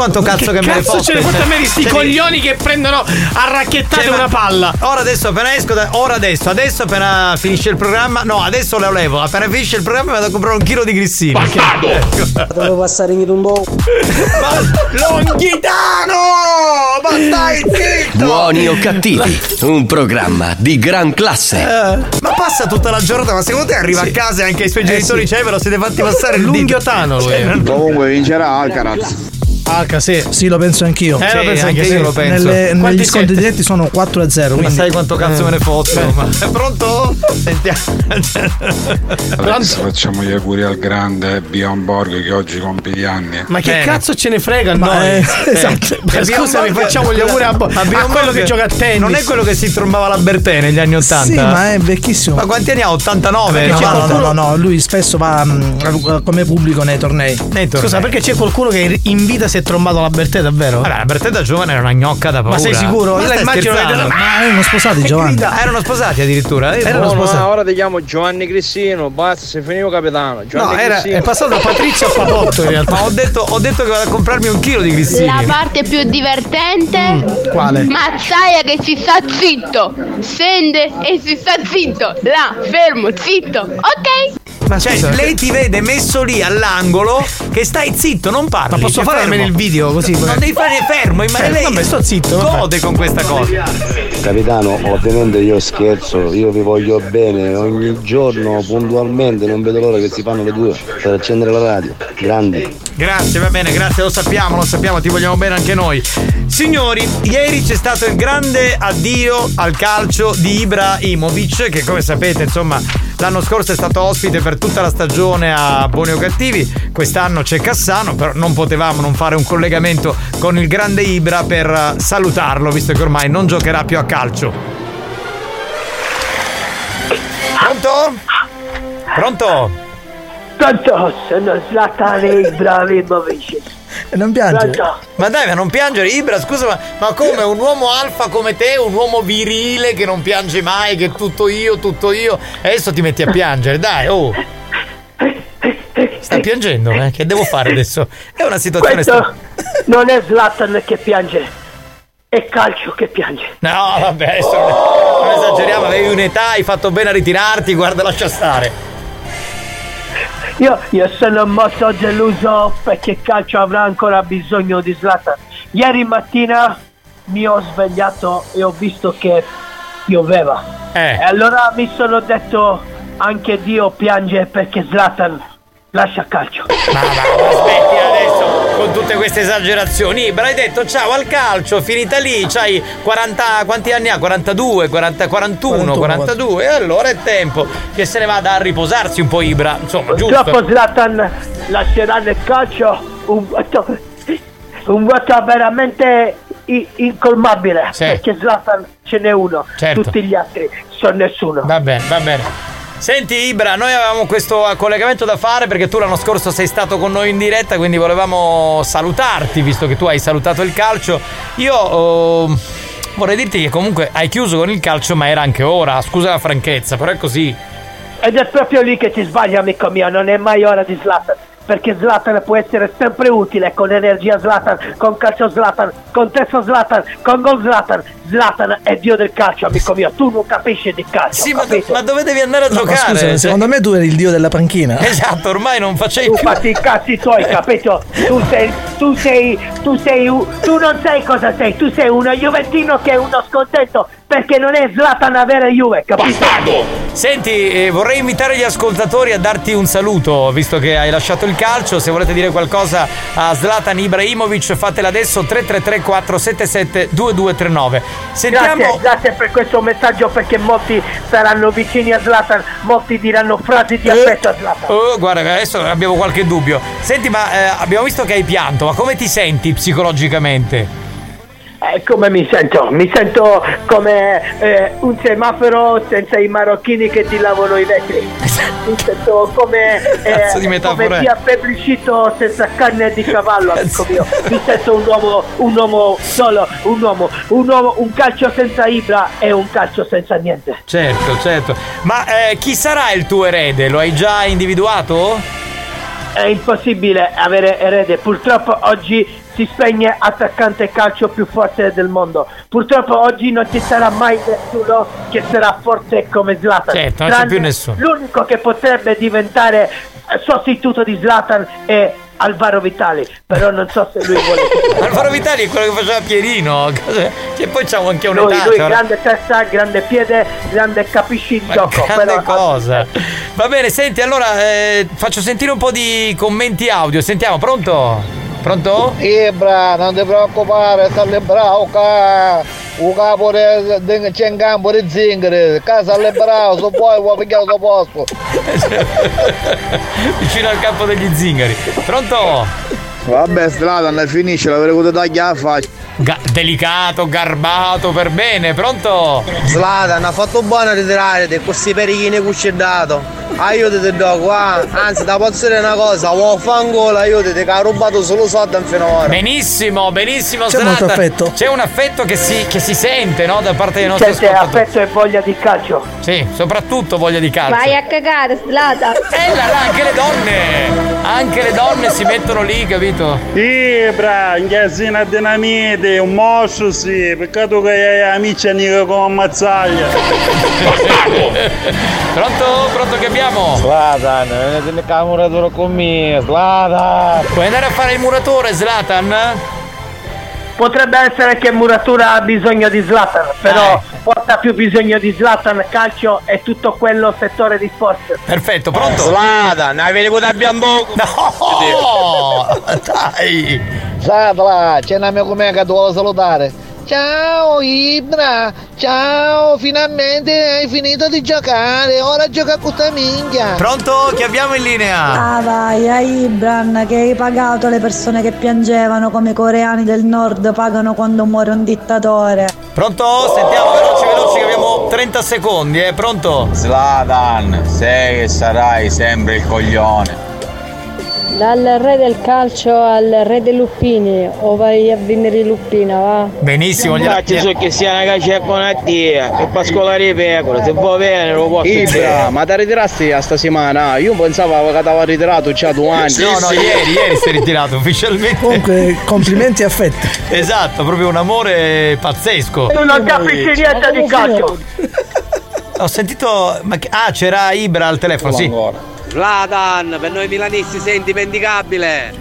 [SPEAKER 8] cazzo ce ne fotte a me di sti
[SPEAKER 7] Cioè,
[SPEAKER 8] coglioni che prendono a racchettate
[SPEAKER 7] Cioè, ma-
[SPEAKER 8] una palla?
[SPEAKER 7] Ora adesso appena esco da- Ora adesso, adesso appena finisce il programma. No, adesso la levo. Appena finisce il programma vado a comprare un chilo di grissini. Ecco.
[SPEAKER 31] Dovevo passare in un po'.
[SPEAKER 7] Longhitano! Ma stai zitto!
[SPEAKER 2] Buoni o cattivi, un programma di gran classe.
[SPEAKER 7] Eh, Ma passa tutta la giornata, ma secondo te arriva a casa e anche
[SPEAKER 2] Eh
[SPEAKER 7] ai suoi genitori cioè ve lo siete fatti passare il l'unghiotano
[SPEAKER 49] Comunque vincerà Alcaraz.
[SPEAKER 8] Alca, sì.
[SPEAKER 48] Cioè, Sì, lo penso anch'io.
[SPEAKER 7] Eh, lo penso anche
[SPEAKER 48] sì.
[SPEAKER 7] io, lo penso.
[SPEAKER 48] Nelle-
[SPEAKER 7] Quanti
[SPEAKER 48] negli scontri
[SPEAKER 7] siete?
[SPEAKER 48] diretti sono 4 a 0.
[SPEAKER 7] Ma
[SPEAKER 48] quindi-
[SPEAKER 7] sai quanto cazzo
[SPEAKER 48] Eh.
[SPEAKER 7] me ne fotto? Ma è
[SPEAKER 48] [LAUGHS]
[SPEAKER 7] pronto? Sentiamo.
[SPEAKER 52] Adesso facciamo gli auguri al grande Bjorn Borg che oggi compie gli anni.
[SPEAKER 8] Ma che cazzo ce ne frega a
[SPEAKER 52] Ma,
[SPEAKER 8] noi? Cioè,
[SPEAKER 52] eh,
[SPEAKER 8] [LAUGHS]
[SPEAKER 7] esatto.
[SPEAKER 8] Ma scusami, facciamo gli auguri a, Bo- a quello che gioca a tennis.
[SPEAKER 7] Non è quello che si trombava la Bertè negli anni 80.
[SPEAKER 48] Sì, ma è vecchissimo.
[SPEAKER 7] Ma quanti anni ha? diciamo. 89?
[SPEAKER 48] No,
[SPEAKER 7] C'è
[SPEAKER 48] no, no,
[SPEAKER 7] qualcuno-
[SPEAKER 48] no, no, lui spesso va mm, come pubblico nei tornei.
[SPEAKER 8] Scusa, perché c'è qualcuno che in vita si è trombato la Bertè, davvero?
[SPEAKER 7] Vabbè, la Bertè da giovane era una gnocca da paura.
[SPEAKER 8] Ma sei sicuro? Io
[SPEAKER 7] Ma
[SPEAKER 8] la
[SPEAKER 7] stai
[SPEAKER 8] immagino
[SPEAKER 7] scherzando?
[SPEAKER 8] vedere-
[SPEAKER 48] Ma erano sposati Giovanni.
[SPEAKER 7] Ah, erano sposati addirittura? Eh,
[SPEAKER 51] Erano
[SPEAKER 7] boh, no,
[SPEAKER 51] sposati.
[SPEAKER 7] no.
[SPEAKER 51] Ora ti chiamo Giovanni Crissino, basta, sei finito capitano. Giovanni
[SPEAKER 7] No, era,
[SPEAKER 51] Crissino.
[SPEAKER 7] è passato da Patrizio a Papotto in realtà. Ma ho detto, ho detto che vado a comprarmi un chilo di grissini.
[SPEAKER 43] La parte più divertente
[SPEAKER 7] quale?
[SPEAKER 43] Mazzaia che si sta zitto Scende e si sta zitto Là, fermo, zitto Ok
[SPEAKER 7] cioè, lei ti vede messo lì all'angolo che stai zitto, non parli.
[SPEAKER 8] Ma posso
[SPEAKER 7] sei
[SPEAKER 8] fare
[SPEAKER 7] fermo.
[SPEAKER 8] almeno il video così?
[SPEAKER 7] Non devi fare fermo, ma
[SPEAKER 8] Eh,
[SPEAKER 7] lei
[SPEAKER 8] vabbè, sto zitto, vabbè.
[SPEAKER 7] Gode con questa cosa.
[SPEAKER 49] Capitano, ovviamente io scherzo, io vi voglio bene ogni giorno puntualmente, non vedo l'ora che si fanno le due per accendere la radio. Grandi.
[SPEAKER 7] Grazie, va bene, grazie, lo sappiamo, lo sappiamo, ti vogliamo bene anche noi. Signori, ieri c'è stato il grande addio al calcio di Ibrahimovic, che come sapete, insomma, l'anno scorso è stato ospite per tutta la stagione a Buoni o Cattivi, quest'anno c'è Cassano, però non potevamo non fare un collegamento con il grande Ibra per eh, salutarlo, visto che ormai non giocherà più a calcio. Pronto? Pronto?
[SPEAKER 4] Pronto, Oh, sono Zlatan Ibrahimovic.
[SPEAKER 48] Non piange.
[SPEAKER 7] Ma dai, ma non piangere, Ibra, scusa, ma, ma come un uomo alfa come te, un uomo virile che non piange mai, che tutto io, tutto io, adesso ti metti a piangere, dai, oh. Sta piangendo, eh? Che devo fare adesso? È una situazione
[SPEAKER 4] Questo non è Zlatan che piange, è calcio che piange.
[SPEAKER 7] sta- No, vabbè, adesso non, non esageriamo, avevi un'età, hai fatto bene a ritirarti, guarda, lascia stare.
[SPEAKER 4] Io, io sono molto deluso perché il calcio avrà ancora bisogno di Zlatan. Ieri mattina mi ho svegliato e ho visto che pioveva. E allora mi sono detto anche Dio piange perché Zlatan lascia calcio.
[SPEAKER 7] [LAUGHS] Con tutte queste esagerazioni, Ibra, hai detto ciao al calcio, finita lì, c'hai 40, quanti anni ha? 42, 40, 41, 42, e allora è tempo che se ne vada a riposarsi un po' Ibra, insomma, giusto?
[SPEAKER 4] Purtroppo Zlatan lascerà nel calcio un vuoto, un vuoto veramente i- incolmabile perché Zlatan ce n'è uno,
[SPEAKER 7] Certo.
[SPEAKER 4] tutti gli altri sono nessuno.
[SPEAKER 7] Va bene, va bene. Senti Ibra, noi avevamo questo collegamento da fare perché tu l'anno scorso sei stato con noi in diretta, quindi volevamo salutarti, visto che tu hai salutato il calcio. Io oh, vorrei dirti che comunque hai chiuso con il calcio, ma era anche ora, scusa la franchezza, però è così.
[SPEAKER 4] Ed è proprio lì che ti sbagli, amico mio, non è mai ora di Zlatan. perché Zlatan può essere sempre utile con energia Zlatan, con calcio Zlatan, con testo Zlatan, con gol Zlatan. Zlatan è dio del calcio, amico mio, tu non capisci di calcio.
[SPEAKER 7] Sì, ma, do- ma dove devi andare a
[SPEAKER 48] No, ma
[SPEAKER 7] giocare?
[SPEAKER 48] scusa,
[SPEAKER 7] Cioè,
[SPEAKER 48] secondo me tu eri il dio della panchina.
[SPEAKER 7] Esatto, ormai non facevi più.
[SPEAKER 4] Eh? Fatti i cazzi tuoi, capito? Tu sei, tu sei, tu sei, un- tu non sai cosa sei, tu sei uno Juventino che è uno scontento perché non è Zlatan a avere Juve, capito?
[SPEAKER 7] Senti, eh, vorrei invitare gli ascoltatori a darti un saluto, visto che hai lasciato il calcio. Se volete dire qualcosa a Zlatan Ibrahimovic, fatela adesso 333 477 2239. Sentiamo
[SPEAKER 4] Grazie, grazie per questo messaggio perché molti saranno vicini a Zlatan, molti diranno frasi
[SPEAKER 53] Eh.
[SPEAKER 4] di affetto a Zlatan.
[SPEAKER 7] Oh, guarda, adesso abbiamo qualche dubbio. Senti, ma eh, abbiamo visto che hai pianto, ma come ti senti psicologicamente?
[SPEAKER 4] Eh, come mi sento? Mi sento come eh, un semaforo senza i marocchini che ti lavano i vetri. Mi sento come,
[SPEAKER 7] Esatto.
[SPEAKER 4] eh,
[SPEAKER 7] Cazzo di metafora
[SPEAKER 4] come
[SPEAKER 7] è.
[SPEAKER 4] chi ha febbricito senza carne di cavallo, amico mio. Mi sento un uomo, un uomo solo, un uomo, un uomo, un calcio senza Ibra e un calcio senza niente.
[SPEAKER 7] Certo, certo. Ma eh, chi sarà il tuo erede? Lo hai già individuato?
[SPEAKER 4] È impossibile avere erede. Purtroppo oggi si spegne attaccante calcio più forte del mondo. Purtroppo oggi non ci sarà mai nessuno che sarà forte come Zlatan.
[SPEAKER 7] Certo, non c'è
[SPEAKER 4] Tranne
[SPEAKER 7] più nessuno.
[SPEAKER 4] L'unico che potrebbe diventare eh, sostituto di Zlatan è Alvaro Vitali, però non so se lui vuole.
[SPEAKER 7] [LAUGHS] Alvaro Vitali è quello che faceva Pierino. cos'è? Che poi c'ha anche
[SPEAKER 4] Lui,
[SPEAKER 7] un'età.
[SPEAKER 4] lui
[SPEAKER 7] c'ha-
[SPEAKER 4] grande testa, grande piede, grande capisci il
[SPEAKER 7] eh. Ma
[SPEAKER 4] gioco.
[SPEAKER 7] grande
[SPEAKER 4] però-
[SPEAKER 7] cosa. Va bene, senti, allora eh, faccio sentire un po' di commenti audio. Sentiamo, pronto? Pronto? [LAUGHS]
[SPEAKER 53] Ibra, non ti preoccupare, sale bravo ca. Un capo de- de- c'è un campo di zingare, casa alle bravo, se vuoi vuoi pigliare il posto.
[SPEAKER 7] Vicino al campo degli zingari. Pronto?
[SPEAKER 53] Vabbè Eh, strada, ne finisce, l'avrei potuto tagliare la faccia.
[SPEAKER 7] Ga- delicato, garbato, per bene, pronto?
[SPEAKER 53] Zlatan ha fatto buono a ritirare di questi perichini che ci hai dato. Aiutati dopo, ah. anzi da posso dire una cosa, uomo fangola, aiutati che ha rubato solo soldi fino ad ora.
[SPEAKER 7] Benissimo, benissimo.
[SPEAKER 53] C'è molto
[SPEAKER 7] Zlatan.
[SPEAKER 53] affetto.
[SPEAKER 7] C'è un affetto che si, che si sente, no? Da parte dei nostri
[SPEAKER 4] Sente
[SPEAKER 7] ascoltatori.
[SPEAKER 4] affetto e voglia di calcio.
[SPEAKER 7] Sì, soprattutto voglia di calcio.
[SPEAKER 23] Vai a cagare, slata.
[SPEAKER 7] anche le donne! Anche le donne si mettono lì, capito?
[SPEAKER 9] Ibra, inghesina dinamite, un mosso sì, peccato che hai amici e amiche come mazzaglia.
[SPEAKER 8] [LAUGHS]
[SPEAKER 14] Certo.
[SPEAKER 7] [LAUGHS] Pronto? Pronto che abbiamo?
[SPEAKER 53] Slatan, venite nel camuratore con me, Slatan!
[SPEAKER 7] Puoi andare a fare il muratore, Zlatan?
[SPEAKER 4] Potrebbe essere che Muratura ha bisogno di Zlatan, però
[SPEAKER 7] Eh.
[SPEAKER 4] porta più bisogno di Zlatan calcio e tutto quello settore di sport.
[SPEAKER 7] Perfetto, pronto? Slada, ne avevi da Biamboco! No! Dai!
[SPEAKER 53] Sadla, c'è un amico mio che dovevo salutare. Ciao Ibra, ciao, finalmente hai finito di giocare, ora gioca con sta minchia.
[SPEAKER 7] Pronto? Chi abbiamo in linea?
[SPEAKER 1] Ah vai, a Ibran che hai pagato le persone che piangevano come i coreani del nord pagano quando muore un dittatore.
[SPEAKER 7] Pronto? Sentiamo, veloci, veloci, che abbiamo 30 secondi, eh? Pronto?
[SPEAKER 14] Slatan, sei che sarai sempre il coglione.
[SPEAKER 18] Dal re del calcio al re dei luppini, o vai a vendere luppina, va?
[SPEAKER 7] Benissimo,
[SPEAKER 18] gli-
[SPEAKER 19] so che sia una caccia con la tia, che pascolare pecora, se va bene lo posso
[SPEAKER 53] Ibra,
[SPEAKER 19] dire.
[SPEAKER 53] ma ti ritirasti a sta settimana? Io pensavo che t'avevo ritirato già due anni.
[SPEAKER 7] no, no, ieri, ieri si è ritirato ufficialmente.
[SPEAKER 48] Comunque, Eh, complimenti e affetto.
[SPEAKER 7] [LAUGHS] Esatto, proprio un amore pazzesco.
[SPEAKER 4] Tu non capisci niente di calcio.
[SPEAKER 7] Ho sentito. Ma che- ah, c'era Ibra al telefono, sì.
[SPEAKER 19] Zlatan, per noi milanisti sei indimenticabile.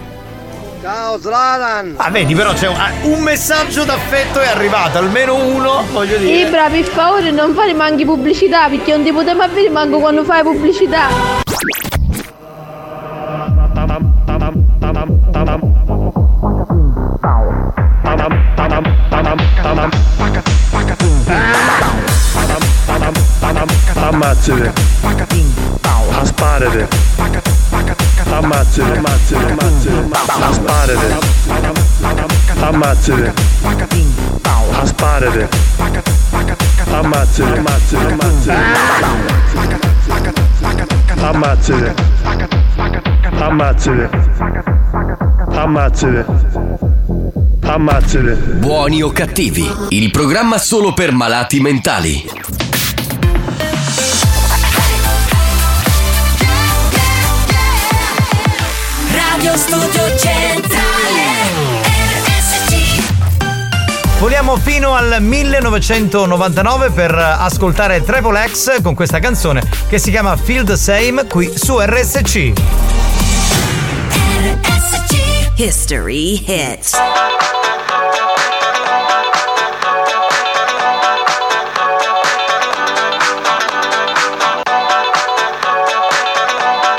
[SPEAKER 53] Ciao Zlatan!
[SPEAKER 7] Ah, vedi, però c'è un, ah, un messaggio d'affetto è arrivato, almeno uno, voglio dire.
[SPEAKER 43] Ibra, per favore, non fare manchi pubblicità perché non ti potremmo avere manco quando fai pubblicità.
[SPEAKER 9] Ammazzate. Asparate. Ammazzate, ammazzate, ammazzate. Asparate. Ammazzate. Asparate. Ammazzate, ammazzate, ammazzate. Ammazzate. Ammazzate. Ammazzate. Ammazzate.
[SPEAKER 2] Buoni o cattivi, il programma solo per malati mentali.
[SPEAKER 5] Radio studio centrale RSC
[SPEAKER 7] Voliamo fino al 1999 per ascoltare Treble X con questa canzone che si chiama Feel the Same qui su RSC.
[SPEAKER 6] History hits.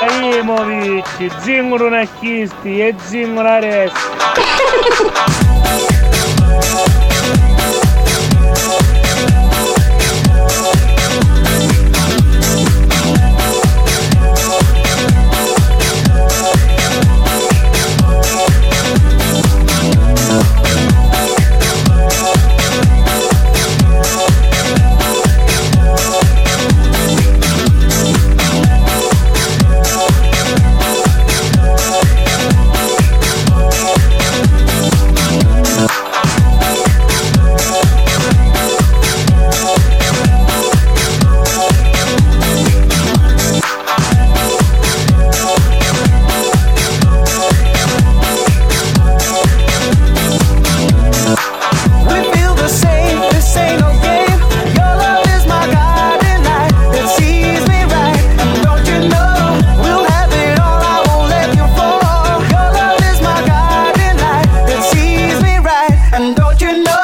[SPEAKER 9] Aimovic, zinguro nachisti e zinguro a destra.
[SPEAKER 5] We feel the same, this ain't no game. Your love is my guiding light that sees me right. Don't you know? We'll have it all, I won't let you fall. Your love is my guiding light that sees me right. And don't you know?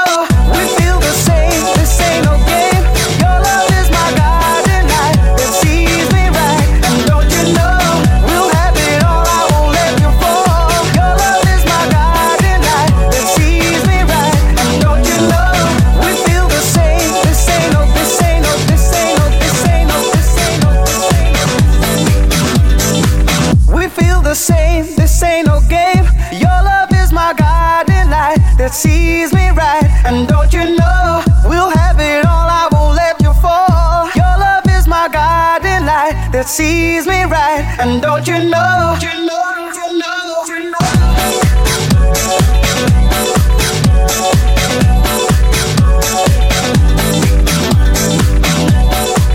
[SPEAKER 5] We feel the same, this ain't no game. Your love is my guiding light that sees me right. And don't you know? We'll have it all, I won't let you fall. Your love is my guiding light that sees me right. Don't you know we feel the same? This ain't no, this ain't no, this ain't no, this ain't no, this ain't no, this ain't no. We feel the same. This ain't no game. Your love is my guiding light that sees me right. And don't you know we'll have it all? I won't let you fall. Your love is my guiding light that sees me right. And don't you know? You know, you know, you know.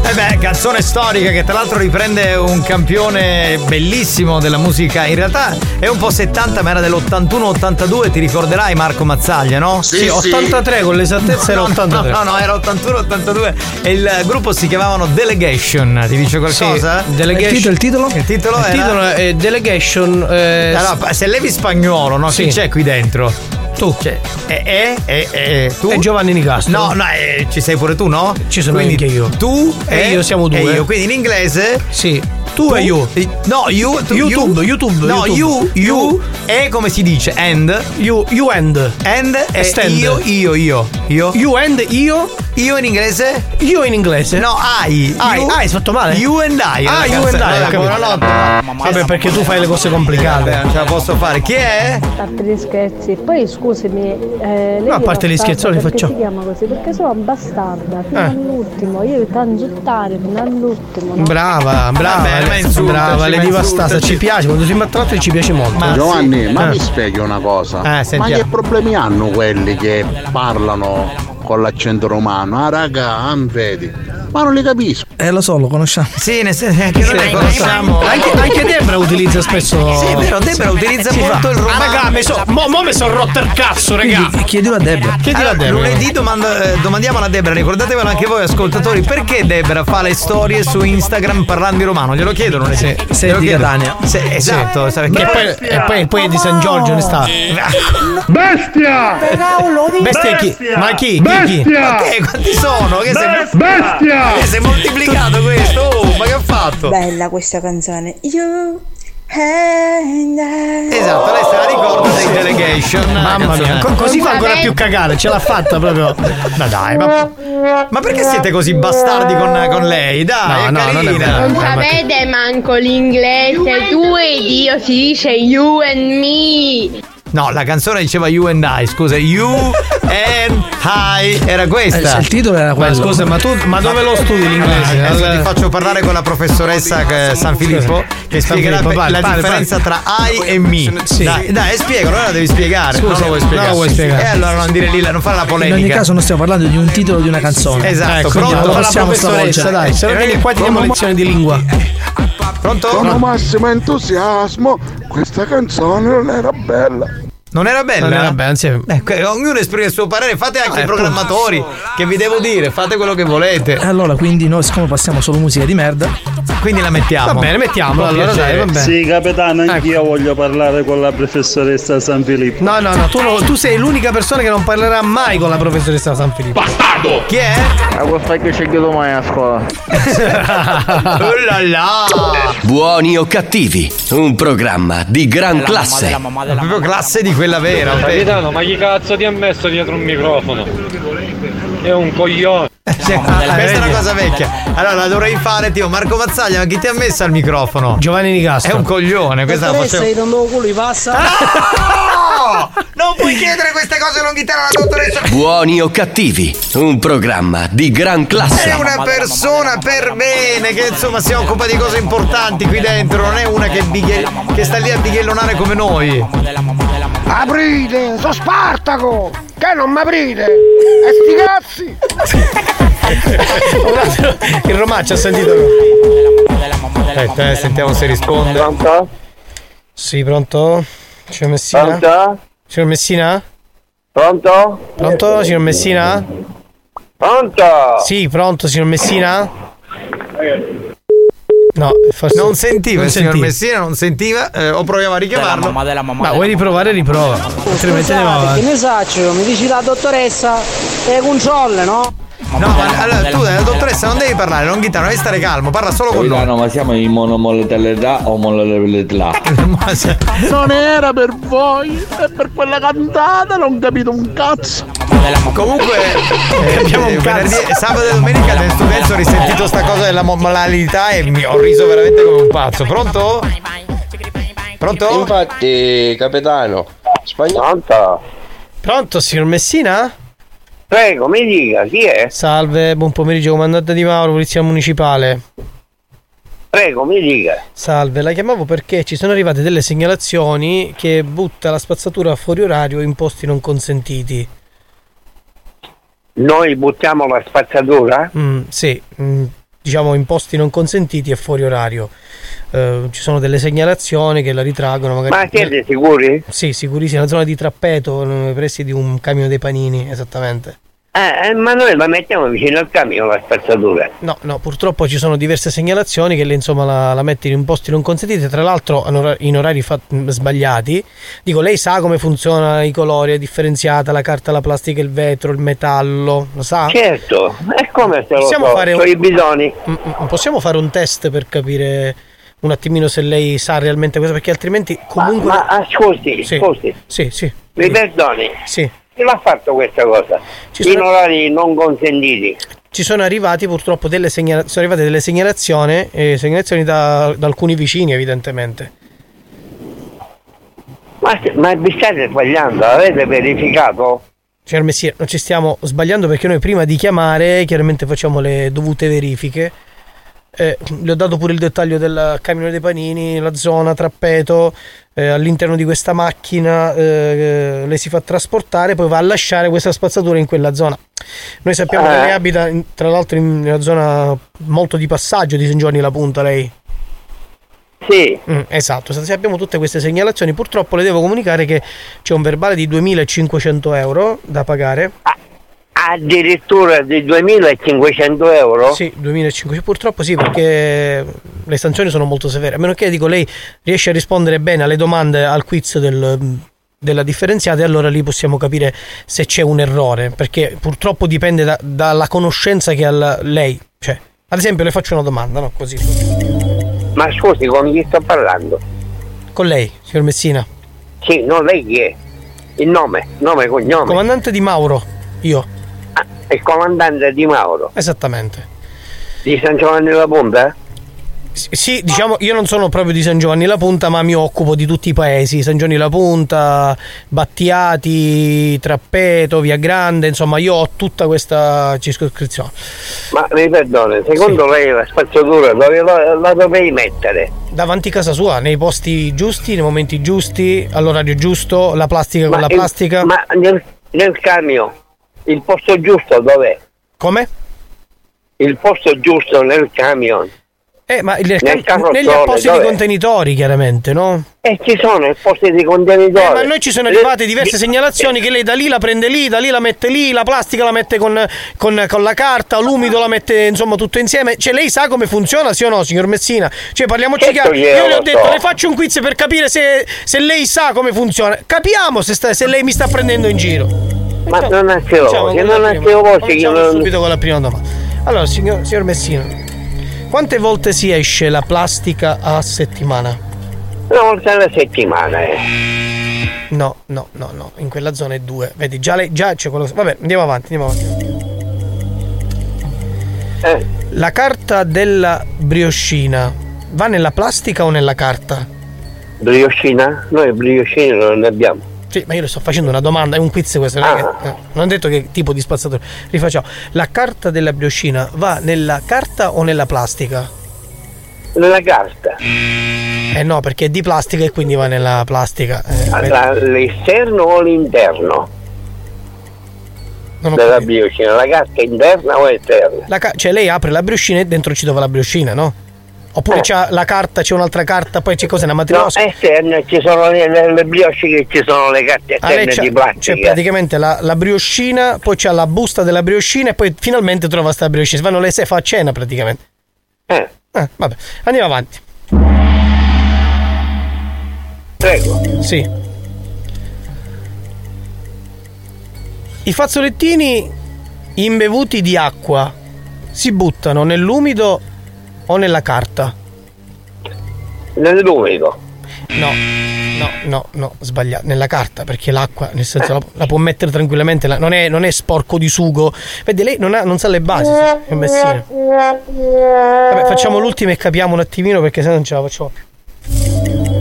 [SPEAKER 7] E Eh beh, canzone storica che tra l'altro riprende un campione bellissimo della musica, in realtà è un po' 70 ma era dell'81-82, ti ricorderai Marco Mazzaglia, no?
[SPEAKER 8] Sì, sì. 83, con l'esattezza era
[SPEAKER 7] No, no,
[SPEAKER 8] 83.
[SPEAKER 7] No, no, era 81-82 e il gruppo si chiamavano Delegation, ti dice qualcosa?
[SPEAKER 8] Sì, Delegation.
[SPEAKER 7] Il titolo? Il titolo,
[SPEAKER 8] Il
[SPEAKER 7] era-
[SPEAKER 8] titolo è Delegation. eh,
[SPEAKER 7] Allora, se levi spagnolo, no? Chi
[SPEAKER 8] Sì.
[SPEAKER 7] c'è qui dentro? Tu. Cioè, e, e, e, e, tu? E Giovanni Nicastro. No, no, eh, ci sei pure tu, no? Ci
[SPEAKER 8] sono
[SPEAKER 7] Quindi
[SPEAKER 8] anche io.
[SPEAKER 7] Tu
[SPEAKER 8] E io siamo due.
[SPEAKER 7] E io, quindi in inglese. Sì.
[SPEAKER 8] Tu e io.
[SPEAKER 7] No, you. tu- you.
[SPEAKER 8] YouTube, YouTube,
[SPEAKER 7] No,
[SPEAKER 8] YouTube.
[SPEAKER 7] you, you. E come si dice? And. You, you and. And e
[SPEAKER 8] Stand.
[SPEAKER 7] io, io, io. Io. You and io. Io in inglese? Io in inglese. No, I.
[SPEAKER 8] Ah,
[SPEAKER 7] You-
[SPEAKER 8] ah, hai fatto male?
[SPEAKER 7] You and I.
[SPEAKER 8] Ah, you and I.
[SPEAKER 7] Allora,
[SPEAKER 8] ho capito.
[SPEAKER 7] buonanotte.
[SPEAKER 8] Vabbè, perché tu fai le cose complicate.
[SPEAKER 7] Vabbè, non Eh, ce la posso fare. Chi è?
[SPEAKER 18] A parte gli scherzi. Poi scusami, eh, lei
[SPEAKER 8] No, a
[SPEAKER 18] è
[SPEAKER 8] parte
[SPEAKER 18] bastarda,
[SPEAKER 8] gli scherzi, non li
[SPEAKER 18] perché
[SPEAKER 8] facciamo.
[SPEAKER 18] si chiama così? Perché sono bastarda fino
[SPEAKER 8] Eh.
[SPEAKER 18] all'ultimo. Io tanzottare fino all'ultimo. No?
[SPEAKER 8] Brava, brava,
[SPEAKER 18] Vabbè, ma insultaci,
[SPEAKER 8] brava, le
[SPEAKER 18] ma
[SPEAKER 8] divastata,
[SPEAKER 18] insultaci.
[SPEAKER 8] ci piace, quando si mattratto ci piace molto.
[SPEAKER 49] Giovanni, ma
[SPEAKER 8] Eh.
[SPEAKER 49] mi spieghi una cosa?
[SPEAKER 8] Eh,
[SPEAKER 49] ma
[SPEAKER 8] sentiamo.
[SPEAKER 49] che problemi hanno quelli che parlano con l'accento romano? Ah raga, ah, vedi. Ma non li capisco.
[SPEAKER 48] Eh lo so, lo conosciamo.
[SPEAKER 7] Sì, nel senso che noi
[SPEAKER 48] Sì.
[SPEAKER 7] conosciamo.
[SPEAKER 8] Anche, anche Debra utilizza spesso.
[SPEAKER 7] Sì, è vero, Debra utilizza
[SPEAKER 8] Si
[SPEAKER 7] molto
[SPEAKER 8] fa.
[SPEAKER 7] il romano.
[SPEAKER 8] Ah, raga, me so, mo, mo me sono rotto il cazzo, raga.
[SPEAKER 48] Chiedilo a Debra.
[SPEAKER 8] Chiedilo a
[SPEAKER 7] Allora,
[SPEAKER 8] Debra.
[SPEAKER 7] lunedì domanda- eh, domandiamo alla Debra, ricordatevelo anche voi ascoltatori, perché Debra fa le storie su Instagram parlando in romano? Glielo chiedo lunedì. Sì,
[SPEAKER 8] se è di Catania.
[SPEAKER 7] esatto,
[SPEAKER 8] Sì.
[SPEAKER 7] sarà-
[SPEAKER 8] Che poi-
[SPEAKER 7] Bestia!
[SPEAKER 8] e poi- poi è di San Giorgio, ne
[SPEAKER 7] [LAUGHS]
[SPEAKER 8] sta.
[SPEAKER 7] Bestia!
[SPEAKER 8] Bestia chi? Ma chi? Chi? Chi?
[SPEAKER 7] Ma che? Quanti sono? Che sei...
[SPEAKER 8] Bestia!
[SPEAKER 7] Che sei moltiplicato questo? Oh, ma che ha fatto?
[SPEAKER 20] Bella questa canzone. You and I.
[SPEAKER 7] Esatto, lei se la ricorda dei Delegation.
[SPEAKER 48] Ah,
[SPEAKER 8] Mamma mia,
[SPEAKER 48] eh.
[SPEAKER 7] Canzone.
[SPEAKER 8] co- così fa ancora più cagare, ce l'ha fatta proprio. Ma dai, ma.
[SPEAKER 7] Ma perché siete così bastardi con, con lei? Dai,
[SPEAKER 8] No,
[SPEAKER 7] è
[SPEAKER 8] no, non è
[SPEAKER 48] eh,
[SPEAKER 7] carina. Eh,
[SPEAKER 8] vero.
[SPEAKER 43] Sapete manco l'inglese, tu ed io si dice you and me.
[SPEAKER 7] No, la canzone diceva You and I, scusa, You and I era questa.
[SPEAKER 48] Eh, il titolo era quello.
[SPEAKER 7] Ma scusa, ma tu ma dove lo studi l'inglese?
[SPEAKER 48] Ah,
[SPEAKER 7] Adesso ti faccio parlare con la professoressa che- San Filippo che
[SPEAKER 8] San
[SPEAKER 7] spiegherà
[SPEAKER 8] Filippo, parli,
[SPEAKER 7] la
[SPEAKER 8] parli,
[SPEAKER 7] differenza
[SPEAKER 8] parli.
[SPEAKER 7] tra I e me.
[SPEAKER 8] Sì.
[SPEAKER 7] Dai, dai, spiegalo, allora la devi spiegare.
[SPEAKER 48] Scusa,
[SPEAKER 7] non lo vuoi spiegare.
[SPEAKER 48] non la vuoi spiegare.
[SPEAKER 8] Eh,
[SPEAKER 7] E allora non dire lì, la- non fare la polemica.
[SPEAKER 48] In ogni caso non stiamo parlando di un titolo di una canzone.
[SPEAKER 7] Esatto,
[SPEAKER 48] Ecco, quindi non Eh,
[SPEAKER 7] pronto, fa la
[SPEAKER 48] possiamo
[SPEAKER 7] professoressa,
[SPEAKER 48] stravolgere. eh,
[SPEAKER 7] dai, se no vieni qua e ti diamo lezioni
[SPEAKER 48] di lingua.
[SPEAKER 7] Pronto?
[SPEAKER 49] Sono massimo entusiasmo
[SPEAKER 23] Questa canzone non era bella.
[SPEAKER 7] Non era bella?
[SPEAKER 23] Non era
[SPEAKER 7] bella,
[SPEAKER 48] Eh,
[SPEAKER 7] Ecco, eh, ognuno esprime il suo parere, fate
[SPEAKER 48] Ah,
[SPEAKER 7] anche i programmatori, che vi devo dire, fate quello che volete.
[SPEAKER 48] Allora, quindi noi siccome passiamo solo musica di merda.
[SPEAKER 7] Quindi la mettiamo.
[SPEAKER 48] Va bene, mettiamola,
[SPEAKER 7] Con
[SPEAKER 48] allora,
[SPEAKER 7] piacere.
[SPEAKER 48] dai, va bene. Ecco.
[SPEAKER 9] Sì, capitano, anch'io voglio parlare con la professoressa San Filippo.
[SPEAKER 8] No, no, no, tu, no- tu sei l'unica persona che non parlerà mai con la professoressa San Filippo. Bastardo! Chi è? [LAUGHS]
[SPEAKER 19] Ma questa Ah, che c'è chiuso mai a scuola?
[SPEAKER 7] Oh là là!
[SPEAKER 2] Buoni o cattivi, un programma di gran
[SPEAKER 7] Della mamma,
[SPEAKER 2] classe.
[SPEAKER 7] della mamma, della Proprio classe di quella vera,
[SPEAKER 36] Capitano, ma chi cazzo ti ha messo dietro un microfono? È un coglione.
[SPEAKER 4] Eh,
[SPEAKER 7] Ah, questa è una cosa vecchia. Allora la dovrei fare, tipo Marco Mazzaglia, ma chi ti ha messo al microfono?
[SPEAKER 8] Giovanni Nicastro.
[SPEAKER 7] È un coglione, questa la
[SPEAKER 31] Dottoressa,
[SPEAKER 7] facevo.
[SPEAKER 31] io non lo culo, i passa.
[SPEAKER 7] Ah! Non puoi chiedere queste cose all'inghitana alla dottoressa.
[SPEAKER 2] Buoni o cattivi, un programma di gran classe.
[SPEAKER 7] È una persona per bene che insomma si occupa di cose importanti qui dentro, non è una che, bighe- che sta lì a bighellonare come noi.
[SPEAKER 23] Aprite, sono Spartaco! Che non mi aprite? E sti
[SPEAKER 8] Il romaccio ha sentito.
[SPEAKER 7] Aspetta, eh, sentiamo se risponde.
[SPEAKER 8] Pronto? Sì, pronto? Signor Messina? Pronto? Signor Messina? Pronto? Pronto, signor Messina? Pronto? Sì, pronto, signor Messina? No, forse
[SPEAKER 7] Non sentiva
[SPEAKER 8] non
[SPEAKER 7] il signor
[SPEAKER 8] sentiva.
[SPEAKER 7] Messina, non sentiva, eh, o proviamo a richiamarlo.
[SPEAKER 8] Ma vuoi riprovare? Riprova. Altrimenti andiamo
[SPEAKER 31] Scusate,
[SPEAKER 8] avanti.
[SPEAKER 31] che ne saccio? Mi dici la dottoressa è controlla, no?
[SPEAKER 7] No, ma allora tu, eh, dottoressa, non devi parlare, non ghittano, devi stare calmo, parla solo con noi.
[SPEAKER 54] ma siamo in monomoletalità o monomoletalità?
[SPEAKER 23] cazzi! Non era per voi, è per quella cantata, non capito un cazzo!
[SPEAKER 7] Comunque, eh, eh, venerdì, sabato e domenica nel studenzo ho risentito sta cosa della moralità e mi ho riso veramente come un pazzo. Pronto? Pronto?
[SPEAKER 8] Infatti, capitano, spagnolo. Pronto, signor Messina? Prego, mi dica, chi è? Salve, buon pomeriggio, comandante Di Mauro, Polizia Municipale.
[SPEAKER 36] Prego, mi dica.
[SPEAKER 8] Salve, la chiamavo perché ci sono arrivate delle segnalazioni che butta la spazzatura fuori orario in posti non consentiti.
[SPEAKER 36] Noi buttiamo la spazzatura?
[SPEAKER 8] Mm, sì, mm, diciamo in posti non consentiti e fuori orario. Eh, ci sono delle segnalazioni che la ritraggono magari.
[SPEAKER 36] Ma siete sicuri?
[SPEAKER 8] Sì, sicurissimo, nella zona di Trappeto, nei pressi di un camion dei panini, esattamente.
[SPEAKER 36] Eh, eh, ma noi la mettiamo vicino al camion la spazzatura.
[SPEAKER 8] No, no, purtroppo ci sono diverse segnalazioni che lei, insomma la, la mette in posti non consentiti, tra l'altro in ora- in orari fa- mh, sbagliati. Dico, lei sa come funzionano i colori, è differenziata la carta, la plastica, il vetro, il metallo, lo sa?
[SPEAKER 36] Certo, è come se lo
[SPEAKER 8] Ah. Possiamo
[SPEAKER 36] so,
[SPEAKER 8] fare
[SPEAKER 36] sono
[SPEAKER 8] un-
[SPEAKER 36] i bisogni.
[SPEAKER 8] Mm, mm, Possiamo fare un test per capire un attimino se lei sa realmente questo, perché altrimenti comunque...
[SPEAKER 36] Ma ascolti,
[SPEAKER 8] Sì.
[SPEAKER 36] ascolti,
[SPEAKER 8] Sì, sì.
[SPEAKER 36] mi perdoni.
[SPEAKER 8] Sì.
[SPEAKER 36] Chi l'ha fatto questa cosa? in orari non consentiti.
[SPEAKER 8] Ci sono arrivati purtroppo delle, segnala- sono arrivate delle segnalazioni, eh, segnalazioni da, da alcuni vicini evidentemente.
[SPEAKER 36] Ma, ma vi state sbagliando, avete verificato?
[SPEAKER 8] Signor Messina, non ci stiamo sbagliando perché noi prima di chiamare chiaramente facciamo le dovute verifiche. Eh, le ho dato pure il dettaglio del camion dei panini, la zona, trappeto, eh, all'interno di questa macchina eh, lei si fa trasportare, poi va a lasciare questa spazzatura in quella zona. Noi sappiamo che
[SPEAKER 36] Eh.
[SPEAKER 8] lei abita in- tra l'altro in una zona molto di passaggio di San Giovanni la Punta lei.
[SPEAKER 36] Sì.
[SPEAKER 8] esatto, se abbiamo tutte queste segnalazioni purtroppo le devo comunicare che c'è un verbale di 2500 euro da pagare.
[SPEAKER 36] Addirittura di 2500 euro?
[SPEAKER 8] Sì, 2005. Purtroppo sì, perché le sanzioni sono molto severe. A meno che dico lei riesce a rispondere bene alle domande al quiz del- della differenziata, e allora lì possiamo capire se c'è un errore. Perché purtroppo dipende da- dalla conoscenza che ha la- lei. Cioè, ad esempio, le faccio una domanda, no? Così.
[SPEAKER 36] Ma scusi, con chi sto parlando?
[SPEAKER 8] Con lei, signor Messina.
[SPEAKER 36] Sì, no, lei chi è? Il nome, nome e cognome. Ah,
[SPEAKER 8] Comandante Di Mauro, io.
[SPEAKER 36] Il comandante Di Mauro,
[SPEAKER 8] Esattamente.
[SPEAKER 36] di San Giovanni della Punta?
[SPEAKER 8] S- Sì, diciamo, io non sono proprio di San Giovanni la Punta, ma mi occupo di tutti i paesi, San Giovanni la Punta, Battiati, Trappeto, Via Grande, insomma, io ho tutta questa circoscrizione.
[SPEAKER 36] Ma mi perdoni, secondo lei la spazzatura dove la, la dovevi mettere?
[SPEAKER 8] Davanti casa sua, nei posti giusti, nei momenti giusti, all'orario giusto, la plastica Cioè, con la
[SPEAKER 36] il-
[SPEAKER 8] plastica.
[SPEAKER 36] ma nel, nel camion, il posto giusto dov'è?
[SPEAKER 8] Come?
[SPEAKER 36] Il posto giusto nel camion.
[SPEAKER 8] Eh, ma il-
[SPEAKER 36] Nel carrozzone,
[SPEAKER 8] negli appositi
[SPEAKER 36] dov'è?
[SPEAKER 8] contenitori, chiaramente, no?
[SPEAKER 36] E ci sono i posti di contenitori.
[SPEAKER 8] Eh, ma a noi ci sono arrivate
[SPEAKER 19] Eh,
[SPEAKER 36] eh,
[SPEAKER 8] diverse segnalazioni che lei da lì la prende lì, da lì la mette lì, la plastica la mette con, con- con la carta, l'umido la mette insomma tutto insieme. Cioè lei sa come funziona, sì o no, signor Messina? Cioè parliamoci
[SPEAKER 36] Certo
[SPEAKER 8] chiaro.
[SPEAKER 36] che
[SPEAKER 8] Io le
[SPEAKER 36] lo
[SPEAKER 8] ho detto,
[SPEAKER 36] so.
[SPEAKER 8] le faccio un quiz per capire se, se lei sa come funziona. Capiamo se, sta- se lei mi sta prendendo in giro.
[SPEAKER 36] Ma non ha
[SPEAKER 8] Cominciamo
[SPEAKER 36] voce,
[SPEAKER 8] con la
[SPEAKER 36] non ha
[SPEAKER 8] prima.
[SPEAKER 36] voce che
[SPEAKER 8] Cominciamo
[SPEAKER 36] non-
[SPEAKER 8] subito con la prima domanda. Allora, signor, signor Messina, quante volte si esce la plastica a settimana?
[SPEAKER 36] Una volta alla settimana, eh.
[SPEAKER 8] No, no, no, no, in quella zona è 2. Vedi, già, le- già c'è quello. Vabbè, andiamo avanti, andiamo avanti. La carta della brioscina va nella plastica o nella carta?
[SPEAKER 36] Brioscina? Noi brioscina non ne abbiamo.
[SPEAKER 8] Sì, ma io le sto facendo una domanda, è un quiz questo, non, è che- eh, non ho detto che tipo di spazzatore. Rifacciamo. La carta della brioscina va nella carta o nella plastica?
[SPEAKER 36] Nella carta.
[SPEAKER 8] Eh no, perché è di plastica e quindi va nella plastica. Eh, vedi?
[SPEAKER 36] Allora, l'esterno o l'interno?
[SPEAKER 8] Non ho
[SPEAKER 36] Della brioscina, la carta è interna o esterna?
[SPEAKER 8] La ca- cioè lei apre la brioscina e dentro ci trova la brioscina, no? Oppure c'ha la carta, c'è un'altra carta, poi c'è cosa, una
[SPEAKER 36] No,
[SPEAKER 8] matriosca?
[SPEAKER 36] esterne ci sono le, le, le brioche che ci sono le carte
[SPEAKER 8] Ah, lei
[SPEAKER 36] esterne
[SPEAKER 8] c'ha-
[SPEAKER 36] di
[SPEAKER 8] c'è
[SPEAKER 36] plastica.
[SPEAKER 8] praticamente la, la brioscina, poi c'ha la busta della brioscina e poi finalmente trova sta brioscina. Si Fanno le sei, fa a cena praticamente.
[SPEAKER 36] Eh.
[SPEAKER 8] vabbè, andiamo avanti.
[SPEAKER 36] Prego.
[SPEAKER 8] Sì. I fazzolettini imbevuti di acqua si buttano nell'umido o nella carta?
[SPEAKER 36] Nell'umido.
[SPEAKER 8] No, no, no, no, sbagliato. Nella carta, perché l'acqua, nel senso, la, la può mettere tranquillamente, la- non, è, non è sporco di sugo. Vedi, lei non, ha- non sa le basi, signor Messina. Vabbè, facciamo l'ultima e capiamo un attimino perché se no non ce la facciamo più.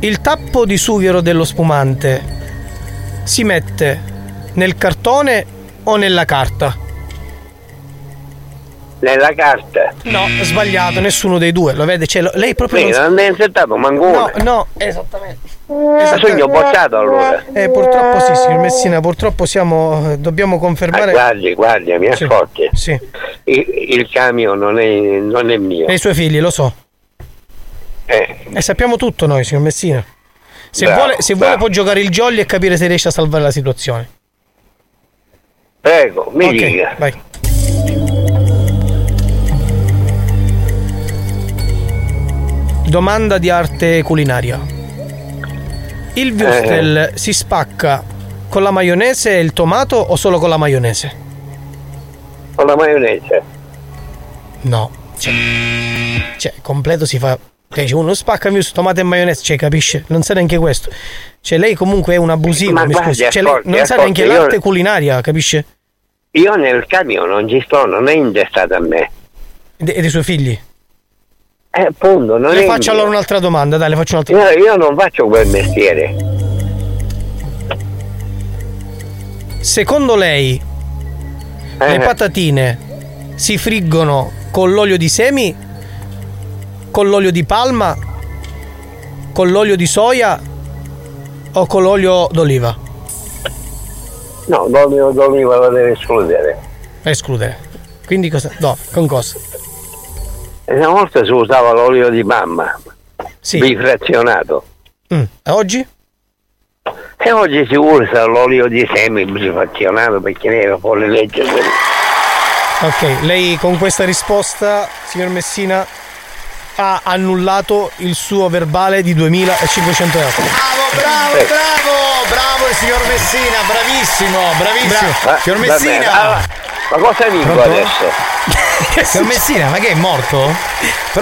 [SPEAKER 8] Il tappo di sughero dello spumante si mette nel cartone o nella carta?
[SPEAKER 36] Nella carta.
[SPEAKER 8] No, sbagliato, nessuno dei due, lo vede? Cioè, lo- lei proprio
[SPEAKER 36] Quindi
[SPEAKER 8] non sa-
[SPEAKER 36] non è insertato
[SPEAKER 8] No,
[SPEAKER 36] mancuno.
[SPEAKER 8] no, esatto. esattamente.
[SPEAKER 36] Sogno bocciato allora.
[SPEAKER 8] Eh, purtroppo sì, signor Messina, purtroppo siamo. eh, dobbiamo
[SPEAKER 36] Ah,
[SPEAKER 8] confermare.
[SPEAKER 36] guardi, guardi, mi
[SPEAKER 8] Sì,
[SPEAKER 36] ascolti.
[SPEAKER 8] Sì.
[SPEAKER 36] Il, il camion non è, non è mio.
[SPEAKER 8] E i suoi figli, lo so.
[SPEAKER 36] Eh,
[SPEAKER 8] E sappiamo tutto noi, signor Messina. Se,
[SPEAKER 36] Bravo,
[SPEAKER 8] vuole, se vuole può giocare il jolly e capire se riesce a salvare la situazione.
[SPEAKER 36] prego, mi
[SPEAKER 8] Ok,
[SPEAKER 36] dica.
[SPEAKER 8] vai. Domanda di arte culinaria.
[SPEAKER 36] Eh.
[SPEAKER 8] Il würstel si spacca con la maionese e il tomato o solo con la maionese?
[SPEAKER 36] Con la maionese.
[SPEAKER 8] No. Cioè, cioè, completo si fa. Cioè, c'è uno spacca il su tomate e maionese, cioè, capisce? Non sa neanche questo. Cioè, lei comunque è un abusivo,
[SPEAKER 36] Ma
[SPEAKER 8] mi
[SPEAKER 36] guardi,
[SPEAKER 8] scusi. Cioè, lei
[SPEAKER 36] ascolti,
[SPEAKER 8] non sa neanche
[SPEAKER 36] ascolti, io-
[SPEAKER 8] l'arte culinaria, capisce?
[SPEAKER 36] Io nel camion non ci sto, non è intestato a me.
[SPEAKER 8] De- E dei suoi figli.
[SPEAKER 36] Eh, appunto, non
[SPEAKER 8] Le
[SPEAKER 36] è
[SPEAKER 8] faccio
[SPEAKER 36] mio.
[SPEAKER 8] allora un'altra domanda, dai, le faccio un'altra
[SPEAKER 36] Io, io non faccio quel mestiere.
[SPEAKER 8] Secondo lei,
[SPEAKER 36] Eh.
[SPEAKER 8] le patatine si friggono con l'olio di semi, con l'olio di palma, con l'olio di soia o con l'olio d'oliva?
[SPEAKER 36] No, l'olio d'oliva lo deve escludere.
[SPEAKER 8] Escludere. Quindi cosa? No, con cosa?
[SPEAKER 36] E Una volta si usava l'olio di mamma,
[SPEAKER 8] Sì.
[SPEAKER 36] bifrazionato.
[SPEAKER 8] Mm, E oggi?
[SPEAKER 36] E oggi si usa l'olio di semi bifrazionato perché ne fuori legge.
[SPEAKER 8] Ok, lei con questa risposta, signor Messina, ha annullato il suo verbale di 2500 euro.
[SPEAKER 7] Bravo,
[SPEAKER 8] Eh.
[SPEAKER 7] bravo, bravo il signor Messina, bravissimo, bravissimo.
[SPEAKER 36] Eh,
[SPEAKER 8] Bra-
[SPEAKER 7] signor
[SPEAKER 8] va
[SPEAKER 7] Messina.
[SPEAKER 8] bene, allora,
[SPEAKER 36] Ma cosa vinco
[SPEAKER 8] Pronto?
[SPEAKER 36] adesso?
[SPEAKER 8] [LAUGHS] signor Messina, ma che è morto?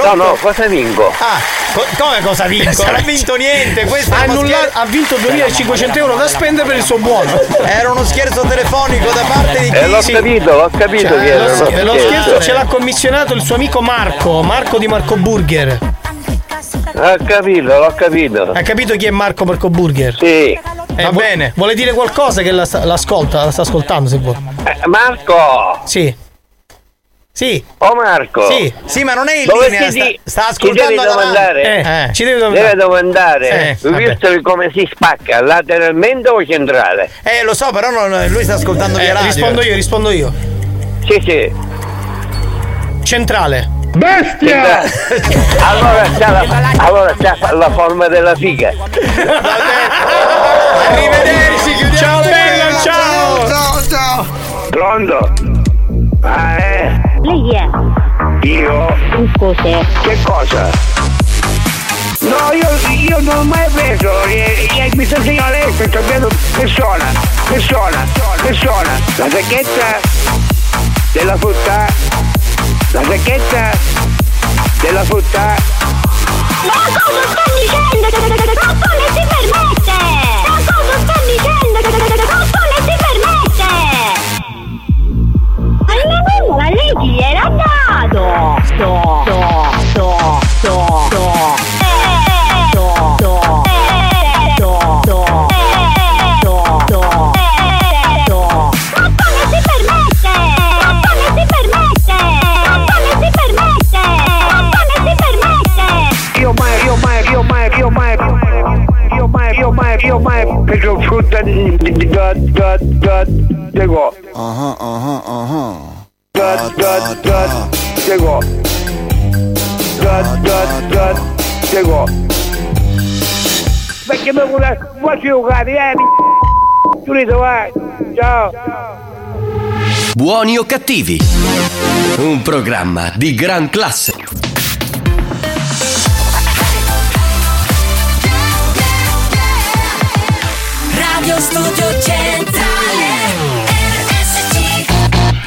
[SPEAKER 36] No, no, cosa vinco?
[SPEAKER 8] Ah, co- come cosa vinco?
[SPEAKER 7] Non ha vinto niente, questo
[SPEAKER 8] Esatto. ha,
[SPEAKER 7] era uno
[SPEAKER 8] annulla-
[SPEAKER 7] scherzo-
[SPEAKER 8] ha vinto 2500 euro da spendere per il suo buono.
[SPEAKER 7] Era uno scherzo telefonico da parte di
[SPEAKER 36] Eh, l'ho
[SPEAKER 7] chi?
[SPEAKER 36] capito, l'ho capito
[SPEAKER 8] Cioè,
[SPEAKER 36] che era
[SPEAKER 8] lo,
[SPEAKER 36] uno
[SPEAKER 8] scher- lo
[SPEAKER 36] scherzo.
[SPEAKER 8] scherzo ce l'ha commissionato il suo amico Marco, Marco di Marco Burger.
[SPEAKER 36] Ho capito, l'ho capito.
[SPEAKER 8] Ha capito chi è Marco Marco Burger?
[SPEAKER 36] Sì.
[SPEAKER 8] Va bene. Vuole dire qualcosa che la sta- l'ascolta, la sta ascoltando se vuole.
[SPEAKER 36] Eh, Marco!
[SPEAKER 8] Sì. Sì.
[SPEAKER 36] Oh Marco.
[SPEAKER 8] Sì.
[SPEAKER 7] Sì, ma non è in
[SPEAKER 36] Dove
[SPEAKER 7] linea,
[SPEAKER 36] ti-
[SPEAKER 7] sta- sta
[SPEAKER 36] ti
[SPEAKER 7] ascoltando
[SPEAKER 36] deve
[SPEAKER 7] alla-
[SPEAKER 36] domandare.
[SPEAKER 7] Eh, eh, ci deve domandare.
[SPEAKER 36] domandare,
[SPEAKER 7] Sì, vabbè.
[SPEAKER 36] visto il come si spacca, lateralmente o centrale?
[SPEAKER 7] Eh, lo so, però non- lui sta ascoltando
[SPEAKER 8] Eh,
[SPEAKER 7] via radio.
[SPEAKER 8] rispondo io, rispondo io.
[SPEAKER 36] Sì, sì.
[SPEAKER 8] Centrale.
[SPEAKER 36] Bestia! allora c'ha la, allora c'ha la forma della figa.
[SPEAKER 5] Arrivederci, chiudiamo. Ciao bella, ciao.
[SPEAKER 36] Ciao, ciao. Pronto? Ah, eh?
[SPEAKER 5] Lei chi è?
[SPEAKER 36] Io?
[SPEAKER 5] Cos'è?
[SPEAKER 36] Che cosa? No, io, io non ho mai preso, eh, eh, mi sono segnato adesso, ci ho preso persona, persona, persona, la sacchetta della frutta, la sacchetta della frutta.
[SPEAKER 5] Ma cosa sta dicendo? Ma come si permette? Ma cosa sta dicendo? Ma come si permette? Ma la mamma, lei chi era andato? Do, do, do, do, do. Do, do, do, do, do, do, do. Ma come si permette? Ma come si permette? Ma come si permette? Ma come si permette?
[SPEAKER 36] Io mai, io mai, io mai, io mai, io mai, io mai, io mai preso frutta di- di- di- da, da, da, da, qua.
[SPEAKER 5] Uh-huh, uh-huh, uh-huh.
[SPEAKER 36] da, da, da, da, qua. Da, da, da, da, qua. Perché mi vuole, vuoi giocare, eh, mi- Giulito, vai, ciao.
[SPEAKER 2] Buoni o cattivi? Un programma di gran classe.
[SPEAKER 6] Radio Studio Centrale RSC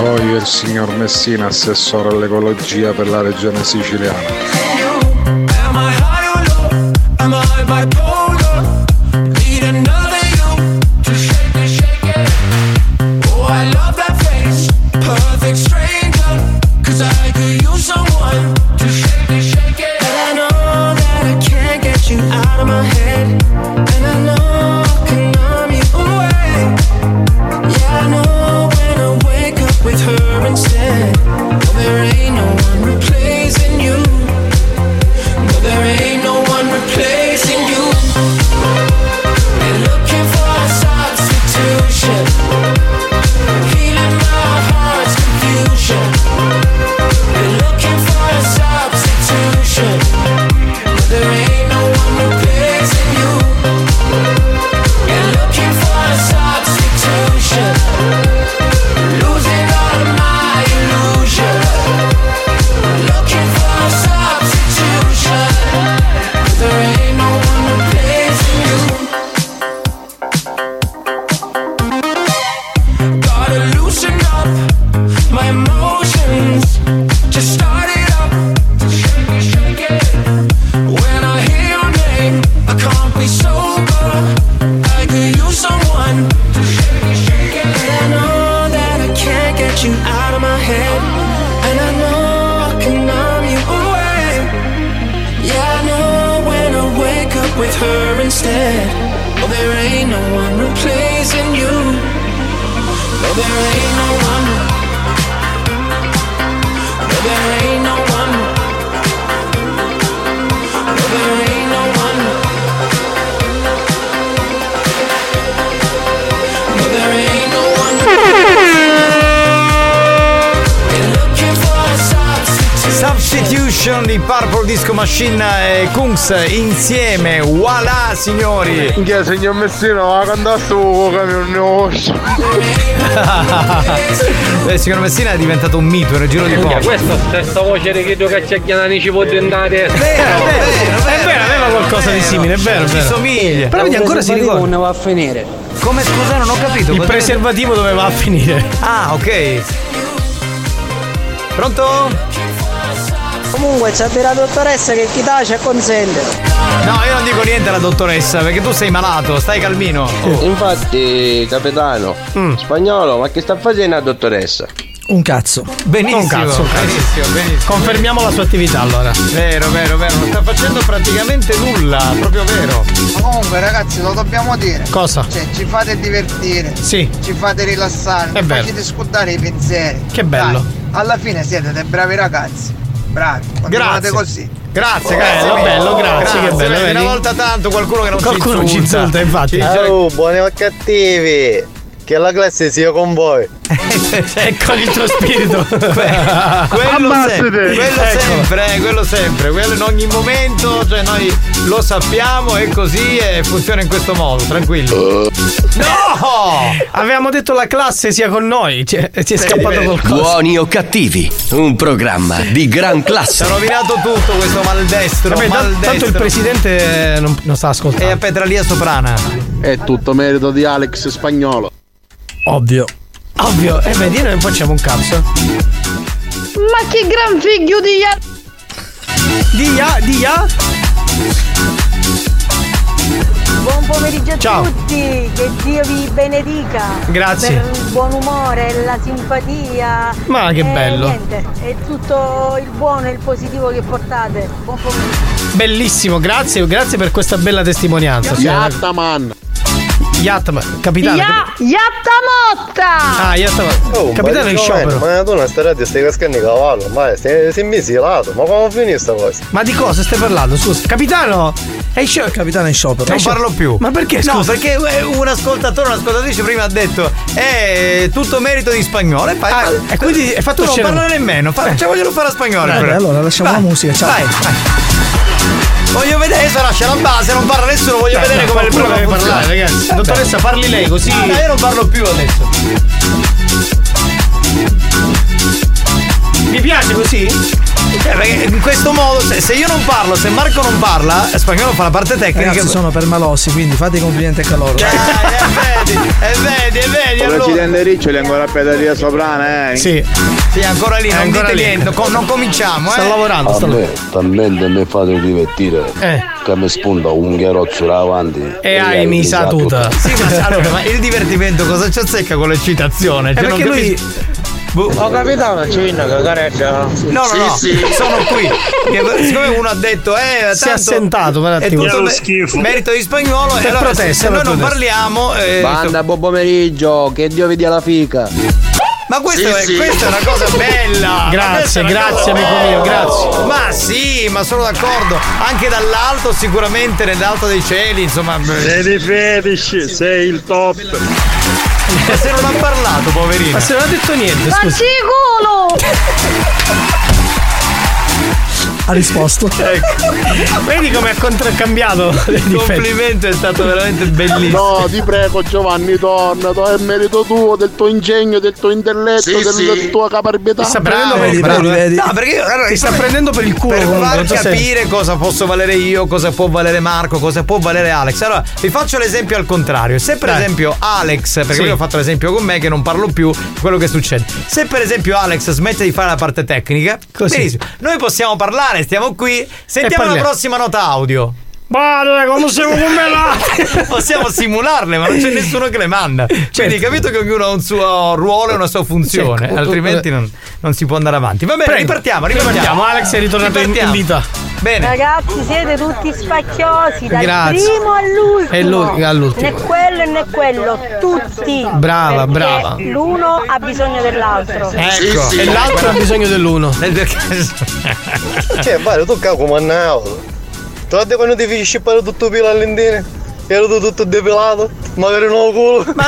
[SPEAKER 52] Voglio il signor Messina, assessore all'ecologia per la regione siciliana.
[SPEAKER 5] Am I high or low? Am I bipolar? Need another you to shake it, shake it. Oh, I love that face, perfect stranger. 'Cause I could use someone to shake it, shake it. And I know that I can't get you out of my head. And I know I can numb you away. Yeah, I know when I wake up with her instead. No, there ain't no one replacing you. No, there ain't no one replacing you. They're looking for a substitution. Healing my heart's confusion. They're looking for a substitution. No, there ain't no one replacing you. They're looking for a substitution. Losing all of my illusions. Looking for a substitution. There ain't no one replacing you. Gotta loosen up my emotions. Just start it up. Shake it, shake it. When I hear your name, I can't be sober. I could use someone to shake it, shake it. And I know that I can't get you out of my head. And I know I can numb you away. Yeah, I know when I wake up with her instead. Oh, there ain't no one replacing you. No, there ain't no one. No, there ain't no one. No, there ain't no one. No, there ain't no one. They're looking for a
[SPEAKER 7] Substitution di Purple Disco Machine e Kungs insieme, voilà signori!
[SPEAKER 52] Minchia, signor Messina, ma quando sto camionoso?
[SPEAKER 7] [LAUGHS] Eh, signor Messina è diventato un mito nel giro di poco.
[SPEAKER 3] Questa stessa voce di Chido Cacciagliana ci può dentare.
[SPEAKER 7] È vero, aveva qualcosa di simile, è vero.
[SPEAKER 3] Ci
[SPEAKER 7] è vero.
[SPEAKER 3] somiglia.
[SPEAKER 7] Però vedi, ancora si ricorda.
[SPEAKER 3] Non
[SPEAKER 7] va a finire. Come scusa, non ho capito.
[SPEAKER 8] Il
[SPEAKER 7] Cosa-
[SPEAKER 8] preservativo dove va a finire?
[SPEAKER 7] Ah, ok. Pronto?
[SPEAKER 31] Comunque c'è della dottoressa che chi tace consente.
[SPEAKER 7] No, io non dico niente alla dottoressa perché tu sei malato, stai calmino.
[SPEAKER 1] Infatti, capitano, spagnolo, ma che sta facendo la dottoressa?
[SPEAKER 48] Mm, Un cazzo.
[SPEAKER 7] Benissimo,
[SPEAKER 48] Un cazzo, un cazzo.
[SPEAKER 7] benissimo, benissimo.
[SPEAKER 8] Confermiamo la sua attività allora.
[SPEAKER 7] Vero, vero, vero, non sta facendo praticamente nulla, proprio vero.
[SPEAKER 14] Ma comunque ragazzi lo dobbiamo dire.
[SPEAKER 7] Cosa?
[SPEAKER 14] Cioè ci fate divertire.
[SPEAKER 7] Sì.
[SPEAKER 14] Ci fate rilassare.
[SPEAKER 7] È
[SPEAKER 14] ci
[SPEAKER 7] vero.
[SPEAKER 14] Facete scudare i pensieri.
[SPEAKER 7] Che bello.
[SPEAKER 14] Dai, alla fine siete dei bravi ragazzi. Bravi. Continuate
[SPEAKER 7] Grazie.
[SPEAKER 14] così.
[SPEAKER 7] Grazie,
[SPEAKER 14] Oh,
[SPEAKER 7] grazie.
[SPEAKER 14] bello,
[SPEAKER 7] mille.
[SPEAKER 14] bello, grazie, che bello,
[SPEAKER 7] vedi,
[SPEAKER 14] vedi?
[SPEAKER 7] Una volta tanto qualcuno che non
[SPEAKER 8] Qualcuno
[SPEAKER 7] ci insulta. Ah,
[SPEAKER 8] infatti.
[SPEAKER 7] Ci dice-
[SPEAKER 51] Oh, buoni o cattivi, che la classe sia con
[SPEAKER 7] [LAUGHS]
[SPEAKER 51] voi.
[SPEAKER 8] Ecco il tuo spirito.
[SPEAKER 7] quello, sempre, quello
[SPEAKER 51] Ecco.
[SPEAKER 7] sempre, eh, quello sempre, quello in ogni momento, cioè noi lo sappiamo, è così e funziona in questo modo, tranquillo. No!
[SPEAKER 8] Avevamo detto la classe sia con noi. Cioè, si è scappato qualcosa.
[SPEAKER 2] Buoni o cattivi, un programma di gran classe.
[SPEAKER 7] Si è rovinato tutto questo maldestro.
[SPEAKER 8] Vabbè, tan-
[SPEAKER 7] maldestro.
[SPEAKER 8] tanto il presidente eh, non, non sta ascoltando.
[SPEAKER 7] E a Petralia Soprana.
[SPEAKER 12] È tutto merito di Alex Spagnolo.
[SPEAKER 48] Ovvio.
[SPEAKER 8] Ovvio, e vedi, noi non facciamo un cazzo.
[SPEAKER 43] Ma che gran figlio di ya-
[SPEAKER 8] Dia, dia.
[SPEAKER 55] Buon pomeriggio a
[SPEAKER 8] Ciao.
[SPEAKER 55] tutti, che Dio vi benedica.
[SPEAKER 8] Grazie.
[SPEAKER 55] Per il buon umore, la simpatia.
[SPEAKER 8] Ma che
[SPEAKER 55] e
[SPEAKER 8] bello.
[SPEAKER 55] Niente, è tutto il buono e il positivo che portate. Buon pomeriggio.
[SPEAKER 8] Bellissimo, grazie, grazie per questa bella testimonianza.
[SPEAKER 12] Yattaman.
[SPEAKER 8] Yattaman, capitano.
[SPEAKER 55] Ya-
[SPEAKER 43] Yattamotta!
[SPEAKER 8] Ah, Yattaman. capitano in sciopero.
[SPEAKER 51] Ma tu non stai radio, stai cascando i cavallo, ma sei, sei misilato, ma come finisce sta cosa?
[SPEAKER 8] Ma di cosa stai parlando? Scusa, capitano! È sciopero.
[SPEAKER 48] Capitano in sciopero.
[SPEAKER 7] Non parlo più.
[SPEAKER 8] Ma perché?
[SPEAKER 7] No,
[SPEAKER 8] Scusa?
[SPEAKER 7] perché eh, un ascoltatore, un'ascoltatrice prima ha detto è tutto merito di spagnolo. E,
[SPEAKER 8] Ah,
[SPEAKER 7] fai-
[SPEAKER 48] e quindi hai fatto
[SPEAKER 7] tu non
[SPEAKER 48] scena-
[SPEAKER 7] parla nemmeno. Fa,
[SPEAKER 48] Eh.
[SPEAKER 7] Facciamoglielo fare a spagnolo.
[SPEAKER 48] Vabbè,
[SPEAKER 7] però.
[SPEAKER 48] allora lasciamo la musica, ciao.
[SPEAKER 7] Vai, vai. Voglio vedere se lascia la base, non parla nessuno, voglio
[SPEAKER 8] Dai,
[SPEAKER 7] vedere
[SPEAKER 8] dai,
[SPEAKER 7] come il
[SPEAKER 8] qualcuno
[SPEAKER 7] programma
[SPEAKER 8] deve
[SPEAKER 7] funziona.
[SPEAKER 8] parlare, ragazzi. Dottoressa, parli lei, così-
[SPEAKER 7] No, io non parlo più adesso.
[SPEAKER 8] Mi piace così?
[SPEAKER 7] Eh, perché in questo modo, se, se io non parlo, se Marco non parla, eh, spagnolo fa la parte tecnica.
[SPEAKER 48] Ragazzi, sono permalossi, quindi fate i complimenti anche a loro.
[SPEAKER 7] E eh, vedi, e vedi, allora.
[SPEAKER 12] Presidente Riccioli è ancora a Pedalia Soprana, eh?
[SPEAKER 8] Sì.
[SPEAKER 7] Sì, ancora lì, non dite niente, co- non cominciamo, eh.
[SPEAKER 12] lavorando,
[SPEAKER 7] sta
[SPEAKER 12] sta lavorando.
[SPEAKER 49] talmente mi fate divertire
[SPEAKER 7] Eh.
[SPEAKER 49] che mi spunta un gherozzo là avanti.
[SPEAKER 7] E hai misa tutta. Sì,
[SPEAKER 8] [LAUGHS]
[SPEAKER 7] ma, allora, ma il divertimento cosa ci azzecca con
[SPEAKER 8] Eh,
[SPEAKER 7] l'eccitazione? Cioè, non
[SPEAKER 51] perché lui-
[SPEAKER 7] capisco. Boh.
[SPEAKER 51] Ho capito una civina cacareccia.
[SPEAKER 7] No, no, no, sono qui. Che- Siccome uno ha detto, eh, tanto
[SPEAKER 8] Si è assentato per un
[SPEAKER 7] è
[SPEAKER 8] attimo.
[SPEAKER 7] tutto
[SPEAKER 8] Lo
[SPEAKER 7] me-
[SPEAKER 8] schifo.
[SPEAKER 7] merito di spagnolo.
[SPEAKER 8] Per
[SPEAKER 7] e allora,
[SPEAKER 8] protesta,
[SPEAKER 7] se noi
[SPEAKER 8] per
[SPEAKER 7] non
[SPEAKER 8] protesta.
[SPEAKER 7] parliamo, eh,
[SPEAKER 49] Banda, buon pomeriggio, che Dio vi dia la fica.
[SPEAKER 7] Ma questo
[SPEAKER 49] Sì,
[SPEAKER 7] è,
[SPEAKER 49] sì.
[SPEAKER 7] questa è una
[SPEAKER 49] [LAUGHS]
[SPEAKER 7] cosa bella!
[SPEAKER 49] Grazie,
[SPEAKER 7] Ma questa è una
[SPEAKER 49] grazie,
[SPEAKER 7] cosa
[SPEAKER 49] amico
[SPEAKER 7] bella.
[SPEAKER 49] mio, grazie.
[SPEAKER 7] Ma sì, ma sono d'accordo. Anche dall'alto, sicuramente nell'alto dei cieli, insomma.
[SPEAKER 9] Sei di fetici, sei il top.
[SPEAKER 7] Ma se non ha parlato, poverino.
[SPEAKER 8] Ma se non ha detto
[SPEAKER 7] Eh,
[SPEAKER 8] niente, scusa.
[SPEAKER 48] Ha risposto.
[SPEAKER 8] [LAUGHS] Vedi come ha contraccambiato.
[SPEAKER 7] Complimento, è stato veramente bellissimo.
[SPEAKER 12] No, ti prego Giovanni, torna, to- è merito tuo, del tuo ingegno, del tuo intelletto,
[SPEAKER 7] Sì,
[SPEAKER 12] del-
[SPEAKER 7] sì.
[SPEAKER 12] della tua caparbietà.
[SPEAKER 7] No, perché io- allora,
[SPEAKER 12] ti sta
[SPEAKER 7] per-
[SPEAKER 12] prendendo eh. per il culo,
[SPEAKER 7] Per
[SPEAKER 12] comunque,
[SPEAKER 7] far
[SPEAKER 12] non so se-
[SPEAKER 7] capire cosa posso valere io, cosa può valere Marco, cosa può valere Alex. Allora, vi faccio l'esempio al contrario. Se per
[SPEAKER 8] Dai.
[SPEAKER 7] esempio Alex, perché
[SPEAKER 8] Eh. Sì.
[SPEAKER 7] io ho fatto l'esempio con me che non parlo più, quello che succede. Se per esempio Alex smette di fare la parte tecnica,
[SPEAKER 8] Così.
[SPEAKER 7] benissimo. Noi possiamo parlare, stiamo qui. Sentiamo la
[SPEAKER 8] parliamo.
[SPEAKER 7] prossima nota
[SPEAKER 8] [LAUGHS]
[SPEAKER 7] audio.
[SPEAKER 8] Guarda come siamo combinati.
[SPEAKER 7] Possiamo simularle, ma non c'è nessuno che le manda. Cioè, hai capito che ognuno ha un suo ruolo e una sua funzione,
[SPEAKER 8] Certo. Sì, ecco.
[SPEAKER 7] altrimenti non, non si può andare avanti. Va bene,
[SPEAKER 8] Prego.
[SPEAKER 7] ripartiamo, ripartiamo.
[SPEAKER 8] Ripartiamo, Alex è ritornato in- in
[SPEAKER 7] Ripartiamo.
[SPEAKER 8] vita.
[SPEAKER 7] Bene.
[SPEAKER 55] Ragazzi siete tutti spacchiosi, dal
[SPEAKER 8] Grazie.
[SPEAKER 55] primo all'ultimo.
[SPEAKER 8] E l'ul- all'ultimo.
[SPEAKER 55] Né quello né quello, tutti.
[SPEAKER 8] Brava,
[SPEAKER 55] Perché
[SPEAKER 8] brava.
[SPEAKER 55] L'uno ha bisogno dell'altro.
[SPEAKER 8] Ecco. e l'altro ha bisogno dell'uno.
[SPEAKER 51] Cioè, vale, tu capo mannavo. Trovate quando ti finisci per tutto pilo all'indine? Ero tu tutto depilato, magari un nuovo culo.
[SPEAKER 7] Ma...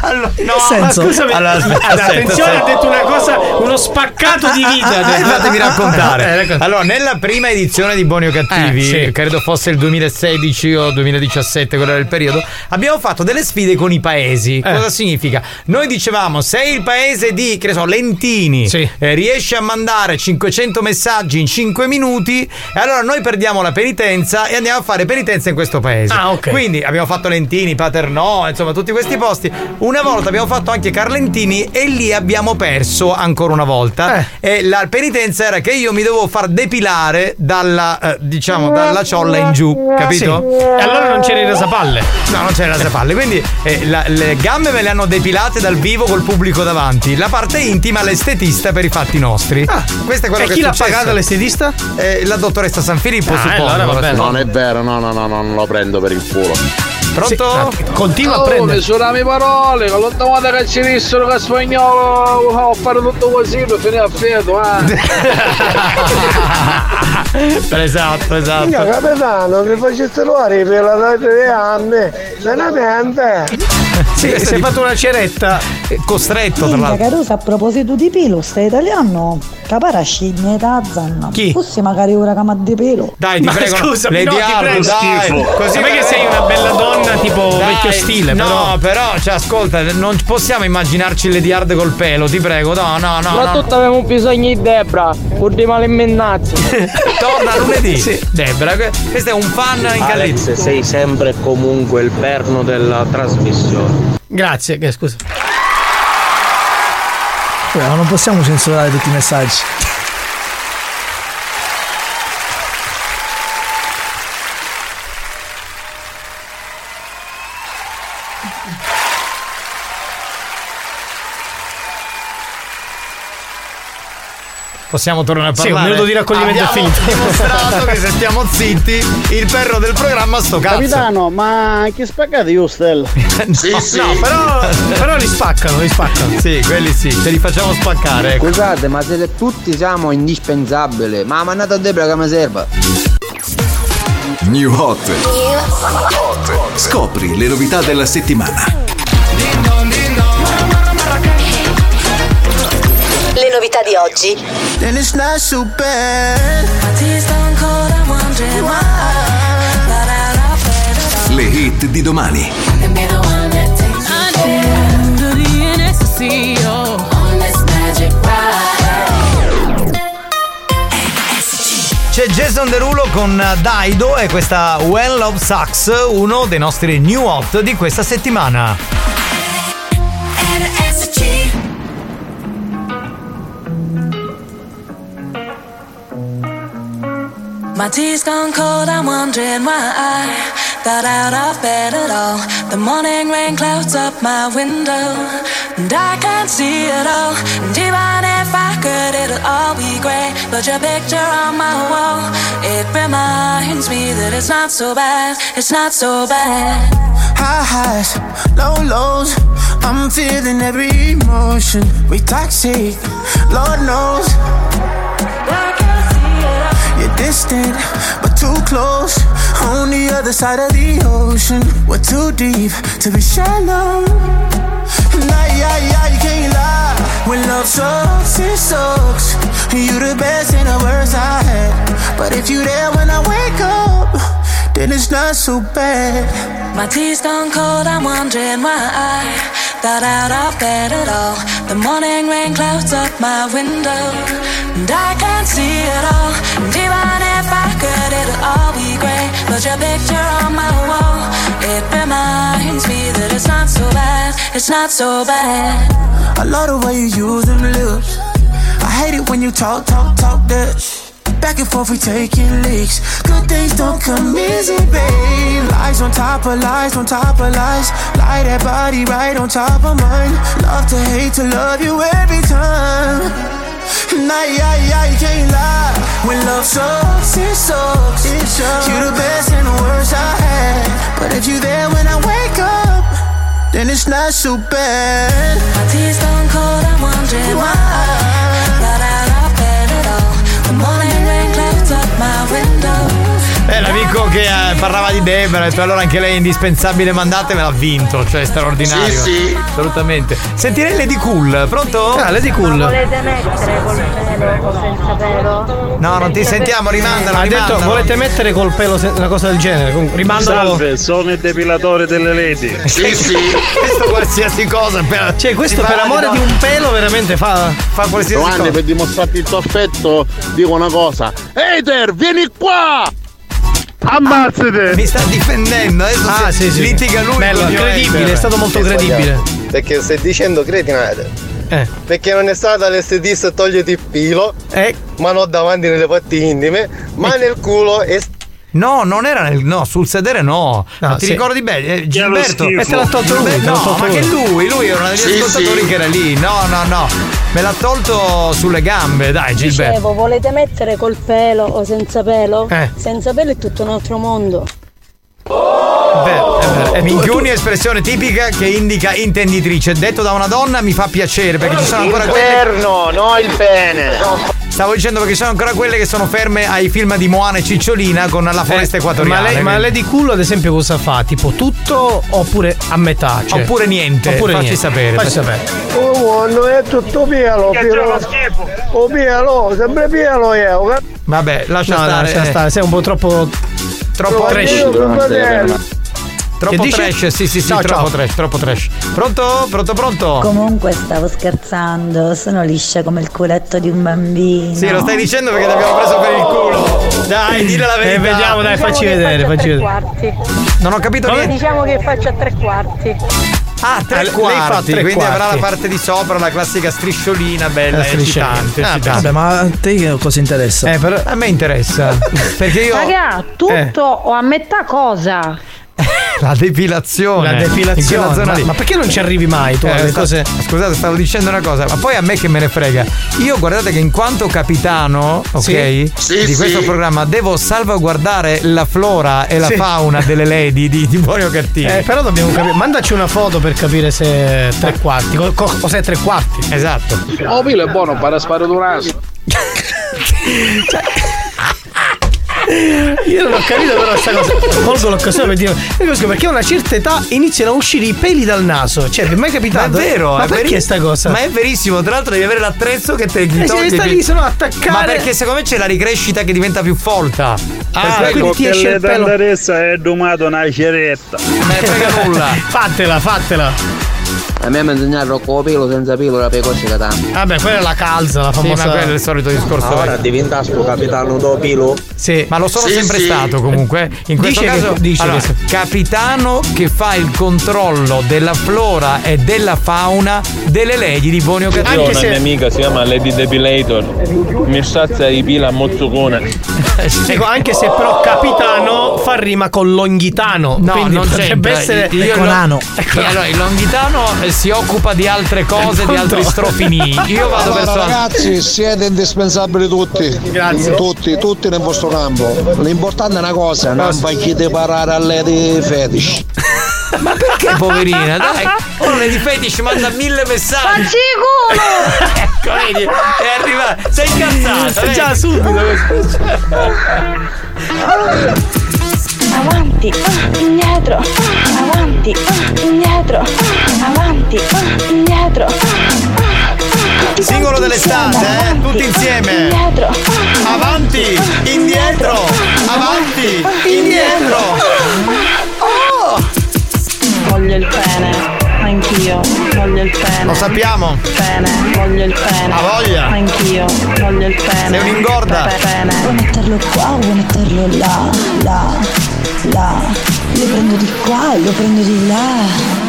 [SPEAKER 7] allora,
[SPEAKER 8] No, ma scusami.
[SPEAKER 7] Allora, aspetta,
[SPEAKER 8] Allora, attenzione,
[SPEAKER 7] aspetta.
[SPEAKER 8] ha detto una cosa, uno spaccato di vita. ha
[SPEAKER 7] Ah,
[SPEAKER 8] detto.
[SPEAKER 7] fatemi
[SPEAKER 8] Eh,
[SPEAKER 7] raccontare.
[SPEAKER 8] racconta.
[SPEAKER 7] Allora, nella prima edizione di Buoni o Cattivi,
[SPEAKER 8] Eh, sì.
[SPEAKER 7] credo fosse il 2016 o 2017, quello era il periodo, abbiamo fatto delle sfide con i
[SPEAKER 8] Eh.
[SPEAKER 7] paesi. Cosa significa? Noi dicevamo, se il paese di, che ne so, Lentini eh, riesce a mandare 500 messaggi in 5 minuti, e allora noi perdiamo la penitenza e andiamo a fare penitenza in questo paese.
[SPEAKER 8] Ah, ok.
[SPEAKER 7] Quindi abbiamo fatto Lentini, Paternò, insomma, tutti questi posti. Una volta abbiamo fatto anche Carlentini e lì abbiamo perso ancora una volta.
[SPEAKER 8] Eh.
[SPEAKER 7] E la penitenza era che io mi dovevo far depilare dalla, eh, diciamo, dalla ciolla in giù, capito?
[SPEAKER 8] Sì. E allora non c'era il rasapalle.
[SPEAKER 7] No, non c'era il rasapalle. Quindi eh, la- le gambe me le hanno depilate dal vivo col pubblico davanti. La parte intima l'estetista per i fatti nostri. Ah, questo è quello
[SPEAKER 8] Eh, E
[SPEAKER 7] che
[SPEAKER 8] chi
[SPEAKER 7] è
[SPEAKER 8] l'ha
[SPEAKER 7] successo.
[SPEAKER 8] pagato l'estetista?
[SPEAKER 7] Eh, la dottoressa San
[SPEAKER 12] Eh,
[SPEAKER 8] Ah,
[SPEAKER 7] Filippo,
[SPEAKER 8] eh,
[SPEAKER 7] suppongo.
[SPEAKER 56] Non è vero, no, no, no, no, non lo prendo per il culo.
[SPEAKER 7] Pronto?
[SPEAKER 8] continua
[SPEAKER 56] a prendere.
[SPEAKER 4] sono le mie parole, con l'ultima volta che ci dissero che spagnolo oh, ho fatto tutto così per finire a eh.
[SPEAKER 7] [LAUGHS]
[SPEAKER 4] feto,
[SPEAKER 7] [LAUGHS] esatto, esatto.
[SPEAKER 9] Signor capitano, che faceste l'ore per la data di anni, veramente.
[SPEAKER 7] Sì, si è fatto una ceretta eh, costretto tra
[SPEAKER 1] Minchia,
[SPEAKER 7] l'altro.
[SPEAKER 1] Caruso, a proposito di pelo, stai italiano? Capara sceglie Tazzan.
[SPEAKER 7] Chi?
[SPEAKER 1] Fossi magari ora che di pelo.
[SPEAKER 7] Dai, ti
[SPEAKER 1] Ma
[SPEAKER 7] prego.
[SPEAKER 1] scusami,
[SPEAKER 7] Lady
[SPEAKER 1] no, ti
[SPEAKER 7] Hard,
[SPEAKER 1] prego.
[SPEAKER 7] dai.
[SPEAKER 1] Schifo.
[SPEAKER 7] Così
[SPEAKER 8] Com'è che sei una bella donna, tipo, vecchio stile,
[SPEAKER 7] No,
[SPEAKER 8] però?
[SPEAKER 7] cioè, ascolta, non possiamo immaginarci Lady Hard col pelo, ti prego. No, no, no. no.
[SPEAKER 4] Soprattutto avevamo bisogno di Debra, pur di male mennazzo.
[SPEAKER 7] [LAUGHS] Torna lunedì. Debra, que- questo è un fan incallito.
[SPEAKER 57] Alex, sei sempre e comunque il perno della trasmissione.
[SPEAKER 8] Grazie, eh, scusa.
[SPEAKER 58] Scusa, ma non possiamo censurare tutti i messaggi.
[SPEAKER 7] Possiamo tornare a
[SPEAKER 8] Sì,
[SPEAKER 7] parlare.
[SPEAKER 8] un minuto di raccoglimento è
[SPEAKER 7] Abbiamo
[SPEAKER 8] finito.
[SPEAKER 7] dimostrato che se stiamo zitti, il perro del programma sto cazzo.
[SPEAKER 59] Capitano, ma che spaccate io Stel?
[SPEAKER 7] [LAUGHS] no, no, però, però li spaccano, li spaccano. Sì, quelli sì, ce li facciamo spaccare. ecco.
[SPEAKER 60] Scusate, ma se tutti siamo indispensabili, ma mannata a Debra che mi serve.
[SPEAKER 20] New Hot. Scopri le novità della settimana.
[SPEAKER 23] [LAUGHS] Le novità di oggi.
[SPEAKER 20] Le hit di domani.
[SPEAKER 7] C'è Jason Derulo con eh, Daido e questa Well of Sucks, uno dei nostri new hot di questa settimana.
[SPEAKER 23] My tea's gone cold, I'm wondering why I got out of bed at all. The morning rain clouds up my window, and I can't see it all. And even if I could, it'll all be grey. But your picture on my wall, it reminds me that it's not so bad, it's not so bad.
[SPEAKER 5] High highs, low lows. I'm feeling every emotion. We toxic, Lord knows. You're distant, but too close. On the other side of the ocean, we're too deep to be shallow. Nah, yeah, yeah, you can't lie. When love sucks, it sucks. You the best and the worst I had. But if you there when I wake up, then it's not so bad.
[SPEAKER 23] My tea's gone cold, I'm wondering why I got out of bed at all. The morning rain clouds up my window, and I can't see it all. And even if I could, it'll all be grey. But your picture on my wall, it reminds me that it's not so bad, it's not so bad.
[SPEAKER 5] I love the way you use them lips. I hate it when you talk, talk, talk that. sh- Back and forth, we taking leaks. Good things don't come easy, babe. Lies on top of lies, on top of lies. Lie that body right on top of mine. Love to hate to love you every time. Nah, yeah, yeah, you can't lie. When love sucks, it sucks. It sucks. You the best and the worst I had. But if you there when I wake up, then it's not so bad.
[SPEAKER 23] My tea's gone cold, I'm wondering why I got out of bed at all. The morning rain clouds up my window.
[SPEAKER 7] Eh, l'amico che eh, parlava di Debra, ha detto allora anche lei è indispensabile, mandatemela, ha vinto, cioè è straordinario.
[SPEAKER 23] Sì, sì.
[SPEAKER 7] Assolutamente. Sentirei Lady Cool, pronto? Ah, Lady
[SPEAKER 3] Volete mettere col pelo o senza pelo?
[SPEAKER 7] No, non ti sentiamo, rimandala.
[SPEAKER 8] Ha detto volete mettere col pelo se- una cosa del genere? Comunque, rimandalo.
[SPEAKER 61] Salve, sono il depilatore delle lady.
[SPEAKER 7] Sì, sì. questo qualsiasi cosa. Per...
[SPEAKER 8] Cioè, questo per amore di un pelo veramente fa,
[SPEAKER 7] fa qualsiasi
[SPEAKER 12] Giovanni, per dimostrarti il tuo affetto, dico una cosa. Eiter, vieni qua! Ammazzate!
[SPEAKER 7] Mi sta difendendo, eh, adesso
[SPEAKER 8] Ah,
[SPEAKER 7] si-
[SPEAKER 8] sì, sì.
[SPEAKER 7] litiga lui.
[SPEAKER 8] Bello,
[SPEAKER 7] con Llorente.
[SPEAKER 8] credibile, è stato molto
[SPEAKER 12] Sì,
[SPEAKER 8] credibile.
[SPEAKER 12] sbagliato. Perché stai dicendo cretinate.
[SPEAKER 8] Eh.
[SPEAKER 12] Perché non è stata l'estetista togliti il pilo, ma non davanti nelle parti intime, ma nel culo e
[SPEAKER 7] Ecco. No, non era nel. No, sul sedere no. Ma ti
[SPEAKER 12] sì.
[SPEAKER 7] ricordi bene? Eh,
[SPEAKER 12] Che era lo
[SPEAKER 7] Gilberto.
[SPEAKER 12] schifo. E te l'ha tolto lui,
[SPEAKER 7] Beh,
[SPEAKER 12] te l'ha
[SPEAKER 7] No,
[SPEAKER 12] tolto
[SPEAKER 7] ma
[SPEAKER 12] lui.
[SPEAKER 7] che lui, lui era uno degli
[SPEAKER 12] Sì,
[SPEAKER 7] ascoltatori
[SPEAKER 12] sì.
[SPEAKER 7] che era lì. No, no, no. Me l'ha tolto sulle gambe, dai, Gilberto.
[SPEAKER 3] Dicevo, volete mettere col pelo o senza pelo?
[SPEAKER 7] Eh.
[SPEAKER 3] Senza pelo è tutto un altro mondo.
[SPEAKER 12] Oh.
[SPEAKER 7] Eh, Minchioni è espressione tipica che indica intenditrice. Detto da una donna mi fa piacere perché ci sono ancora quelle.
[SPEAKER 62] Inferno, no il bene.
[SPEAKER 7] Stavo dicendo perché ci sono ancora quelle che sono ferme ai film di Moana e Cicciolina con la foresta
[SPEAKER 8] Eh,
[SPEAKER 7] equatoriale.
[SPEAKER 8] Ma lei, ma
[SPEAKER 7] quindi-
[SPEAKER 8] lei di culo, ad esempio, cosa fa? Tipo tutto oppure a metà? Cioè.
[SPEAKER 7] Oppure niente,
[SPEAKER 8] Oppure
[SPEAKER 7] facci
[SPEAKER 8] niente.
[SPEAKER 7] sapere,
[SPEAKER 8] Facci
[SPEAKER 7] facci-
[SPEAKER 8] sapere.
[SPEAKER 63] Oh, buono, è tutto pielo, pielo. Oh, pielo, sempre pielo io. eh.
[SPEAKER 7] Vabbè, lascia
[SPEAKER 8] No, no,
[SPEAKER 7] stare.
[SPEAKER 8] lascia
[SPEAKER 7] eh.
[SPEAKER 8] stare, sei un po' troppo.
[SPEAKER 7] Troppo
[SPEAKER 8] Lo
[SPEAKER 7] trash.
[SPEAKER 8] addio, mio fratello.
[SPEAKER 7] Troppo
[SPEAKER 8] Che dici?
[SPEAKER 7] trash, sì, sì, sì,
[SPEAKER 8] Ciao,
[SPEAKER 7] troppo
[SPEAKER 8] ciao.
[SPEAKER 7] trash, troppo trash. Pronto? Pronto, pronto?
[SPEAKER 1] Comunque stavo scherzando, sono liscia come il culetto di un bambino.
[SPEAKER 7] Sì, lo stai dicendo perché ti abbiamo preso per il culo.
[SPEAKER 8] [LAUGHS]
[SPEAKER 7] Dai, dile la
[SPEAKER 8] Eh,
[SPEAKER 7] verità.
[SPEAKER 8] vediamo, dai, facci
[SPEAKER 3] Diciamo che
[SPEAKER 8] vedere,
[SPEAKER 3] faccio a
[SPEAKER 8] facci
[SPEAKER 3] tre
[SPEAKER 8] vedere.
[SPEAKER 3] quarti.
[SPEAKER 7] Non ho capito
[SPEAKER 3] Come
[SPEAKER 7] niente.
[SPEAKER 3] Diciamo che faccio a tre quarti.
[SPEAKER 7] Ah,
[SPEAKER 8] Ah,
[SPEAKER 7] tre
[SPEAKER 8] lei fa
[SPEAKER 7] quarti,
[SPEAKER 8] tre
[SPEAKER 7] quindi avrà
[SPEAKER 8] quarti.
[SPEAKER 7] la parte di sopra, la classica strisciolina bella,
[SPEAKER 64] La striscia.
[SPEAKER 7] eccitante.
[SPEAKER 64] Ah, vabbè,
[SPEAKER 7] eccitante.
[SPEAKER 64] ma a te che cosa interessa?
[SPEAKER 8] Eh, però
[SPEAKER 7] a me interessa. perché io. Eh.
[SPEAKER 6] Raga, tutto o a metà cosa?
[SPEAKER 7] La depilazione.
[SPEAKER 8] La depilazione.
[SPEAKER 7] In quella zona
[SPEAKER 8] Ma-
[SPEAKER 7] lì.
[SPEAKER 8] ma perché non ci arrivi mai tu
[SPEAKER 7] Eh,
[SPEAKER 8] alle
[SPEAKER 7] sta-
[SPEAKER 8] cose-
[SPEAKER 7] Scusate, stavo dicendo una cosa, ma poi a me che me ne frega. Io guardate che in quanto capitano, ok,
[SPEAKER 8] Sì. Sì,
[SPEAKER 7] di
[SPEAKER 8] sì.
[SPEAKER 7] questo programma devo salvaguardare la flora e la
[SPEAKER 8] Sì.
[SPEAKER 7] fauna delle lady di, di Buoni o Cattivi.
[SPEAKER 8] [LAUGHS] Eh, però dobbiamo capire. Mandaci una foto per capire se è tre quarti. Co- co- cos'è tre quarti?
[SPEAKER 7] Esatto.
[SPEAKER 65] Oh, Pilo è buono, para sparo d'un asso.
[SPEAKER 8] [LAUGHS] Io non ho capito però sta cosa. Colgo l'occasione per dire. e questo Perché a una certa età iniziano a uscire i peli dal naso. Cioè, vi è mai
[SPEAKER 7] Ma è
[SPEAKER 8] capitato?
[SPEAKER 7] vero,
[SPEAKER 8] Ma
[SPEAKER 7] è
[SPEAKER 8] perché
[SPEAKER 7] veri-
[SPEAKER 8] sta cosa?
[SPEAKER 7] Ma è verissimo, tra l'altro devi avere l'attrezzo che te li
[SPEAKER 8] Eh sì,
[SPEAKER 7] toglie.
[SPEAKER 8] sta lì, se no attaccare-
[SPEAKER 7] Ma perché secondo me c'è la ricrescita che diventa più folta.
[SPEAKER 9] Ah,
[SPEAKER 7] Per cui
[SPEAKER 9] ecco, che le dandaressa è domato una ceretta.
[SPEAKER 7] nulla.
[SPEAKER 8] fatela, fatela.
[SPEAKER 66] A me mi insegnarono con pelo senza pelo la pecoce che tanto.
[SPEAKER 8] Vabbè, quella è la calza, la
[SPEAKER 66] Sì,
[SPEAKER 8] famosa.
[SPEAKER 66] ma quello è il
[SPEAKER 7] solito discorso.
[SPEAKER 54] Ora diventa sto capitano Dopilo.
[SPEAKER 8] Sì.
[SPEAKER 7] Ma lo sono
[SPEAKER 54] Sì,
[SPEAKER 7] sempre
[SPEAKER 54] sì.
[SPEAKER 7] stato comunque. eh. In questo
[SPEAKER 54] Dice che-
[SPEAKER 7] caso,
[SPEAKER 54] dice
[SPEAKER 7] allora, [LAUGHS]
[SPEAKER 54] che-
[SPEAKER 7] capitano che fa il controllo della flora e della fauna delle leggi di Bonio
[SPEAKER 54] Io ho
[SPEAKER 7] Cattivo.
[SPEAKER 54] una mia amica, si chiama Lady Depilator. Mi sazza di pila a mozzocone.
[SPEAKER 8] Dico, Ecco, anche se però capitano fa rima con longhitano.
[SPEAKER 7] No,
[SPEAKER 8] quindi
[SPEAKER 7] non
[SPEAKER 8] potrebbe
[SPEAKER 7] c'entra.
[SPEAKER 8] essere
[SPEAKER 7] Io- io
[SPEAKER 8] Ecco,
[SPEAKER 7] lo-
[SPEAKER 8] nano.
[SPEAKER 7] Ecco, allora, il Longhitano eh, si occupa di altre cose, di altri strofini. Io vado
[SPEAKER 4] Allora,
[SPEAKER 7] verso.
[SPEAKER 4] Ragazzi, siete indispensabili tutti.
[SPEAKER 8] Grazie.
[SPEAKER 4] Tutti, tutti nel vostro campo. L'importante è una cosa, non facciate parare a lei di fetish.
[SPEAKER 7] [LAUGHS] Ma perché poverina? Eh, Dai, uno le difetti ci manda mille messaggi.
[SPEAKER 6] Facci culo!
[SPEAKER 7] [LAUGHS] ecco, vedi, è arrivato. Sei incazzata. vedi?
[SPEAKER 8] Già subito.
[SPEAKER 6] Avanti, ah, indietro, ah, avanti, ah, indietro, ah, avanti, ah, indietro.
[SPEAKER 7] Singolo dell'estate, eh? Tutti insieme. Avanti, indietro, avanti, indietro.
[SPEAKER 6] Oh! Voglio il pene, anch'io, voglio il pene.
[SPEAKER 7] Lo sappiamo.
[SPEAKER 6] Pene, voglio il pene.
[SPEAKER 7] Ha voglia.
[SPEAKER 6] Anch'io, voglio il pene.
[SPEAKER 7] Sei un'ingorda.
[SPEAKER 6] Pe- Pene.
[SPEAKER 1] Vuoi metterlo qua o vuoi metterlo là, là, là? Lo prendo di qua, lo prendo di là.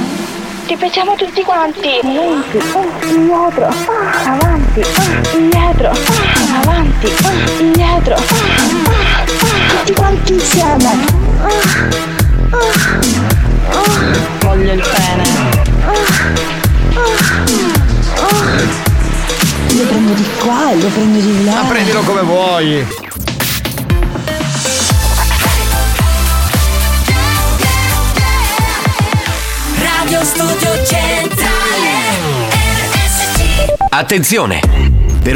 [SPEAKER 6] Ti piacciamo tutti quanti. Avanti, ah, indietro, ah, avanti, ah, indietro, ah, avanti, ah, indietro. ah, ah, ah, Tutti quanti insieme. Ah, ah, ah. Voglio il pene.
[SPEAKER 1] Lo prendo di qua, lo prendo di là.
[SPEAKER 7] Ma prendilo come vuoi.
[SPEAKER 67] Radio Studio Centrale RSC
[SPEAKER 2] Attenzione! Per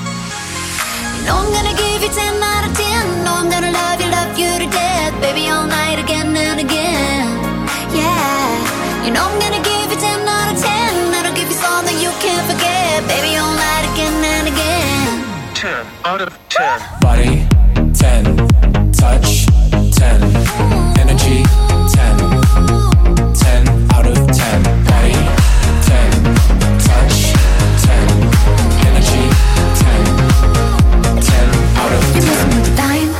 [SPEAKER 5] And I'm gonna give you 10 out of 10. No, I'm gonna love you, love you to death. Baby, all night again and again. Yeah. You know I'm gonna give you 10 out of 10. That'll give you all
[SPEAKER 68] 10, out of 10. Body 10, touch 10, energy 10, 10 out of 10. Body 10, touch 10, energy 10, 10 out of 10.
[SPEAKER 5] Dime,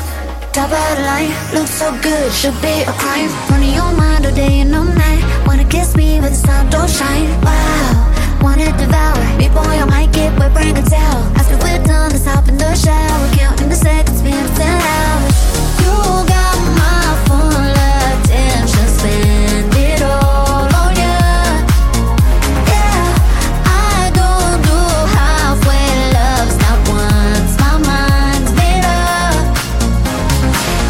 [SPEAKER 5] top of the line, looks so good, should be a crime. Running your mind all day and all night. Wanna kiss me, but the sun don't shine. Wow, wanna devour. Me boy, I might get wet, bring a towel. After we're done, let's hop in the shower. Counting the seconds, been ten hours. You got my full attention, spend it all on ya. Yeah, I don't do halfway loves, not once. My mind's made up.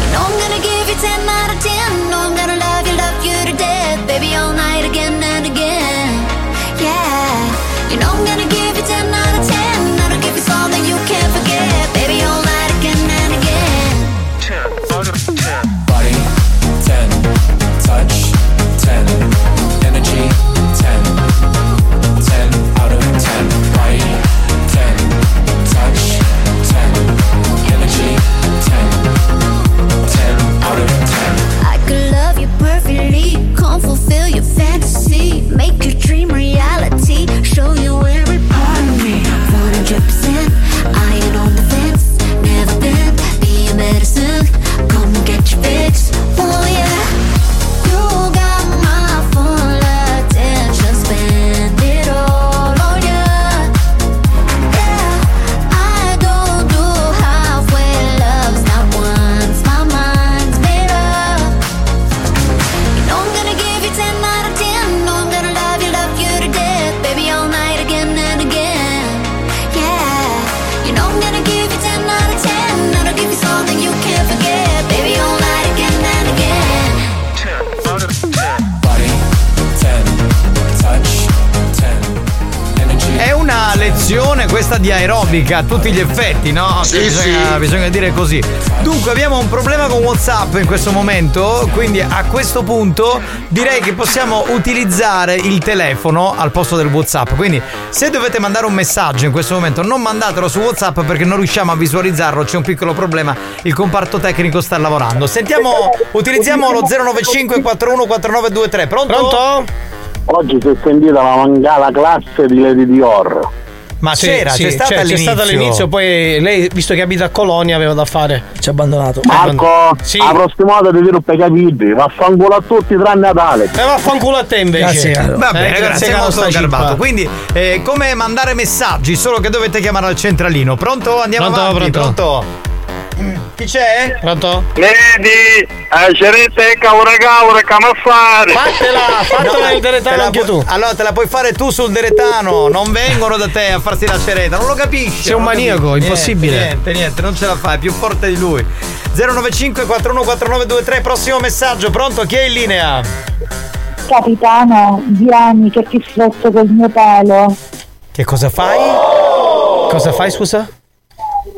[SPEAKER 69] And
[SPEAKER 5] I'm gonna give you 10 out of 10. No, I'm gonna love you, love you to death, baby, all night again and again. Yeah, you know I'm gonna give you 10 out of 10. I'll give you something you can't forget, baby, all night again and again.
[SPEAKER 68] 10 out of 10. Body 10, touch 10, energy 10, 10 out of 10. Body 10, touch 10, energy 10, 10 out of 10.
[SPEAKER 5] I could love you perfectly, come fulfill your fantasy, make your dream reality, show you every part of me. 100%, I ain't on the fence, never been, be a medicine, come and get your fix. Oh yeah, you got my full attention, spend it all on ya. Yeah, I don't do halfway loves, not once, my mind's made up. And I'm gonna give you 10 out of 10. No, I'm gonna love you, love you to death, baby, all night again and again. Yeah, you know I'm gonna give you 10 out of 10. That'll give you something you can't forget, baby, all night again and again.
[SPEAKER 68] Out of 10. Body 10, touch 10, energy
[SPEAKER 7] È una lezione questa di aerobica a tutti gli effetti, no? Cioè,
[SPEAKER 68] Sì,
[SPEAKER 7] bisogna,
[SPEAKER 68] sì.
[SPEAKER 7] bisogna dire così. Dunque abbiamo un problema con Whatsapp in questo momento, quindi a questo punto direi che possiamo utilizzare il telefono al posto del Whatsapp. Quindi se dovete mandare un messaggio in questo momento non mandatelo su Whatsapp perché non riusciamo a visualizzarlo, c'è un piccolo problema, il comparto tecnico sta lavorando. Sentiamo, utilizziamo lo 095 41 4923, pronto? Pronto?
[SPEAKER 12] Oggi si è sentita la mangala classe di Lady Dior.
[SPEAKER 7] Ma
[SPEAKER 8] Sì,
[SPEAKER 7] c'era,
[SPEAKER 8] sì,
[SPEAKER 7] c'è stata
[SPEAKER 8] cioè,
[SPEAKER 7] all'inizio.
[SPEAKER 8] C'è stata all'inizio, poi lei, visto che abita a Colonia, aveva da fare. Ci ha abbandonato.
[SPEAKER 12] Marco,
[SPEAKER 8] Sì.
[SPEAKER 12] la prossima volta ti tiro per capirvi, vaffanculo a tutti tranne ad Alex.
[SPEAKER 8] E Eh, vaffanculo a te invece. Eh,
[SPEAKER 7] Va bene, grazie,
[SPEAKER 8] che
[SPEAKER 7] molto
[SPEAKER 8] sta
[SPEAKER 7] garbato.
[SPEAKER 8] cippa.
[SPEAKER 7] Quindi, eh, come mandare messaggi, solo che dovete chiamare al centralino. Pronto? Andiamo
[SPEAKER 8] Pronto,
[SPEAKER 7] avanti.
[SPEAKER 8] pronto.
[SPEAKER 7] Chi c'è?
[SPEAKER 8] Pronto?
[SPEAKER 12] Lady, acerete cavolo cavolo, come fare?
[SPEAKER 8] Fatela, fatela il deretano anche
[SPEAKER 7] tu. Allora, te la puoi fare tu sul deretano. Non vengono da te a farsi la cereta, non lo capisci.
[SPEAKER 8] Sei un
[SPEAKER 7] non lo
[SPEAKER 8] maniaco,
[SPEAKER 7] capisci.
[SPEAKER 8] impossibile.
[SPEAKER 7] Niente, niente, niente, non ce la fai, è più forte di lui. 095 414923, prossimo messaggio, pronto? Chi è in linea?
[SPEAKER 6] Capitano, vieni che ti flotto col mio pelo.
[SPEAKER 8] Che cosa fai? Cosa fai, scusa?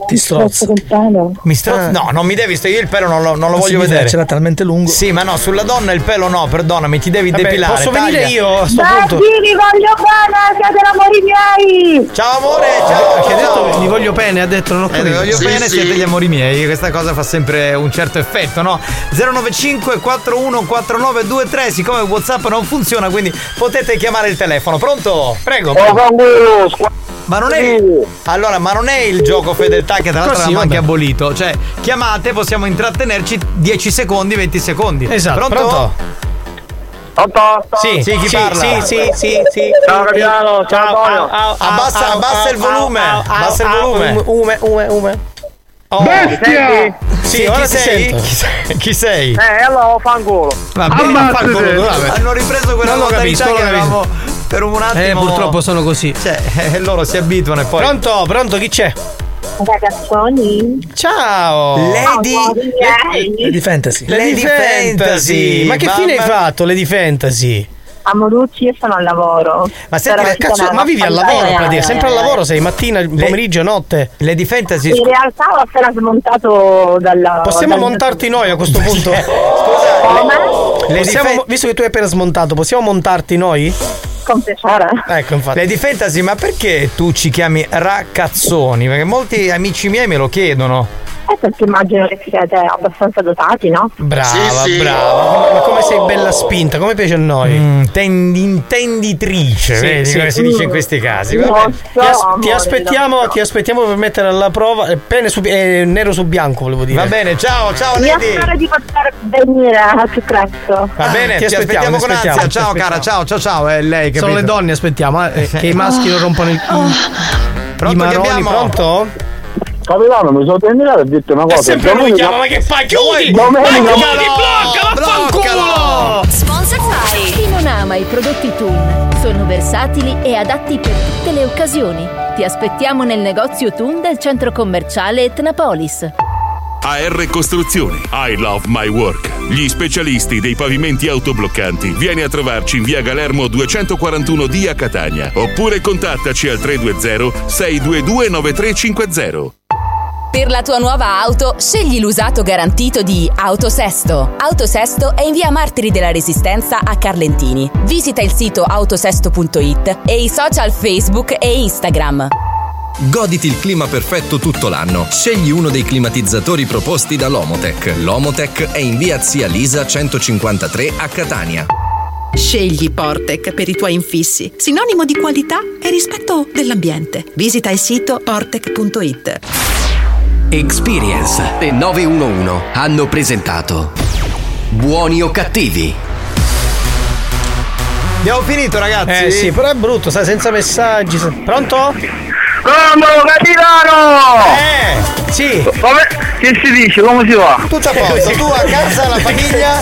[SPEAKER 8] Ti strozzo.
[SPEAKER 6] col pelo.
[SPEAKER 7] Mi stra- No, non mi devi, io il pelo non lo, non lo voglio vedere.
[SPEAKER 70] Ce l'ha talmente lungo.
[SPEAKER 7] Sì, ma no, sulla donna il pelo no, perdonami, ti devi
[SPEAKER 8] Vabbè,
[SPEAKER 7] depilare.
[SPEAKER 8] posso
[SPEAKER 7] taglia.
[SPEAKER 8] venire io a sto punto?
[SPEAKER 6] Bambini, voglio bene, siete amori miei!
[SPEAKER 7] Ciao amore, ciao!
[SPEAKER 8] Eh, Che ha detto mi voglio bene, ha detto non ho
[SPEAKER 7] Eh,
[SPEAKER 8] capito.
[SPEAKER 7] voglio bene, siete gli amori miei, questa cosa fa sempre un certo effetto, no? 095 414923, siccome WhatsApp non funziona, quindi potete chiamare il telefono. Pronto? Prego. Ma non è Allora, ma non è il gioco fedeltà che tra l'altro
[SPEAKER 8] Così,
[SPEAKER 7] l'abbiamo anche
[SPEAKER 8] vabbè.
[SPEAKER 7] abolito, cioè chiamate, possiamo intrattenerci 10 secondi, 20 secondi.
[SPEAKER 8] Esatto,
[SPEAKER 7] Pronto?
[SPEAKER 8] pronto?
[SPEAKER 7] Sì, sì, chi parla?
[SPEAKER 8] Ciao capitano, ciao Antonio.
[SPEAKER 7] Abbassa- abbassa il volume, abbassa il volume.
[SPEAKER 8] Ume, ume, ume.
[SPEAKER 7] Oh.
[SPEAKER 8] Bestia!
[SPEAKER 7] Sì,
[SPEAKER 8] Sì,
[SPEAKER 7] ora
[SPEAKER 8] chi
[SPEAKER 7] ti
[SPEAKER 8] sei?
[SPEAKER 7] sento.
[SPEAKER 8] Chi sei?
[SPEAKER 7] Chi sei?
[SPEAKER 12] Eh, allora fangolo.
[SPEAKER 7] Va bene,
[SPEAKER 8] Ammazzate.
[SPEAKER 7] fanculo, vabbè. hanno ripreso quella
[SPEAKER 8] Non lo
[SPEAKER 7] modalità
[SPEAKER 8] capisco,
[SPEAKER 7] che
[SPEAKER 8] non lo capisco.
[SPEAKER 7] avevamo per un attimo.
[SPEAKER 8] Eh, purtroppo sono così.
[SPEAKER 7] Cioè, eh, loro si abituano e poi.
[SPEAKER 8] Pronto, pronto, chi c'è?
[SPEAKER 6] Ragazzoni.
[SPEAKER 8] Ciao! Lady Fantasy.
[SPEAKER 6] eh. Lady Fantasy.
[SPEAKER 8] Ma che
[SPEAKER 6] Mamma-
[SPEAKER 8] fine hai fatto, Lady Fantasy?
[SPEAKER 7] Ah,
[SPEAKER 6] Amorucci, io sono al lavoro.
[SPEAKER 8] Ma senti,
[SPEAKER 6] Però
[SPEAKER 8] che cazzo,
[SPEAKER 6] sono
[SPEAKER 8] ma vivi al
[SPEAKER 6] abbastanza-
[SPEAKER 8] lavoro,
[SPEAKER 6] eh,
[SPEAKER 8] praticamente, sempre al
[SPEAKER 6] eh,
[SPEAKER 8] lavoro sei, mattina, pomeriggio, notte.
[SPEAKER 7] Lady Fantasy,
[SPEAKER 6] In realtà ho appena smontato dalla.
[SPEAKER 8] Possiamo
[SPEAKER 6] dal- [LAUGHS] Eh,
[SPEAKER 8] montarti noi a questo
[SPEAKER 7] [LAUGHS]
[SPEAKER 8] punto? Scusa,
[SPEAKER 6] Come?
[SPEAKER 8] possiamo- visto che tu hai appena smontato, possiamo montarti noi?
[SPEAKER 6] con piacere.
[SPEAKER 7] Ecco, infatti. Lady Fantasy, ma perché tu ci chiami Raccazzoni? Perché molti amici miei me lo chiedono.
[SPEAKER 6] Eh, perché immagino che siete abbastanza dotati, no?
[SPEAKER 7] Brava, brava. Ma come sei bella spinta, come piace a noi.
[SPEAKER 8] Mm,
[SPEAKER 7] tendi, intenditrice,
[SPEAKER 8] Sì,
[SPEAKER 7] vedi
[SPEAKER 8] sì.
[SPEAKER 7] come si dice in questi casi. va
[SPEAKER 8] Lo
[SPEAKER 7] bene.
[SPEAKER 8] so,
[SPEAKER 7] Ti as- ti,
[SPEAKER 8] amore,
[SPEAKER 7] aspettiamo, ti aspettiamo per mettere alla prova. eh, pene su- eh, nero su bianco, volevo dire. Va bene, ciao, ciao
[SPEAKER 6] Io
[SPEAKER 7] Lady.
[SPEAKER 6] spero di poter venire al più presto.
[SPEAKER 7] Va bene, Ah, ti aspettiamo, con ansia.
[SPEAKER 8] aspettiamo, ti
[SPEAKER 7] ciao cara, ciao, ciao, ciao. È lei,
[SPEAKER 8] Sono le
[SPEAKER 7] capito?
[SPEAKER 8] donne, aspettiamo, eh, che i maschi lo rompono il.
[SPEAKER 4] Oh.
[SPEAKER 7] Pronto,
[SPEAKER 8] I
[SPEAKER 7] che
[SPEAKER 8] maroni,
[SPEAKER 7] abbiamo?
[SPEAKER 8] pronto?
[SPEAKER 4] Capitano, mi sono terminato e ho detto una cosa.
[SPEAKER 8] È sempre lui
[SPEAKER 4] domenica-
[SPEAKER 8] chiama, ma che fai? Chiudi!
[SPEAKER 4] Domenica-
[SPEAKER 8] Vai, chiudi,
[SPEAKER 4] No,
[SPEAKER 8] blocca, vaffanculo!
[SPEAKER 71] Sponsor by Chi non ama i prodotti Tun sono versatili e adatti per tutte le occasioni. Ti aspettiamo nel negozio Tun del centro commerciale Etnapolis.
[SPEAKER 54] AR Costruzioni I Love My Work. Gli specialisti dei pavimenti autobloccanti. Vieni a trovarci in via Galermo 241D a Catania. Oppure contattaci al 320-622-9350.
[SPEAKER 18] Per la tua nuova auto, scegli l'usato garantito di Autosesto. Autosesto è in via Martiri della Resistenza a Carlentini. Visita il sito autosesto.it e i social Facebook e Instagram.
[SPEAKER 6] Goditi il clima perfetto tutto l'anno. Scegli uno dei climatizzatori proposti da Lomotech. Lomotech è in via Zia Lisa 153 a Catania.
[SPEAKER 1] Scegli Portec per i tuoi infissi, sinonimo di qualità e rispetto dell'ambiente. Visita il sito portec.it.
[SPEAKER 2] Experience e 911 hanno presentato Buoni o cattivi?
[SPEAKER 7] Abbiamo finito, ragazzi.
[SPEAKER 8] Eh sì, però è brutto, sai, senza messaggi. sa- Pronto?
[SPEAKER 4] Pronto, capitano!
[SPEAKER 8] Eh, sì.
[SPEAKER 4] Come? Che si dice? Come si va?
[SPEAKER 7] Tutto a posto, tu a casa, la famiglia.
[SPEAKER 8] [LAUGHS]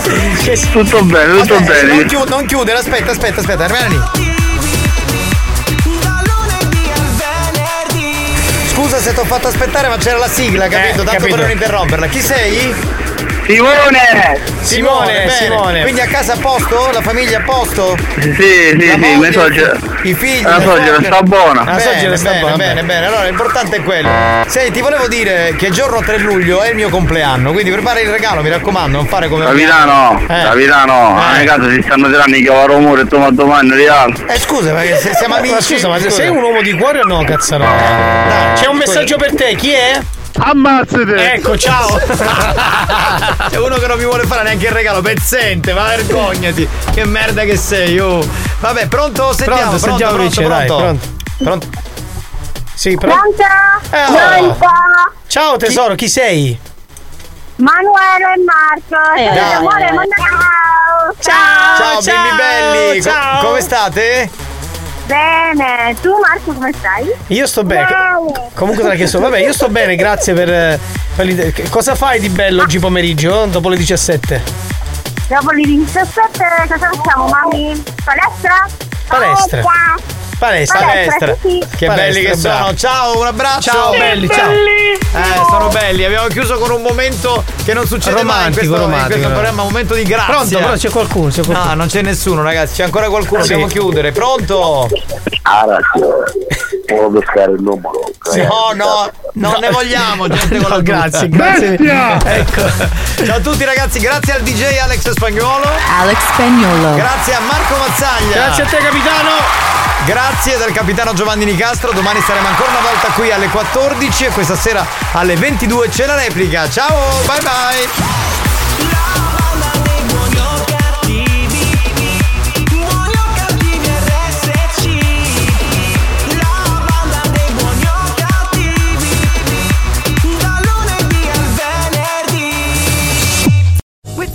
[SPEAKER 4] Tutto bene, tutto
[SPEAKER 7] Vabbè,
[SPEAKER 4] bene.
[SPEAKER 7] Non, chiud- non chiudere, aspetta, aspetta, aspetta, rimani lì. Scusa se ti ho fatto aspettare, ma c'era la
[SPEAKER 4] Eh,
[SPEAKER 7] sigla, capito? Tanto
[SPEAKER 8] capito.
[SPEAKER 7] per non interromperla. Chi sei?
[SPEAKER 4] Simone!
[SPEAKER 7] Simone, bene.
[SPEAKER 4] Simone.
[SPEAKER 7] Quindi a casa a posto? La famiglia a posto?
[SPEAKER 4] Sì, sì,
[SPEAKER 7] La
[SPEAKER 4] sì,
[SPEAKER 7] moglie,
[SPEAKER 4] mia suocera.
[SPEAKER 7] I figli.
[SPEAKER 4] La suocera sta buona.
[SPEAKER 7] Bene, bene, bene, bene. Allora, l'importante è quello. Senti, ti volevo dire che giorno 3 luglio è il mio compleanno, quindi prepara il regalo, mi raccomando, non fare come Eh.
[SPEAKER 4] Capitano, capitano, a me casa si stanno tirando i cavaromore e tu ma domani reale.
[SPEAKER 7] Eh scusa, ma se siamo amici.
[SPEAKER 8] Ma scusa, ma
[SPEAKER 7] scusa.
[SPEAKER 8] sei un uomo di cuore o no, cazzarola? Dai, c'è un messaggio per te, chi è?
[SPEAKER 7] Ammazzate!
[SPEAKER 8] Ecco, [LAUGHS] ciao!
[SPEAKER 7] C'è uno che non mi vuole fare neanche il regalo, pezzente, ma vergognati! Che merda che sei, oh! Vabbè, pronto? Sentiamo,
[SPEAKER 8] Pronto, sentiamo, Ricci, dai, pronto.
[SPEAKER 7] pronto.
[SPEAKER 8] Sì, pronto.
[SPEAKER 6] Pronto?
[SPEAKER 8] oh.
[SPEAKER 6] Pronto?
[SPEAKER 8] Ciao tesoro, chi sei?
[SPEAKER 6] Manuela e Marco.
[SPEAKER 8] Eh,
[SPEAKER 6] Ciao,
[SPEAKER 8] eh,
[SPEAKER 6] amore,
[SPEAKER 8] eh.
[SPEAKER 6] manda- ciao.
[SPEAKER 7] Ciao, bimbi belli! Co-
[SPEAKER 6] ciao.
[SPEAKER 7] come state?
[SPEAKER 6] Bene, tu Marco come stai?
[SPEAKER 8] Io sto bene.
[SPEAKER 6] Ciao.
[SPEAKER 8] Comunque te l'ha chiesto. Vabbè, io sto bene, grazie per. eh, per l'idea. Che- Cosa fai di bello oggi pomeriggio? Dopo le 17?
[SPEAKER 6] Dopo le 17 cosa facciamo, mami? Palestra?
[SPEAKER 8] Palestra. Palestra. Ecco
[SPEAKER 6] Palestra, sì, sì.
[SPEAKER 7] Che
[SPEAKER 8] Palestra,
[SPEAKER 7] belli che
[SPEAKER 8] bravo.
[SPEAKER 7] sono! Ciao, un abbraccio!
[SPEAKER 8] Ciao, Che belli, ciao.
[SPEAKER 7] Eh, sono belli, abbiamo chiuso con un momento che non succede mai in
[SPEAKER 8] Romantico,
[SPEAKER 7] questo, in
[SPEAKER 8] romantico.
[SPEAKER 7] questo programma, un momento di grazia.
[SPEAKER 8] Pronto, però c'è qualcuno, c'è qualcuno.
[SPEAKER 7] No, non c'è nessuno, ragazzi, c'è ancora qualcuno,
[SPEAKER 8] Sì.
[SPEAKER 7] dobbiamo chiudere. Pronto?
[SPEAKER 4] Ah, ragazzi, devo pescare il numero.
[SPEAKER 43] Eh,
[SPEAKER 7] No, no, non ne vogliamo gente con la
[SPEAKER 4] No, grazie,
[SPEAKER 7] tuta.
[SPEAKER 4] grazie. Bestia!
[SPEAKER 7] Ecco. Ciao a tutti ragazzi, grazie al DJ Alex Spagnuolo.
[SPEAKER 18] Alex Spagnolo.
[SPEAKER 7] Grazie a Marco Mazzaglia.
[SPEAKER 18] Grazie a te,
[SPEAKER 7] capitano. Grazie dal capitano Giovanni Nicastro. Domani saremo ancora una volta qui alle 14 e questa sera alle 22 c'è la replica. Ciao, bye bye.
[SPEAKER 14] With